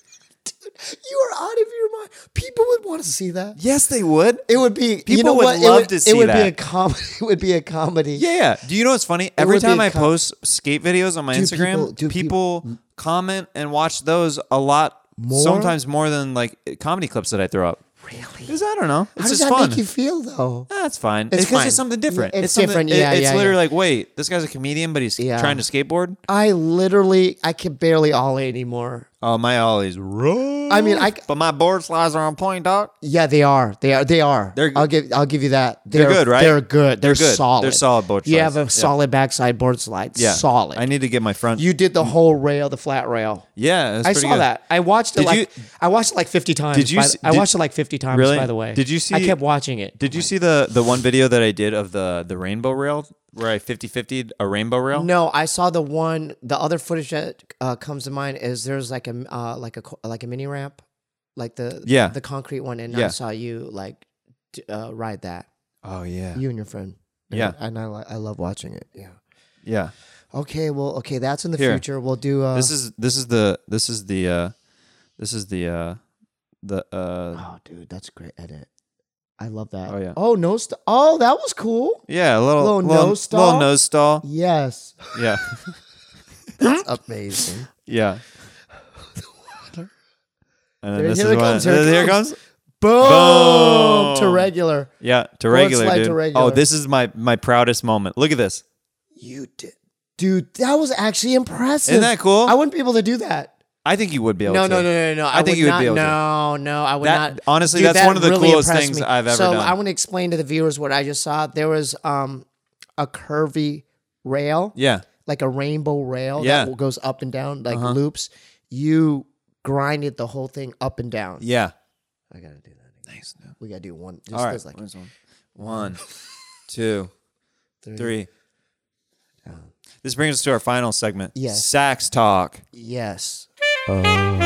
Speaker 3: You are out of your mind. People would want to see that.
Speaker 6: Yes, they would.
Speaker 3: It would be.
Speaker 6: People
Speaker 3: you know
Speaker 6: would
Speaker 3: what? it
Speaker 6: love
Speaker 3: would,
Speaker 6: to see
Speaker 3: It would be
Speaker 6: that.
Speaker 3: a comedy. It would be a comedy.
Speaker 6: Yeah. Do you know what's funny? Every
Speaker 3: would be
Speaker 6: time
Speaker 3: a
Speaker 6: I
Speaker 3: com-
Speaker 6: post skate videos on my
Speaker 3: Dude,
Speaker 6: Instagram,
Speaker 3: people-
Speaker 6: people,
Speaker 3: dude,
Speaker 6: comment and watch those a lot
Speaker 3: More?
Speaker 6: sometimes more than like comedy clips that I throw up. Really? Because I don't know. It's
Speaker 3: How does
Speaker 6: just
Speaker 3: that
Speaker 6: fun.
Speaker 3: make you feel though?
Speaker 6: That's fine.
Speaker 3: It's
Speaker 6: It's because
Speaker 3: fine.
Speaker 6: it's something different.
Speaker 3: It's
Speaker 6: something-
Speaker 3: different,
Speaker 6: it-
Speaker 3: yeah,
Speaker 6: it's
Speaker 3: yeah,
Speaker 6: literally
Speaker 3: yeah.
Speaker 6: like, wait, this guy's a comedian, but he's trying to skateboard.
Speaker 3: I literally, I can barely ollie anymore.
Speaker 6: Oh, my ollie's rough.
Speaker 3: I mean, I c-
Speaker 6: but my board slides are on point, dog.
Speaker 3: Yeah, they are. They are. They are.
Speaker 6: They're-
Speaker 3: I'll give. I'll give you that.
Speaker 6: They're good, right?
Speaker 3: They're good. They're,
Speaker 6: They're good.
Speaker 3: solid.
Speaker 6: They're solid board
Speaker 3: You have
Speaker 6: slides.
Speaker 3: a
Speaker 6: Yeah.
Speaker 3: solid backside board slide.
Speaker 6: Yeah,
Speaker 3: Solid.
Speaker 6: I need to get my front.
Speaker 3: you did the whole rail, the flat rail.
Speaker 6: yeah, it's
Speaker 3: I
Speaker 6: pretty
Speaker 3: saw
Speaker 6: good.
Speaker 3: that. I watched it
Speaker 6: Did
Speaker 3: like
Speaker 6: you-
Speaker 3: I watched it like fifty times.
Speaker 6: Did you
Speaker 3: by
Speaker 6: s-
Speaker 3: the- I
Speaker 6: did-
Speaker 3: watched it like fifty times.
Speaker 6: Really?
Speaker 3: By the way,
Speaker 6: Did you
Speaker 3: I
Speaker 6: see-
Speaker 3: kept watching it.
Speaker 6: Did you see the the one video that I did of the the rainbow rail where I 50 50 a rainbow rail?
Speaker 3: No, I saw the one. The other footage that uh, comes to mind is there's like a uh, like a co- like a mini ramp, like the
Speaker 6: Yeah.
Speaker 3: the concrete one, and I
Speaker 6: Yeah.
Speaker 3: saw you like d- uh, ride that.
Speaker 6: Oh yeah.
Speaker 3: You and your friend.
Speaker 6: Yeah.
Speaker 3: and I li- I love watching it. Yeah.
Speaker 6: Yeah.
Speaker 3: Okay, well, okay, that's in the
Speaker 6: Here.
Speaker 3: future. We'll do. Uh,
Speaker 6: this is this is the this is the uh this is the uh the uh
Speaker 3: Oh, dude, that's a great edit. I love that.
Speaker 6: Oh, yeah.
Speaker 3: Oh no! St- oh, that was cool.
Speaker 6: yeah, a little
Speaker 3: Little
Speaker 6: Oh, little
Speaker 3: nose stall?
Speaker 6: Little nose stall.
Speaker 3: Yes,
Speaker 6: Yeah.
Speaker 3: that's amazing.
Speaker 6: Yeah. And then
Speaker 3: There-
Speaker 6: this
Speaker 3: here
Speaker 6: is
Speaker 3: it
Speaker 6: when-
Speaker 3: comes, here it
Speaker 6: Here it
Speaker 3: comes.
Speaker 6: comes.
Speaker 3: Boom! To
Speaker 6: Boom!
Speaker 3: regular.
Speaker 6: Yeah, to
Speaker 3: Board
Speaker 6: regular,
Speaker 3: slide to
Speaker 6: dude.
Speaker 3: regular.
Speaker 6: Oh, this is my my proudest moment. Look at this.
Speaker 3: You did, dude. That was actually impressive.
Speaker 6: Isn't that cool?
Speaker 3: I wouldn't be able to do that.
Speaker 6: I think you would be able
Speaker 3: No,
Speaker 6: to.
Speaker 3: no, no, no, no.
Speaker 6: I, think
Speaker 3: would
Speaker 6: you would
Speaker 3: not,
Speaker 6: be able to.
Speaker 3: No, no, I would
Speaker 6: That-
Speaker 3: not.
Speaker 6: honestly, that's
Speaker 3: that
Speaker 6: one of the coolest
Speaker 3: impressed
Speaker 6: things I've ever
Speaker 3: so
Speaker 6: done.
Speaker 3: I want to explain to the viewers what I just saw. There was um a curvy rail,
Speaker 6: Yeah.
Speaker 3: like a rainbow rail
Speaker 6: Yeah. Uh-huh.
Speaker 3: that goes up and down, like loops. You grinded the whole thing up and down.
Speaker 6: Yeah.
Speaker 3: I gotta do that. again.
Speaker 6: Nice.
Speaker 3: We gotta do one. Just
Speaker 6: All right.
Speaker 3: this, like
Speaker 6: Where's one? One, two, three. This brings us to our final segment.
Speaker 3: Yes.
Speaker 6: Sax talk.
Speaker 3: yes.
Speaker 6: Oh. All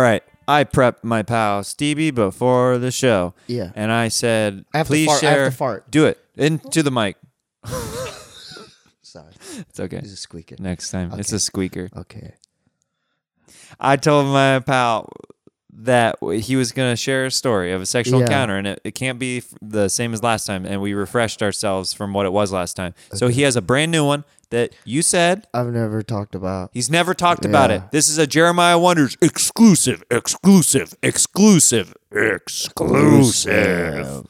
Speaker 6: right. I prepped my pal Stevie before the show.
Speaker 3: Yeah.
Speaker 6: And I said,
Speaker 3: I have to
Speaker 6: please
Speaker 3: fart- I
Speaker 6: share.
Speaker 3: have to fart.
Speaker 6: Do it into the mic.
Speaker 3: Sorry,
Speaker 6: It's okay.
Speaker 3: this is squeaking.
Speaker 6: Next time. It's a squeaker.
Speaker 3: Okay.
Speaker 6: I told my pal that he was going to share a story of a sexual
Speaker 3: Yeah.
Speaker 6: encounter, and it, it can't be f- the same as last time. And we refreshed ourselves from what it was last time. So he has a brand new one that you said
Speaker 3: I've never talked about.
Speaker 6: he's never talked about
Speaker 3: Uh, Yeah.
Speaker 6: it. This is a Jeremiah Wonders exclusive, exclusive, exclusive, exclusive.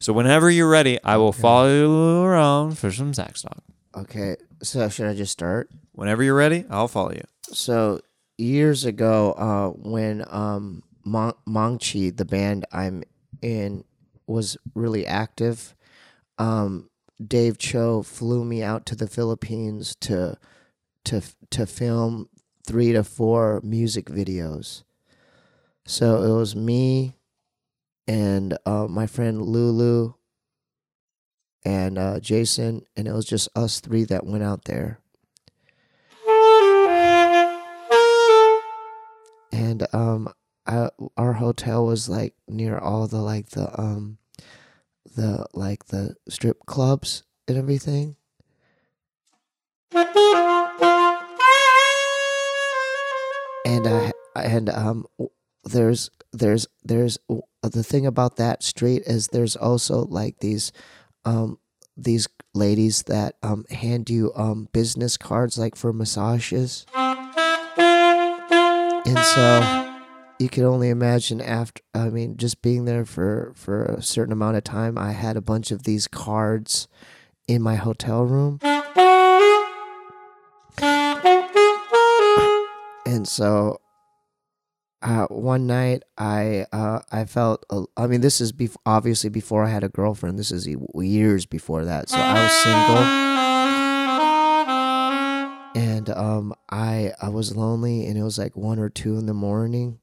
Speaker 6: So whenever you're ready, I will follow you around for some sex talk.
Speaker 3: Okay, so should I just start?
Speaker 6: Whenever you're ready, I'll follow you.
Speaker 3: so years ago uh when um Mon- Mongchi the band I'm in was really active um Dave Cho flew me out to the Philippines to to to film 3 to 4 music videos so it was me and uh, my friend Lulu and uh, Jason and it was just us three that went out there and um I, our hotel was like near all the like the um the like the strip clubs and everything and I and um w- there's there's there's w- the thing about that street is there's also like these um these ladies that um hand you um business cards like for massages and so you can only imagine after i mean just being there for for a certain amount of time i had a bunch of these cards in my hotel room and so uh, one night I uh, I felt a- I mean this is bef- obviously before I had a girlfriend this is e- years before that so I was single and um I I was lonely and it was like one or two in the morning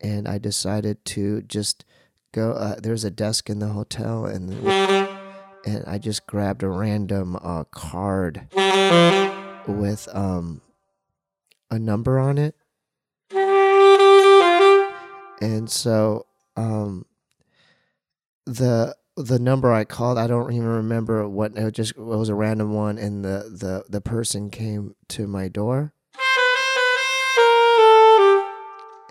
Speaker 3: and I decided to just go uh, there's a desk in the hotel and and I just grabbed a random uh, card with um a number on it and so um the the number I called, I don't even remember what it was just it was a random one and the, the, the person came to my door.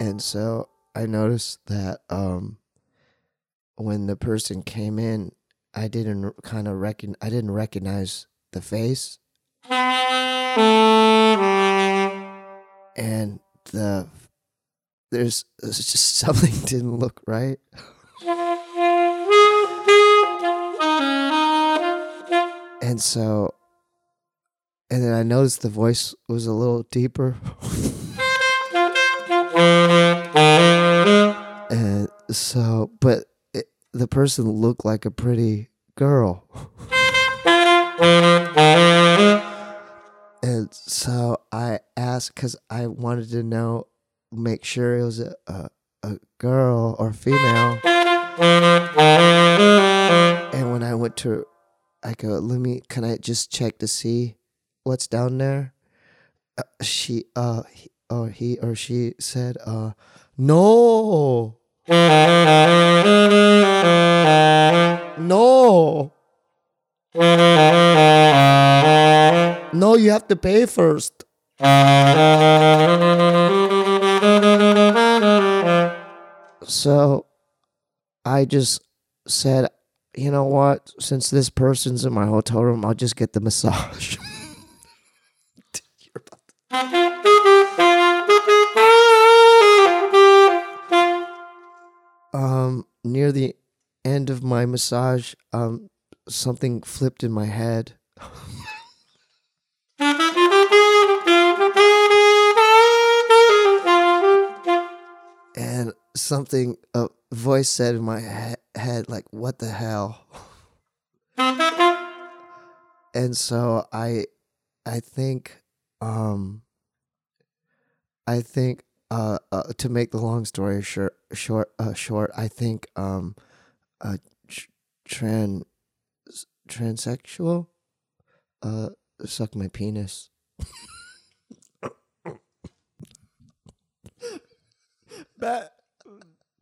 Speaker 3: And so I noticed that um when the person came in, I didn't kind of recogn I didn't recognize the face. And the there's it's just something didn't look right. And so, and then I noticed the voice was a little deeper. and so, but it, the person looked like a pretty girl. and so I asked because I wanted to know, make sure it was a, a, a girl or female. And when I went to, I go, let me, can I just check to see what's down there? Uh, she, uh, he, or he or she said, uh, no. No. No, you have to pay first. So I just said, you know what? Since this person's in my hotel room, I'll just get the massage. um, near the end of my massage, um, something flipped in my head. and something a voice said in my he- head like what the hell and so i i think um i think uh, uh to make the long story short short uh short i think um uh tr- tran s- transsexual uh suck my penis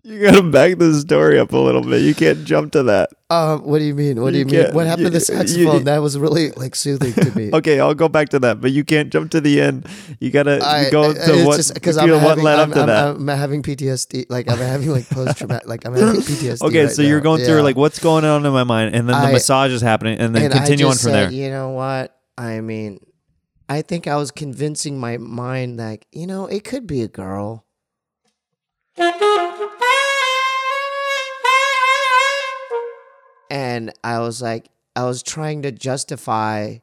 Speaker 6: You gotta back this story up a little bit. You can't jump to that.
Speaker 3: Um, what do you mean? What do
Speaker 6: You
Speaker 3: you, mean?
Speaker 6: can't-
Speaker 3: What happened to
Speaker 6: you-
Speaker 3: the saxophone?
Speaker 6: you-
Speaker 3: that was really like soothing to me.
Speaker 6: Okay, I'll go back to that, but you can't jump to the end. You gotta
Speaker 3: I,
Speaker 6: go
Speaker 3: I-
Speaker 6: to
Speaker 3: it's
Speaker 6: what,
Speaker 3: just because
Speaker 6: you
Speaker 3: I'm
Speaker 6: know, what
Speaker 3: having,
Speaker 6: led
Speaker 3: I'm,
Speaker 6: up to
Speaker 3: I'm-
Speaker 6: that.
Speaker 3: I'm having PTSD. Like I'm having like post traumatic. Like I'm having PTSD.
Speaker 6: okay,
Speaker 3: right
Speaker 6: so you're
Speaker 3: now.
Speaker 6: going through
Speaker 3: Yeah.
Speaker 6: like what's going on in my mind, and then the
Speaker 3: I-
Speaker 6: massage is happening, and then
Speaker 3: And I
Speaker 6: continue on
Speaker 3: just
Speaker 6: from
Speaker 3: said,
Speaker 6: there.
Speaker 3: You know what? I mean, I think I was convincing my mind like you know it could be a girl. and I was like, I was trying to justify,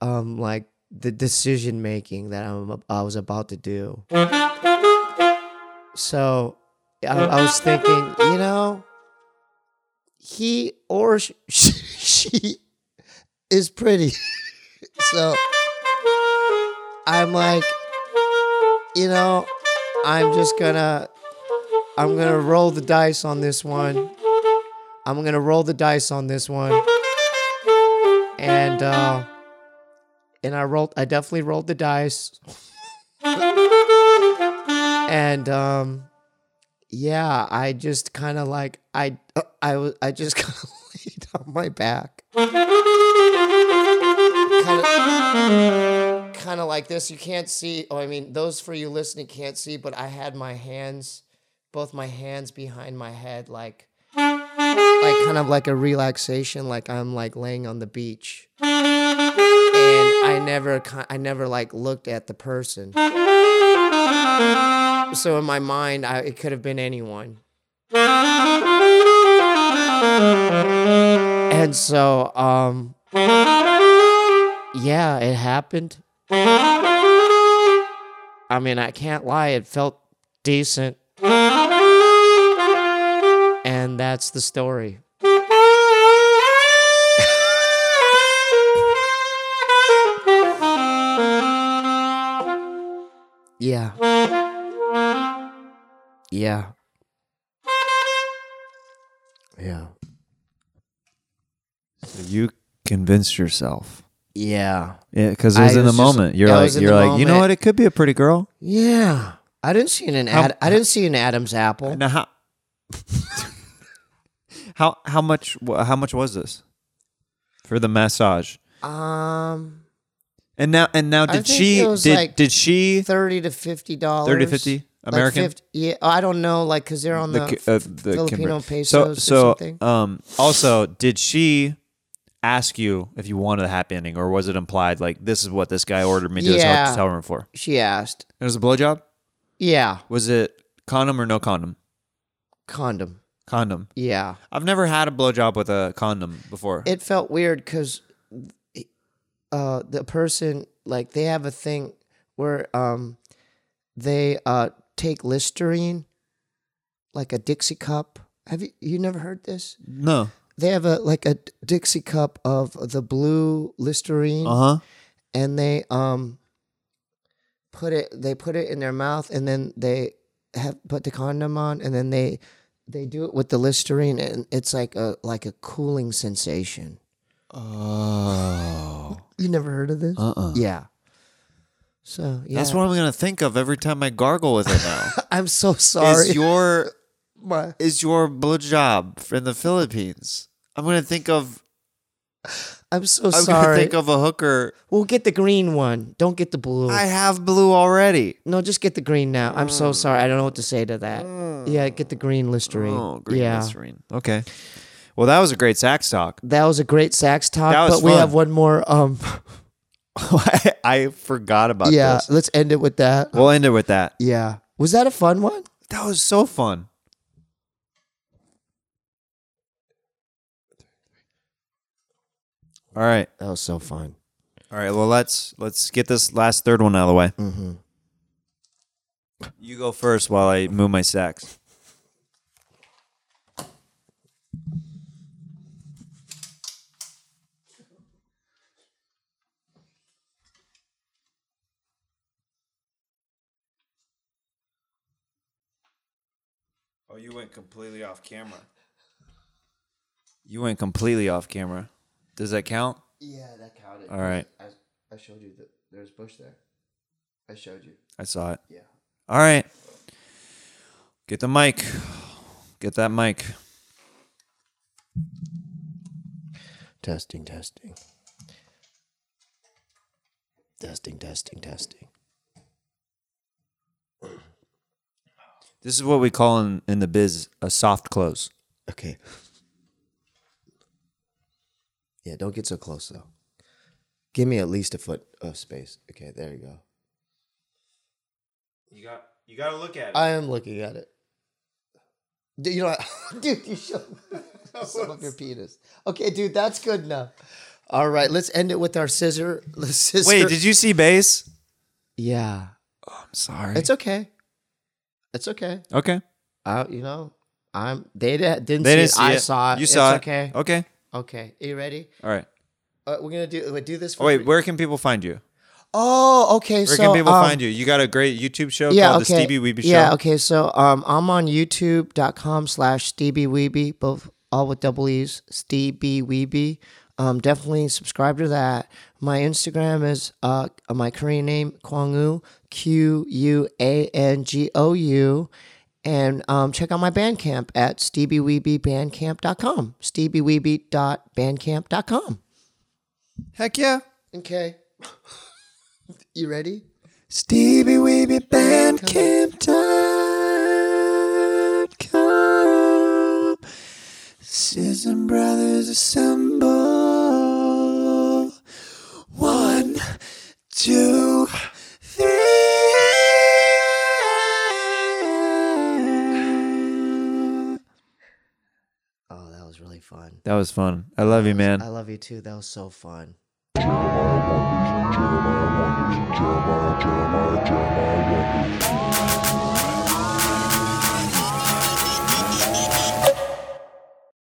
Speaker 3: um, like the decision making that I'm I was about to do. So I, I was thinking, you know, he or she, she is pretty. so I'm like, you know, I'm just gonna, I'm gonna roll the dice on this one. I'm gonna roll the dice on this one. And uh, and I rolled, I definitely rolled the dice. and um, yeah, I just kind of like I I was I just kind of laid on my back. kind of like this. You can't see. Oh, I mean, those for you listening can't see, but I had my hands, both my hands behind my head, like, like kind of like a relaxation, like I'm like laying on the beach. And I never, ki- I never like looked at the person. So in my mind, I, it could have been anyone. And so, um, yeah, it happened. I mean, I can't lie, it felt decent. And that's the story. Yeah. Yeah. Yeah.
Speaker 6: So you convinced yourself,
Speaker 3: Yeah.
Speaker 6: yeah, because it
Speaker 3: I
Speaker 6: was in the
Speaker 3: was just-
Speaker 6: moment. You're
Speaker 3: I
Speaker 6: like,
Speaker 3: was in
Speaker 6: you're
Speaker 3: the
Speaker 6: like, you know
Speaker 3: moment.
Speaker 6: what? It could be a pretty girl.
Speaker 3: Yeah. I didn't see an ad- I didn't see an Adam's apple.
Speaker 6: Now, how, How how much wh- how much was this for the massage?
Speaker 3: Um,
Speaker 6: And now and now
Speaker 3: I
Speaker 6: did
Speaker 3: think
Speaker 6: she
Speaker 3: it was
Speaker 6: did
Speaker 3: like
Speaker 6: did she
Speaker 3: thirty to fifty dollars?
Speaker 6: 30 to 50 American?
Speaker 3: Like 50, yeah, I don't know, like because they're on the,
Speaker 6: Ki-
Speaker 3: f-
Speaker 6: uh,
Speaker 3: Filipino
Speaker 6: Kimber-
Speaker 3: pesos
Speaker 6: So, so
Speaker 3: or something.
Speaker 6: um, also, did she ask you if you wanted a happy ending, or was it implied like this is what this guy ordered me to
Speaker 3: Yeah.
Speaker 6: this hotel room for?
Speaker 3: She asked.
Speaker 6: It was a blowjob.
Speaker 3: Yeah,
Speaker 6: Was it condom or no condom?
Speaker 3: condom.
Speaker 6: Condom.
Speaker 3: Yeah,
Speaker 6: I've never had a blowjob with a condom before.
Speaker 3: it felt weird because uh, the person like they have a thing where um they uh take Listerine, like a Dixie cup. Have you you never heard this?
Speaker 6: no.
Speaker 3: They have a like a Dixie cup of the blue Listerine.
Speaker 6: Uh huh.
Speaker 3: and they um put it they put it in their mouth and then they have put the condom on and then they they do it with the listerine and it's like a like a cooling sensation Uh,
Speaker 6: Oh.
Speaker 3: you never heard of this
Speaker 6: Uh-uh.
Speaker 3: yeah so yeah
Speaker 6: That's what I'm gonna think of every time I gargle with it now.
Speaker 3: i'm so sorry
Speaker 6: Is your
Speaker 3: What?
Speaker 6: is your blowjob in the Philippines? I'm gonna think of
Speaker 3: i'm so
Speaker 6: I'm gonna
Speaker 3: sorry
Speaker 6: think of a hooker.
Speaker 3: we'll get the green one don't get the blue
Speaker 6: I have blue already. Mm.
Speaker 3: no just get the green now i'm so sorry i don't know what to say to that yeah get the green listerine
Speaker 6: Oh, green
Speaker 3: yeah
Speaker 6: Listerine. Okay. Well, that was a great sax talk.
Speaker 3: that was a great sax talk
Speaker 6: That was
Speaker 3: but we
Speaker 6: fun.
Speaker 3: have one more um
Speaker 6: I forgot about
Speaker 3: yeah
Speaker 6: this.
Speaker 3: let's end it with that
Speaker 6: We'll end it with that.
Speaker 3: Yeah. Was that a fun one?
Speaker 6: That was so fun. All right.
Speaker 3: That was so fun.
Speaker 6: All right. Well, let's let's get this last third one out of the way.
Speaker 3: Mm-hmm.
Speaker 6: You go first while I move my sax. Oh, you went completely off camera. You went completely off camera. Does that count?
Speaker 3: Yeah, that counted.
Speaker 6: All right.
Speaker 3: I, I showed you that there's bush there. I showed you.
Speaker 6: I saw it. Yeah. All right. Get the mic. Get that mic.
Speaker 3: Testing, testing. Testing, testing, testing.
Speaker 6: This is what we call in, in the biz a soft close.
Speaker 3: Okay. Yeah, don't get so close though. Give me at least a foot of space. Okay, there you go.
Speaker 6: You got you got to look at
Speaker 3: I am looking at it. Dude, you know, what? dude, you showed me some of your penis. Okay, dude, that's good enough. All right, let's end it with our scissor. The scissor.
Speaker 6: Wait, did you see bass? Oh,
Speaker 3: Yeah,
Speaker 6: I'm sorry.
Speaker 3: it's okay. It's okay.
Speaker 6: okay.
Speaker 3: I, you know, I'm. They di- didn't.
Speaker 6: They didn't
Speaker 3: see it.
Speaker 6: see
Speaker 3: I
Speaker 6: it.
Speaker 3: saw it.
Speaker 6: You
Speaker 3: It's
Speaker 6: saw it.
Speaker 3: Okay.
Speaker 6: Okay.
Speaker 3: Okay. Are you ready?
Speaker 6: All right.
Speaker 3: Uh, we're gonna do. We do this. For
Speaker 6: Oh, wait,
Speaker 3: free.
Speaker 6: where can people find you?
Speaker 3: Oh, okay.
Speaker 6: Where
Speaker 3: so
Speaker 6: can people
Speaker 3: um,
Speaker 6: find you? You got a great YouTube show called the Stevie Weeby Show.
Speaker 3: Yeah, okay. So um, I'm on youtube.com slash Stevie Weeby, both all with double E's, Stevie Weeby. Um, definitely subscribe to that. My Instagram is uh, my Korean name, Kwangoo, Q U A N G O U. And um, check out my Bandcamp at stevieweebybandcamp.com. stevieweeby.bandcamp.com.
Speaker 6: Heck yeah.
Speaker 3: Okay. you ready?
Speaker 11: Stevie Weeby Bandcamp Sism Brothers assemble. One, two, three.
Speaker 3: Oh, that was really fun.
Speaker 6: That was fun. I love you, man.
Speaker 3: I love you too. That was so fun.
Speaker 8: Jeremiah Wonders, Jeremiah Wonders, Jeremiah Wonders, Jeremiah Wonders.